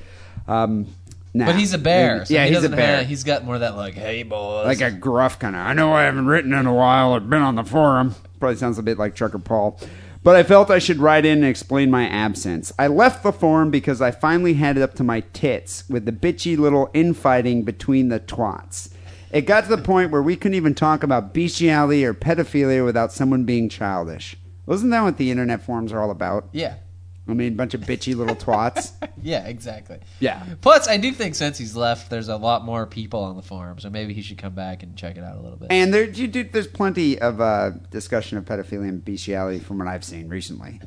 Speaker 4: Um, nah.
Speaker 6: But he's a bear. so
Speaker 4: yeah,
Speaker 6: he
Speaker 4: he's a
Speaker 6: doesn't
Speaker 4: bear.
Speaker 6: have- he's got more of that like, hey boys,
Speaker 4: like a gruff kind of. I know I haven't written in a while or been on the forum. Probably sounds a bit like Trucker Paul. But I felt I should write in and explain my absence. I left the forum because I finally had it up to my tits with the bitchy little infighting between the twats. It got to the point where we couldn't even talk about bestiality or pedophilia without someone being childish. Wasn't that what the internet forums are all about?
Speaker 6: Yeah.
Speaker 4: I mean, bunch of bitchy little twats.
Speaker 6: yeah, exactly.
Speaker 4: Yeah.
Speaker 6: Plus, I do think since he's left, there's a lot more people on the forum, so maybe he should come back and check it out a little bit.
Speaker 4: And there, you do, there's plenty of uh, discussion of pedophilia and bestiality from what I've seen recently.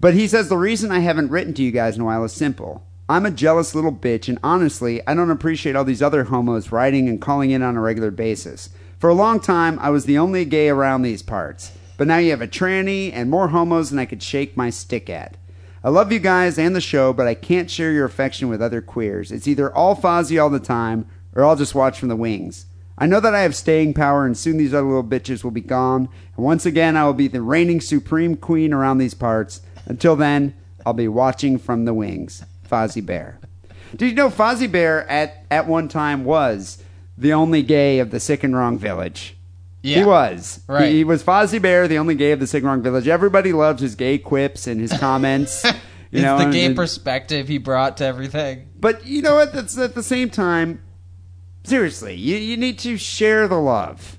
Speaker 4: But he says the reason I haven't written to you guys in a while is simple. I'm a jealous little bitch, and honestly, I don't appreciate all these other homos writing and calling in on a regular basis. For a long time, I was the only gay around these parts. But now you have a tranny and more homos than I could shake my stick at. I love you guys and the show, but I can't share your affection with other queers. It's either all Fozzy all the time, or I'll just watch from the wings. I know that I have staying power, and soon these other little bitches will be gone. And once again, I will be the reigning supreme queen around these parts. Until then, I'll be watching from the wings. Fozzie Bear. Did you know Fozzie Bear at, at one time was the only gay of the Sick and Wrong Village?
Speaker 6: Yeah.
Speaker 4: He was. He-
Speaker 6: Right.
Speaker 4: He, was Fozzie Bear, the only gay of the Sick and Wrong Village. Everybody loves his gay quips and his comments. you
Speaker 6: it's
Speaker 4: know,
Speaker 6: the
Speaker 4: and-
Speaker 6: gay
Speaker 4: and-
Speaker 6: perspective he brought to everything.
Speaker 4: but you know what? That's at the same time. Seriously, you, you need to share the love.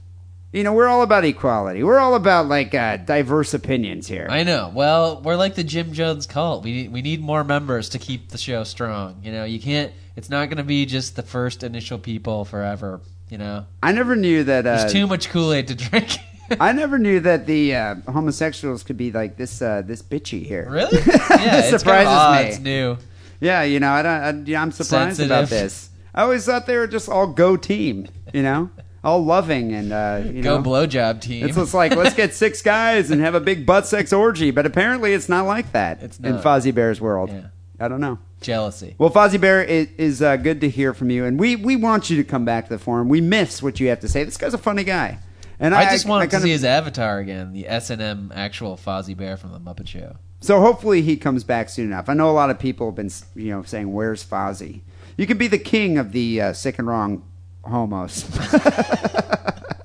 Speaker 4: You know, we're all about equality. We're all about like uh, diverse opinions here.
Speaker 6: I know. Well, we're like the Jim Jones cult. We need, we need more members to keep the show strong. You know, you can't. It's not going to be just the first initial people forever. You know,
Speaker 4: I never knew that. Uh,
Speaker 6: there's too much Kool Aid to drink.
Speaker 4: I never knew that the uh, homosexuals could be like this. Uh, this bitchy here.
Speaker 6: Really?
Speaker 4: Yeah,
Speaker 6: it's kinda odd. It's new.
Speaker 4: Yeah, you know, I don't. I, yeah, I'm surprised about
Speaker 6: Sensitive.
Speaker 4: this. I always thought they were just all go team. You know, all loving and uh, you
Speaker 6: Go
Speaker 4: know.
Speaker 6: blowjob team.
Speaker 4: It's just like let's get six guys and have a big butt sex orgy, but apparently it's not like that it's in
Speaker 6: not.
Speaker 4: Fozzie Bear's world. I don't know.
Speaker 6: jealousy.
Speaker 4: Well, Fozzie Bear, it is uh, good to hear from you, and we we want you to come back to the forum. We miss what you have to say. This guy's a funny guy, and
Speaker 6: I,
Speaker 4: I,
Speaker 6: just want
Speaker 4: I
Speaker 6: to
Speaker 4: kind
Speaker 6: see
Speaker 4: of-
Speaker 6: his avatar again, the S and M actual Fozzie Bear from the Muppet Show.
Speaker 4: So hopefully he comes back soon enough. I know a lot of people have been you know saying, "Where's Fozzie?" You could be the king of the uh, sick and wrong homos.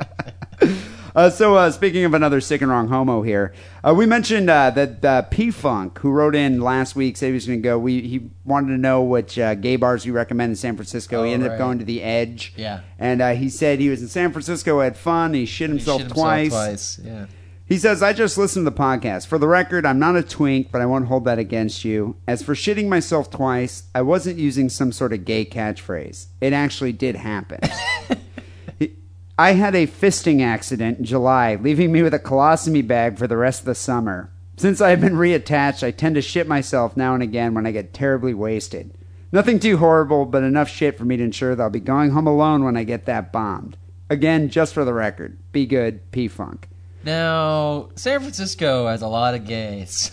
Speaker 4: Uh, so, uh, speaking of another sick and wrong homo here, uh, we mentioned uh, that uh, P Funk, who wrote in last week, said he was going to go. We he wanted to know which uh, gay bars you recommend in San Francisco. he
Speaker 6: Oh,
Speaker 4: ended
Speaker 6: right.
Speaker 4: up going to the Edge.
Speaker 6: Yeah.
Speaker 4: and uh, he said he was in San Francisco, had fun, he shit
Speaker 6: He
Speaker 4: himself,
Speaker 6: shit himself
Speaker 4: twice.
Speaker 6: twice. Yeah.
Speaker 4: He says, I just listened to the podcast. For the record, I'm not a twink, but I won't hold that against you. As for shitting myself twice, I wasn't using some sort of gay catchphrase. It actually did happen. He- I had a fisting accident in July, leaving me with a colostomy bag for the rest of the summer. Since I have been reattached, I tend to shit myself now and again when I get terribly wasted. Nothing too horrible, but enough shit for me to ensure that I'll be going home alone when I get that bombed. Again, just for the record, be good, P Funk.
Speaker 6: Now, San Francisco has a lot of gays,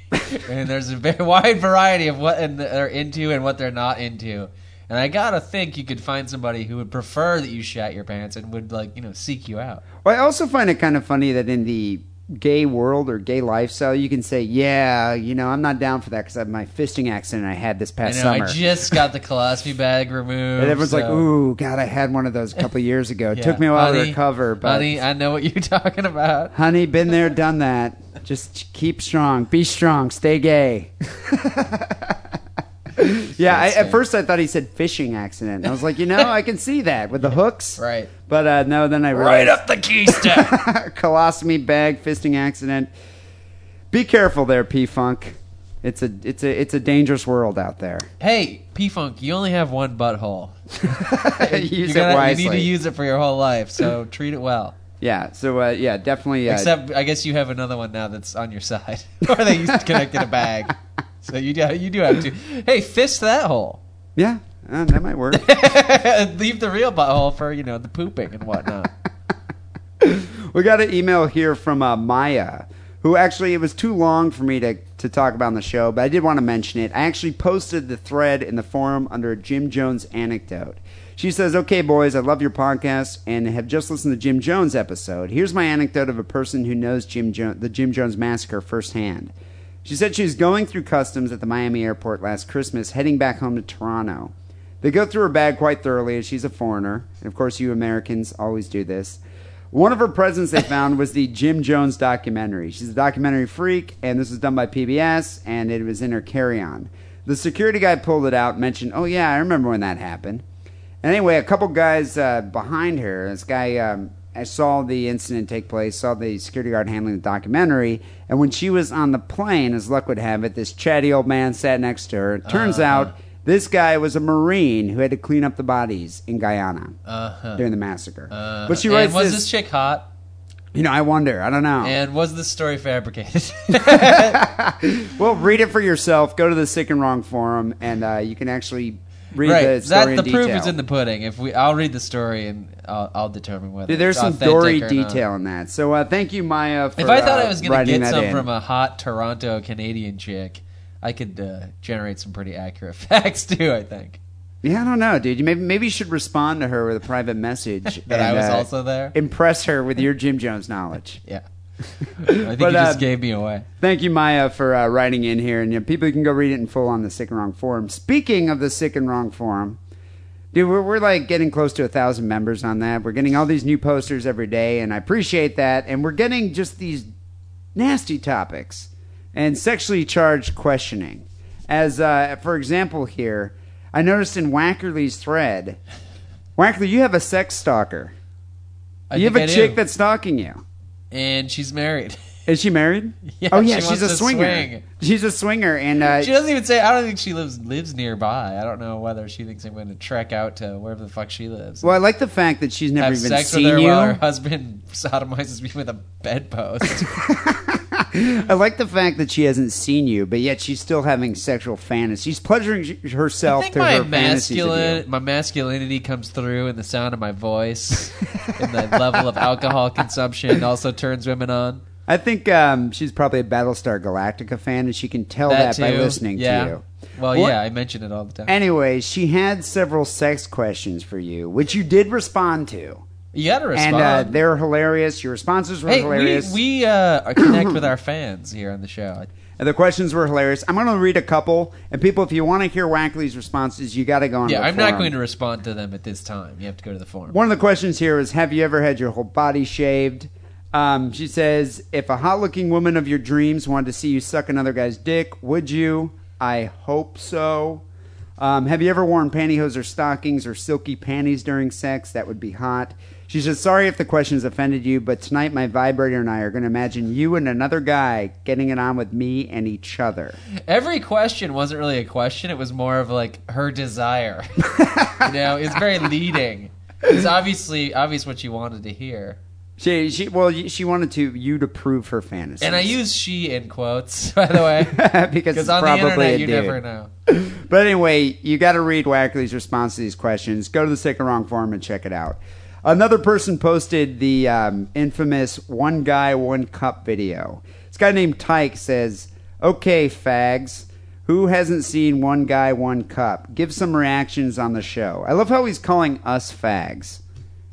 Speaker 6: and there's a very wide variety of what and they're into and what they're not into. And I gotta think you could find somebody who would prefer that you shat your pants and would like you know seek you out.
Speaker 4: Well, I also find it kind of funny that in the gay world or gay lifestyle, you can say, "Yeah, you know, I'm not down for that because I have my fisting accident I had this
Speaker 6: I
Speaker 4: past
Speaker 6: know
Speaker 4: summer."
Speaker 6: I just got the colostomy bag removed.
Speaker 4: and everyone's like,
Speaker 6: so-
Speaker 4: "Ooh, God, I had one of those a couple years ago. It
Speaker 6: Yeah.
Speaker 4: took me a while to
Speaker 6: Honey,
Speaker 4: recover, but
Speaker 6: honey, I know what you're talking about."
Speaker 4: honey, been there, done that. Just keep strong, be strong, stay gay." yeah, I, at first I thought he said fishing accident. And I was like, you know, I can see that with the hooks,
Speaker 6: right?
Speaker 4: But uh, no, then I
Speaker 6: Right
Speaker 4: realized
Speaker 6: up the keystone.
Speaker 4: colostomy bag fisting accident. Be careful there, P Funk. It's a it's a it's a dangerous world out there.
Speaker 6: hey, P Funk, you only have one butthole.
Speaker 4: Use
Speaker 6: you,
Speaker 4: it wisely.
Speaker 6: you need to use it for your whole life, so treat it well.
Speaker 4: Yeah. So uh, yeah, definitely. Uh,
Speaker 6: Except, I guess you have another one now that's on your side, or they used to connect in a bag. So you do, you do have to. Hey, fist that hole.
Speaker 4: yeah, uh, that might work.
Speaker 6: Leave the real butthole for you know the pooping and whatnot.
Speaker 4: we got an email here from uh, Maya, who actually it was too long for me to to talk about on the show, but I did want to mention it. I actually posted the thread in the forum under a Jim Jones anecdote. She says, "Okay, boys, I love your podcast and have just listened to Jim Jones episode. Here's my anecdote of a person who knows Jim jo- the Jim Jones massacre firsthand." She said she was going through customs at the Miami airport last Christmas, heading back home to Toronto. They go through her bag quite thoroughly, as she's a foreigner. And of course, you Americans always do this. One of her presents they found was the Jim Jones documentary. She's a documentary freak, and this was done by PBS, and it was in her carry on. The security guy pulled it out, mentioned, Oh, yeah, I remember when that happened. And anyway, a couple guys uh, behind her, this guy, um, I saw the incident take place, saw the security guard handling the documentary, and when she was on the plane, as luck would have it, this chatty old man sat next to her. It turns
Speaker 6: Uh-huh.
Speaker 4: out this guy was a Marine who had to clean up the bodies in Guyana
Speaker 6: Uh-huh.
Speaker 4: during the massacre.
Speaker 6: Uh,
Speaker 4: but she
Speaker 6: and
Speaker 4: writes
Speaker 6: was
Speaker 4: this,
Speaker 6: this chick hot?
Speaker 4: you know, I wonder, I don't know.
Speaker 6: And was this story fabricated?
Speaker 4: Well, read it for yourself. Go to the Sick and Wrong forum, and uh, you can actually read the
Speaker 6: that
Speaker 4: story
Speaker 6: the
Speaker 4: in
Speaker 6: proof
Speaker 4: detail.
Speaker 6: is in the pudding. If we, I'll read the story and I'll, I'll determine whether
Speaker 4: Dude, there's
Speaker 6: it's
Speaker 4: some
Speaker 6: authentic
Speaker 4: gory
Speaker 6: or not.
Speaker 4: detail in that. So uh, thank you, Maya, for
Speaker 6: If I thought
Speaker 4: uh,
Speaker 6: I was going to
Speaker 4: writing that
Speaker 6: get some
Speaker 4: in.
Speaker 6: from a hot Toronto Canadian chick, I could uh, generate some pretty accurate facts too. I think
Speaker 4: Yeah, I don't know, dude. You Maybe, maybe you should respond to her with a private message.
Speaker 6: that I
Speaker 4: and,
Speaker 6: was
Speaker 4: uh,
Speaker 6: also there.
Speaker 4: Impress her with your Jim Jones knowledge.
Speaker 6: Yeah. I think
Speaker 4: But,
Speaker 6: you just
Speaker 4: uh,
Speaker 6: gave me away.
Speaker 4: Thank you, Maya, for uh, writing in here. And you know, people can go read it in full on the Sick and Wrong Forum. Speaking of the Sick and Wrong Forum, dude, we're, we're like getting close to a thousand members on that. We're getting all these new posters every day, and I appreciate that. And we're getting just these nasty topics and sexually charged questioning. As, uh, for example, here, I noticed in Wackerly's thread, Wackerly, you have a sex stalker.
Speaker 6: I
Speaker 4: you have
Speaker 6: think
Speaker 4: a
Speaker 6: I
Speaker 4: chick
Speaker 6: do.
Speaker 4: that's stalking you.
Speaker 6: And she's married.
Speaker 4: Is she married?
Speaker 6: Yeah,
Speaker 4: oh yeah,
Speaker 6: she
Speaker 4: she's
Speaker 6: wants
Speaker 4: a
Speaker 6: to
Speaker 4: swinger.
Speaker 6: swing.
Speaker 4: She's a swinger, and uh,
Speaker 6: she doesn't even say. I don't think she lives lives nearby. I don't know whether she thinks I'm going to trek out to wherever the fuck she lives.
Speaker 4: well, I like the fact that she's never
Speaker 6: have
Speaker 4: even
Speaker 6: sex with
Speaker 4: seen
Speaker 6: her
Speaker 4: you.
Speaker 6: while her husband sodomizes me with a bedpost.
Speaker 4: I like the fact that she hasn't seen you, but yet she's still having sexual fantasies. She's pleasuring sh-
Speaker 6: I
Speaker 4: herself
Speaker 6: think
Speaker 4: through
Speaker 6: my
Speaker 4: her fantasies. of you.
Speaker 6: masculine, my masculinity comes through in the sound of my voice, and the level of alcohol consumption also turns women on.
Speaker 4: I think um, she's probably a Battlestar Galactica fan, and she can tell that, by
Speaker 6: too.
Speaker 4: listening
Speaker 6: Yeah.
Speaker 4: to you.
Speaker 6: Well,
Speaker 4: What-
Speaker 6: yeah, I mention it all the time.
Speaker 4: Anyway, she had several sex questions for you, which you did respond to.
Speaker 6: You gotta
Speaker 4: And uh,
Speaker 6: respond.
Speaker 4: they're hilarious. Your responses were
Speaker 6: hey,
Speaker 4: hilarious.
Speaker 6: we we uh, are- connect with our fans here on the show.
Speaker 4: And the questions were hilarious. I'm going to read a couple. And people, if you want to hear Wackley's responses, you got to go on.
Speaker 6: Yeah,
Speaker 4: the
Speaker 6: I'm not
Speaker 4: forum.
Speaker 6: going to respond to them at this time. You have to go to the forum.
Speaker 4: One of the questions here is Have you ever had your whole body shaved? Um, she says, If a hot looking woman of your dreams wanted to see you suck another guy's dick, would you? I hope so. Um, have you ever worn pantyhose or stockings or silky panties during sex? That would be hot. She says, Sorry if the questions offended you, but tonight my vibrator and I are going to imagine you and another guy getting it on with me and each other.
Speaker 6: Every question wasn't really a question. It was more of like her desire. you know, it's very leading. It's obviously obvious what she wanted to hear.
Speaker 4: She, she well, y- she wanted to you to prove her fantasy.
Speaker 6: And I use she in quotes, by the way.
Speaker 4: because it's
Speaker 6: on
Speaker 4: probably
Speaker 6: the internet,
Speaker 4: a
Speaker 6: you
Speaker 4: dude.
Speaker 6: never know.
Speaker 4: But anyway, you got to read Wackley's response to these questions. Go to the Sick and Wrong forum and check it out. Another person posted the um, infamous one guy, one cup video. This guy named Tyke says, Okay, fags, who hasn't seen One Guy, One Cup? Give some reactions on the show. I love how he's calling us fags.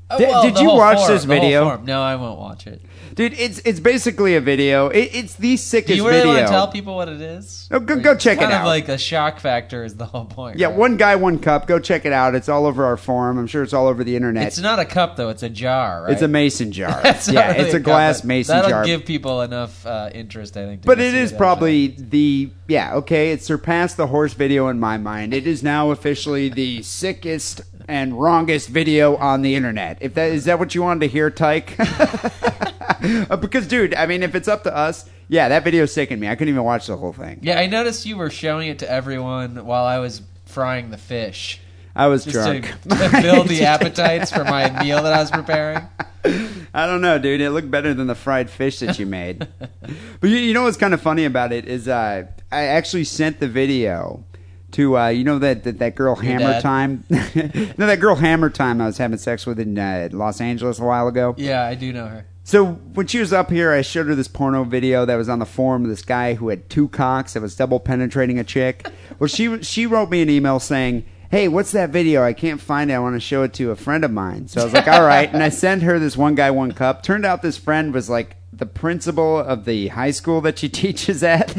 Speaker 6: Oh,
Speaker 4: Did-
Speaker 6: well,
Speaker 4: did
Speaker 6: the
Speaker 4: you
Speaker 6: whole
Speaker 4: watch
Speaker 6: forum,
Speaker 4: this
Speaker 6: the whole
Speaker 4: video?
Speaker 6: forum. No, I won't watch it.
Speaker 4: Dude, it's it's basically a video. It, it's the
Speaker 6: Do
Speaker 4: sickest
Speaker 6: you really
Speaker 4: video.
Speaker 6: want to tell people what it is?
Speaker 4: No, go- go check it
Speaker 6: kind
Speaker 4: out.
Speaker 6: of like a shock factor is the whole point.
Speaker 4: yeah,
Speaker 6: right?
Speaker 4: one guy, one cup. Go check it out. It's all over our forum. I'm sure it's all over the internet.
Speaker 6: It's not a cup though; it's a jar, right?
Speaker 4: It's a mason jar.
Speaker 6: That's not
Speaker 4: yeah,
Speaker 6: really
Speaker 4: it's a
Speaker 6: cup,
Speaker 4: glass
Speaker 6: but
Speaker 4: mason
Speaker 6: that'll
Speaker 4: jar.
Speaker 6: give people enough uh, interest, I think. To
Speaker 4: but
Speaker 6: go
Speaker 4: it
Speaker 6: see
Speaker 4: is
Speaker 6: that.
Speaker 4: probably the yeah okay. It surpassed the horse video in my mind. It is now officially the sickest and wrongest video on the internet. If that is that what you wanted to hear, Tyke? Uh, because dude, I mean, if it's up to us, yeah, that video sickened me. I couldn't even watch the whole thing.
Speaker 6: Yeah, I noticed you were showing it to everyone while I was frying the fish.
Speaker 4: I was
Speaker 6: just
Speaker 4: drunk.
Speaker 6: To, to build the appetites for my meal that I was preparing.
Speaker 4: I don't know, dude. It looked better than the fried fish that you made. but you, you know what's kind of funny about it is uh, I actually sent the video to uh, you know that that, that girl
Speaker 6: Your
Speaker 4: Hammer
Speaker 6: dad?
Speaker 4: Time. no, that girl Hammer Time I was having sex with in uh, Los Angeles a while ago.
Speaker 6: Yeah, I do know her.
Speaker 4: So when she was up here, I showed her this porno video that was on the forum of this guy who had two cocks that was double penetrating a chick. Well, she she wrote me an email saying, "Hey, what's that video? I can't find it. I want to show it to a friend of mine." So I was like, "All right," and I sent her this one guy one cup. Turned out this friend was like the principal of the high school that she teaches at.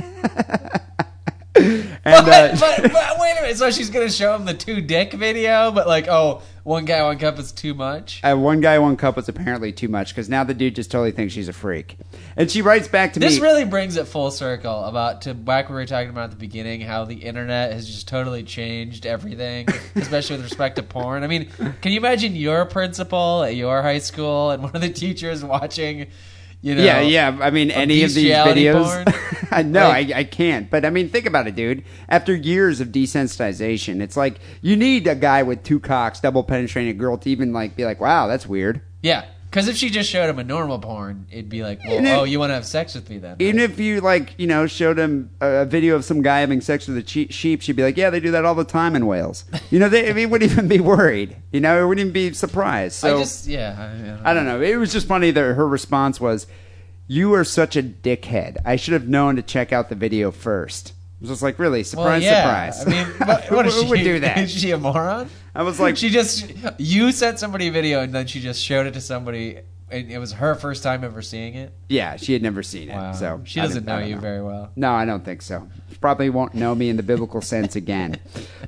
Speaker 4: and
Speaker 6: But,
Speaker 4: uh,
Speaker 6: but, but wait a minute. So she's gonna show him the two dick video, but like, oh, one guy, one cup is too much.
Speaker 4: uh, one guy one cup was apparently too much because now the dude just totally thinks she's a freak. And she writes back to me.
Speaker 6: This really brings it full circle about to back what we were talking about at the beginning, how the internet has just totally changed everything, especially with respect to porn. I mean, can you imagine your principal at your high school and one of the teachers watching, you know?
Speaker 4: yeah, yeah. I mean, any of these
Speaker 6: bestiality
Speaker 4: videos.
Speaker 6: porn?
Speaker 4: I know,
Speaker 6: Like-
Speaker 4: I, I can't. But I mean, think about it, dude. After years of desensitization, it's like you need a guy with two cocks, double penetrating a girl to even like be like, wow, that's weird.
Speaker 6: Yeah, because if she just showed him a normal porn, it'd be like, well,
Speaker 4: And it-
Speaker 6: oh, you want to have sex with me then?
Speaker 4: Even if you like, you know, showed him a, a video of some guy having sex with a che- sheep, she'd be like, yeah, they do that all the time in Wales. You know, they, he wouldn't even be worried. You know, he wouldn't even be surprised. So
Speaker 6: I just, yeah, I, I don't know.
Speaker 4: I don't know. It was just funny that her response was, "You are such a dickhead. I should have known to check out the video first. I was just like, "Really?
Speaker 6: Well,
Speaker 4: Surprise,
Speaker 6: yeah.
Speaker 4: surprise!"
Speaker 6: I mean, what, what is
Speaker 4: Who
Speaker 6: she,
Speaker 4: would do that?
Speaker 6: Is she a moron?
Speaker 4: I was like-
Speaker 6: she just you sent somebody a video and then she just showed it to somebody, and it was her first time ever seeing it.
Speaker 4: yeah, she had never seen it,
Speaker 6: Wow.
Speaker 4: so
Speaker 6: she
Speaker 4: I
Speaker 6: doesn't
Speaker 4: didn't- I
Speaker 6: know
Speaker 4: don't
Speaker 6: you very well.
Speaker 4: No, I don't think so. She probably won't know me in the biblical sense again.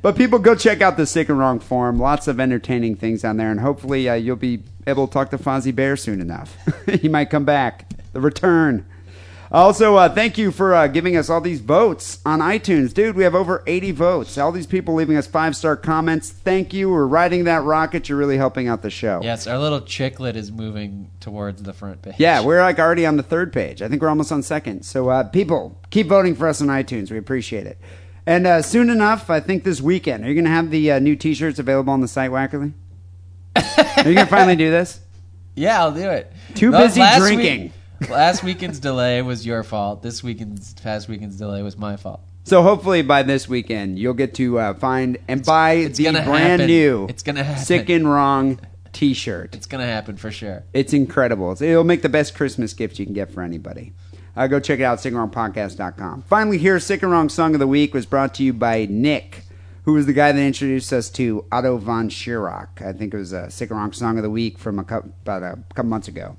Speaker 4: But people, go check out the sick and wrong forum. Lots of entertaining things on there, and hopefully uh, you'll be able to talk to Fonzie Bear soon enough. he might come back. The return. Also, uh, thank you for uh, giving us all these votes on iTunes, dude. We have over 80 votes. All these people leaving us five star comments. Thank you. We're riding that rocket. You're really helping out the show.
Speaker 6: Yes, our little chicklet is moving towards the front page.
Speaker 4: Yeah, we're like already on the third page. I think we're almost on second. So uh, people, keep voting for us on iTunes. We appreciate it. And uh, soon enough, I think this weekend, are you going to have the uh, new T-shirts available on the site, Wackerly? are you going to finally do this?
Speaker 6: yeah, I'll do it.
Speaker 4: Too
Speaker 6: Not-
Speaker 4: busy
Speaker 6: last
Speaker 4: drinking.
Speaker 6: week- last weekend's delay was your fault. This weekend's past weekend's delay was my fault.
Speaker 4: So hopefully by this weekend, you'll get to uh, find and buy the
Speaker 6: gonna
Speaker 4: brand
Speaker 6: happen.
Speaker 4: new
Speaker 6: It's gonna happen.
Speaker 4: sick and wrong T-shirt.
Speaker 6: It's gonna happen for sure.
Speaker 4: It's incredible. It's- It'll make the best Christmas gift you can get for anybody. Uh, go check it out, sickandwrongpodcast.com. Finally, here, Sick and Wrong Song of the Week was brought to you by Nick, who was the guy that introduced us to Otto von Schirach. I think it was a Sick and Wrong Song of the Week from a couple, about a couple months ago.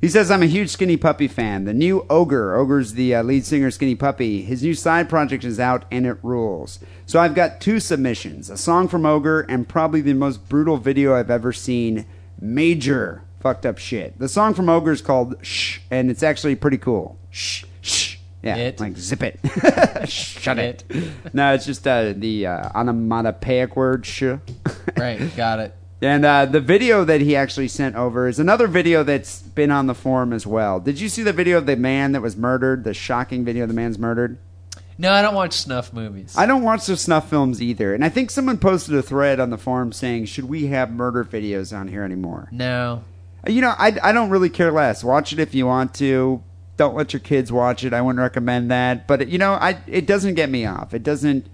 Speaker 4: He says, I'm a huge Skinny Puppy fan. The new Ogre, Ogre's the uh, lead singer of Skinny Puppy, his new side project is out and it rules. So I've got two submissions a song from Ogre and probably the most brutal video I've ever seen major fucked up shit. The song from Ogre is called Shh, and it's actually pretty cool. Shh, shh, Yeah,
Speaker 6: It.
Speaker 4: like zip it, shut it. No, it's just uh, the uh, onomatopoeic word "sh."
Speaker 6: right, got it.
Speaker 4: And uh, the video that he actually sent over is another video that's been on the forum as well. Did you see the video of the man that was murdered? The shocking video of the man's murdered.
Speaker 6: No, I don't watch snuff movies.
Speaker 4: I don't watch those snuff films either, and I think someone posted a thread on the forum saying, "Should we have murder videos on here anymore?"
Speaker 6: No.
Speaker 4: You know, I, I don't really care less. Watch it if you want to. Don't let your kids watch it. I wouldn't recommend that. But you know, I it doesn't get me off. It doesn't,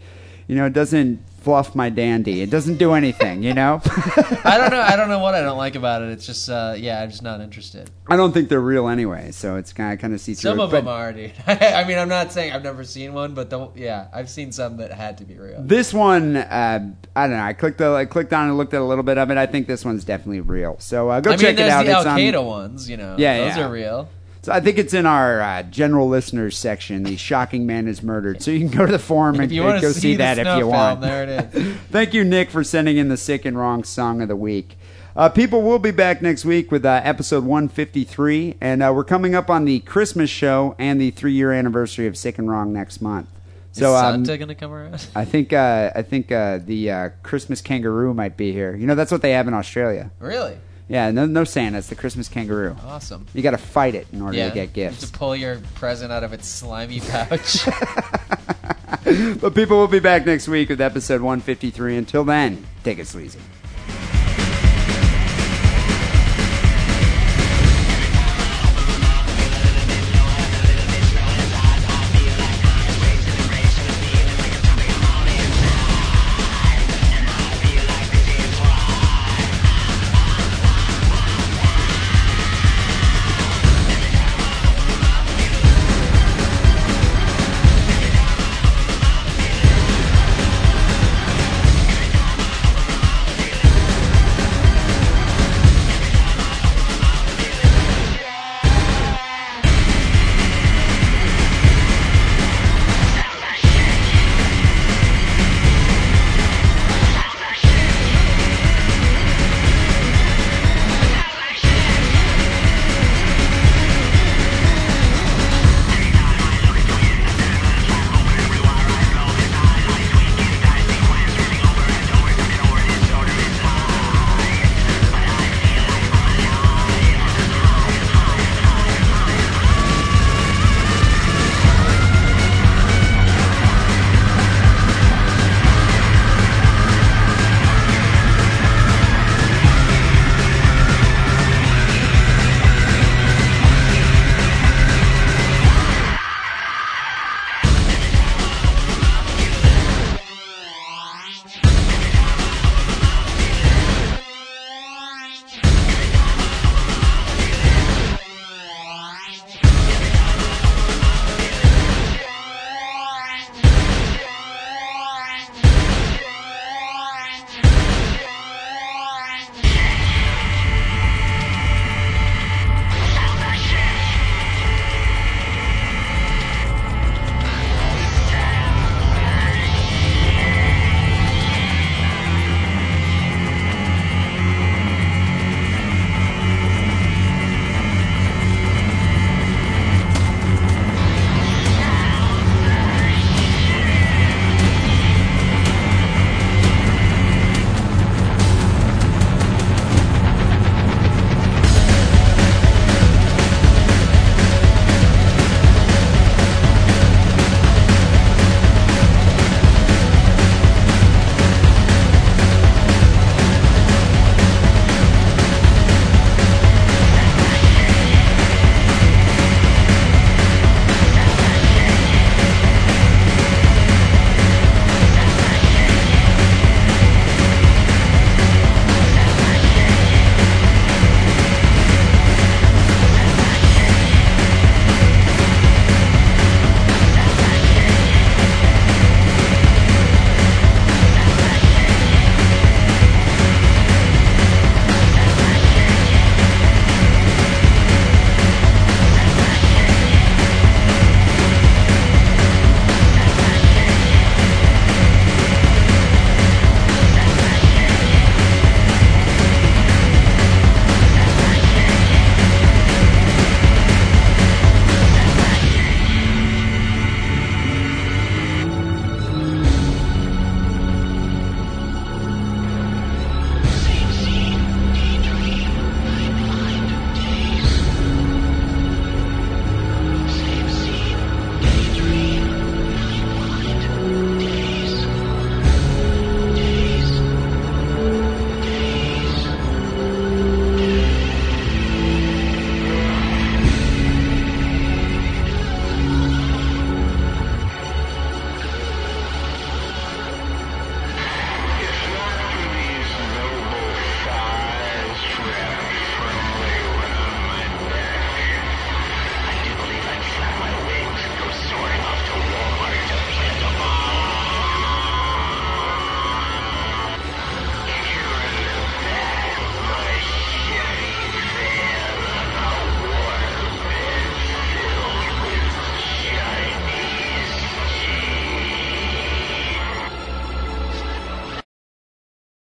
Speaker 4: you know, it doesn't fluff my dandy. It doesn't do anything. You know,
Speaker 6: I don't know. I don't know what I don't like about it. It's just, uh, yeah, I'm just not interested.
Speaker 4: I don't think they're real anyway. So it's kind of kind of see through.
Speaker 6: Some
Speaker 4: it.
Speaker 6: of
Speaker 4: But
Speaker 6: them are, dude. I mean, I'm not saying I've never seen one, but don't. Yeah, I've seen some that had to be real.
Speaker 4: This one, uh, I don't know. I clicked the, I clicked on and looked at a little bit of it. I think this one's definitely real. So uh, go
Speaker 6: I mean,
Speaker 4: check it
Speaker 6: there's
Speaker 4: out.
Speaker 6: the
Speaker 4: It's on-
Speaker 6: Al Qaeda ones, you know.
Speaker 4: Yeah,
Speaker 6: those
Speaker 4: yeah.
Speaker 6: are real.
Speaker 4: So I think it's in our uh, general listeners section. The shocking man is murdered. So you can go to the forum and,
Speaker 6: If you
Speaker 4: and
Speaker 6: want
Speaker 4: go
Speaker 6: to
Speaker 4: see,
Speaker 6: see the
Speaker 4: that if
Speaker 6: snuff
Speaker 4: you
Speaker 6: film,
Speaker 4: want.
Speaker 6: there it is.
Speaker 4: Thank you, Nick, for sending in the sick and wrong song of the week. Uh, people, we'll be back next week with uh, episode 153, and uh, we're coming up on the Christmas show and the three-year anniversary of Sick and Wrong next month. So
Speaker 6: is
Speaker 4: um,
Speaker 6: Santa gonna come around?
Speaker 4: I think uh, I think uh, the uh, Christmas kangaroo might be here. You know, that's what they have in Australia.
Speaker 6: Really?
Speaker 4: Yeah, no, no Santa. It's the Christmas kangaroo.
Speaker 6: Awesome.
Speaker 4: You got to fight it in order
Speaker 6: yeah,
Speaker 4: to get
Speaker 6: you
Speaker 4: gifts.
Speaker 6: have to pull your present out of its slimy pouch.
Speaker 4: but people will be back next week with episode 153. Until then, take it sleazy.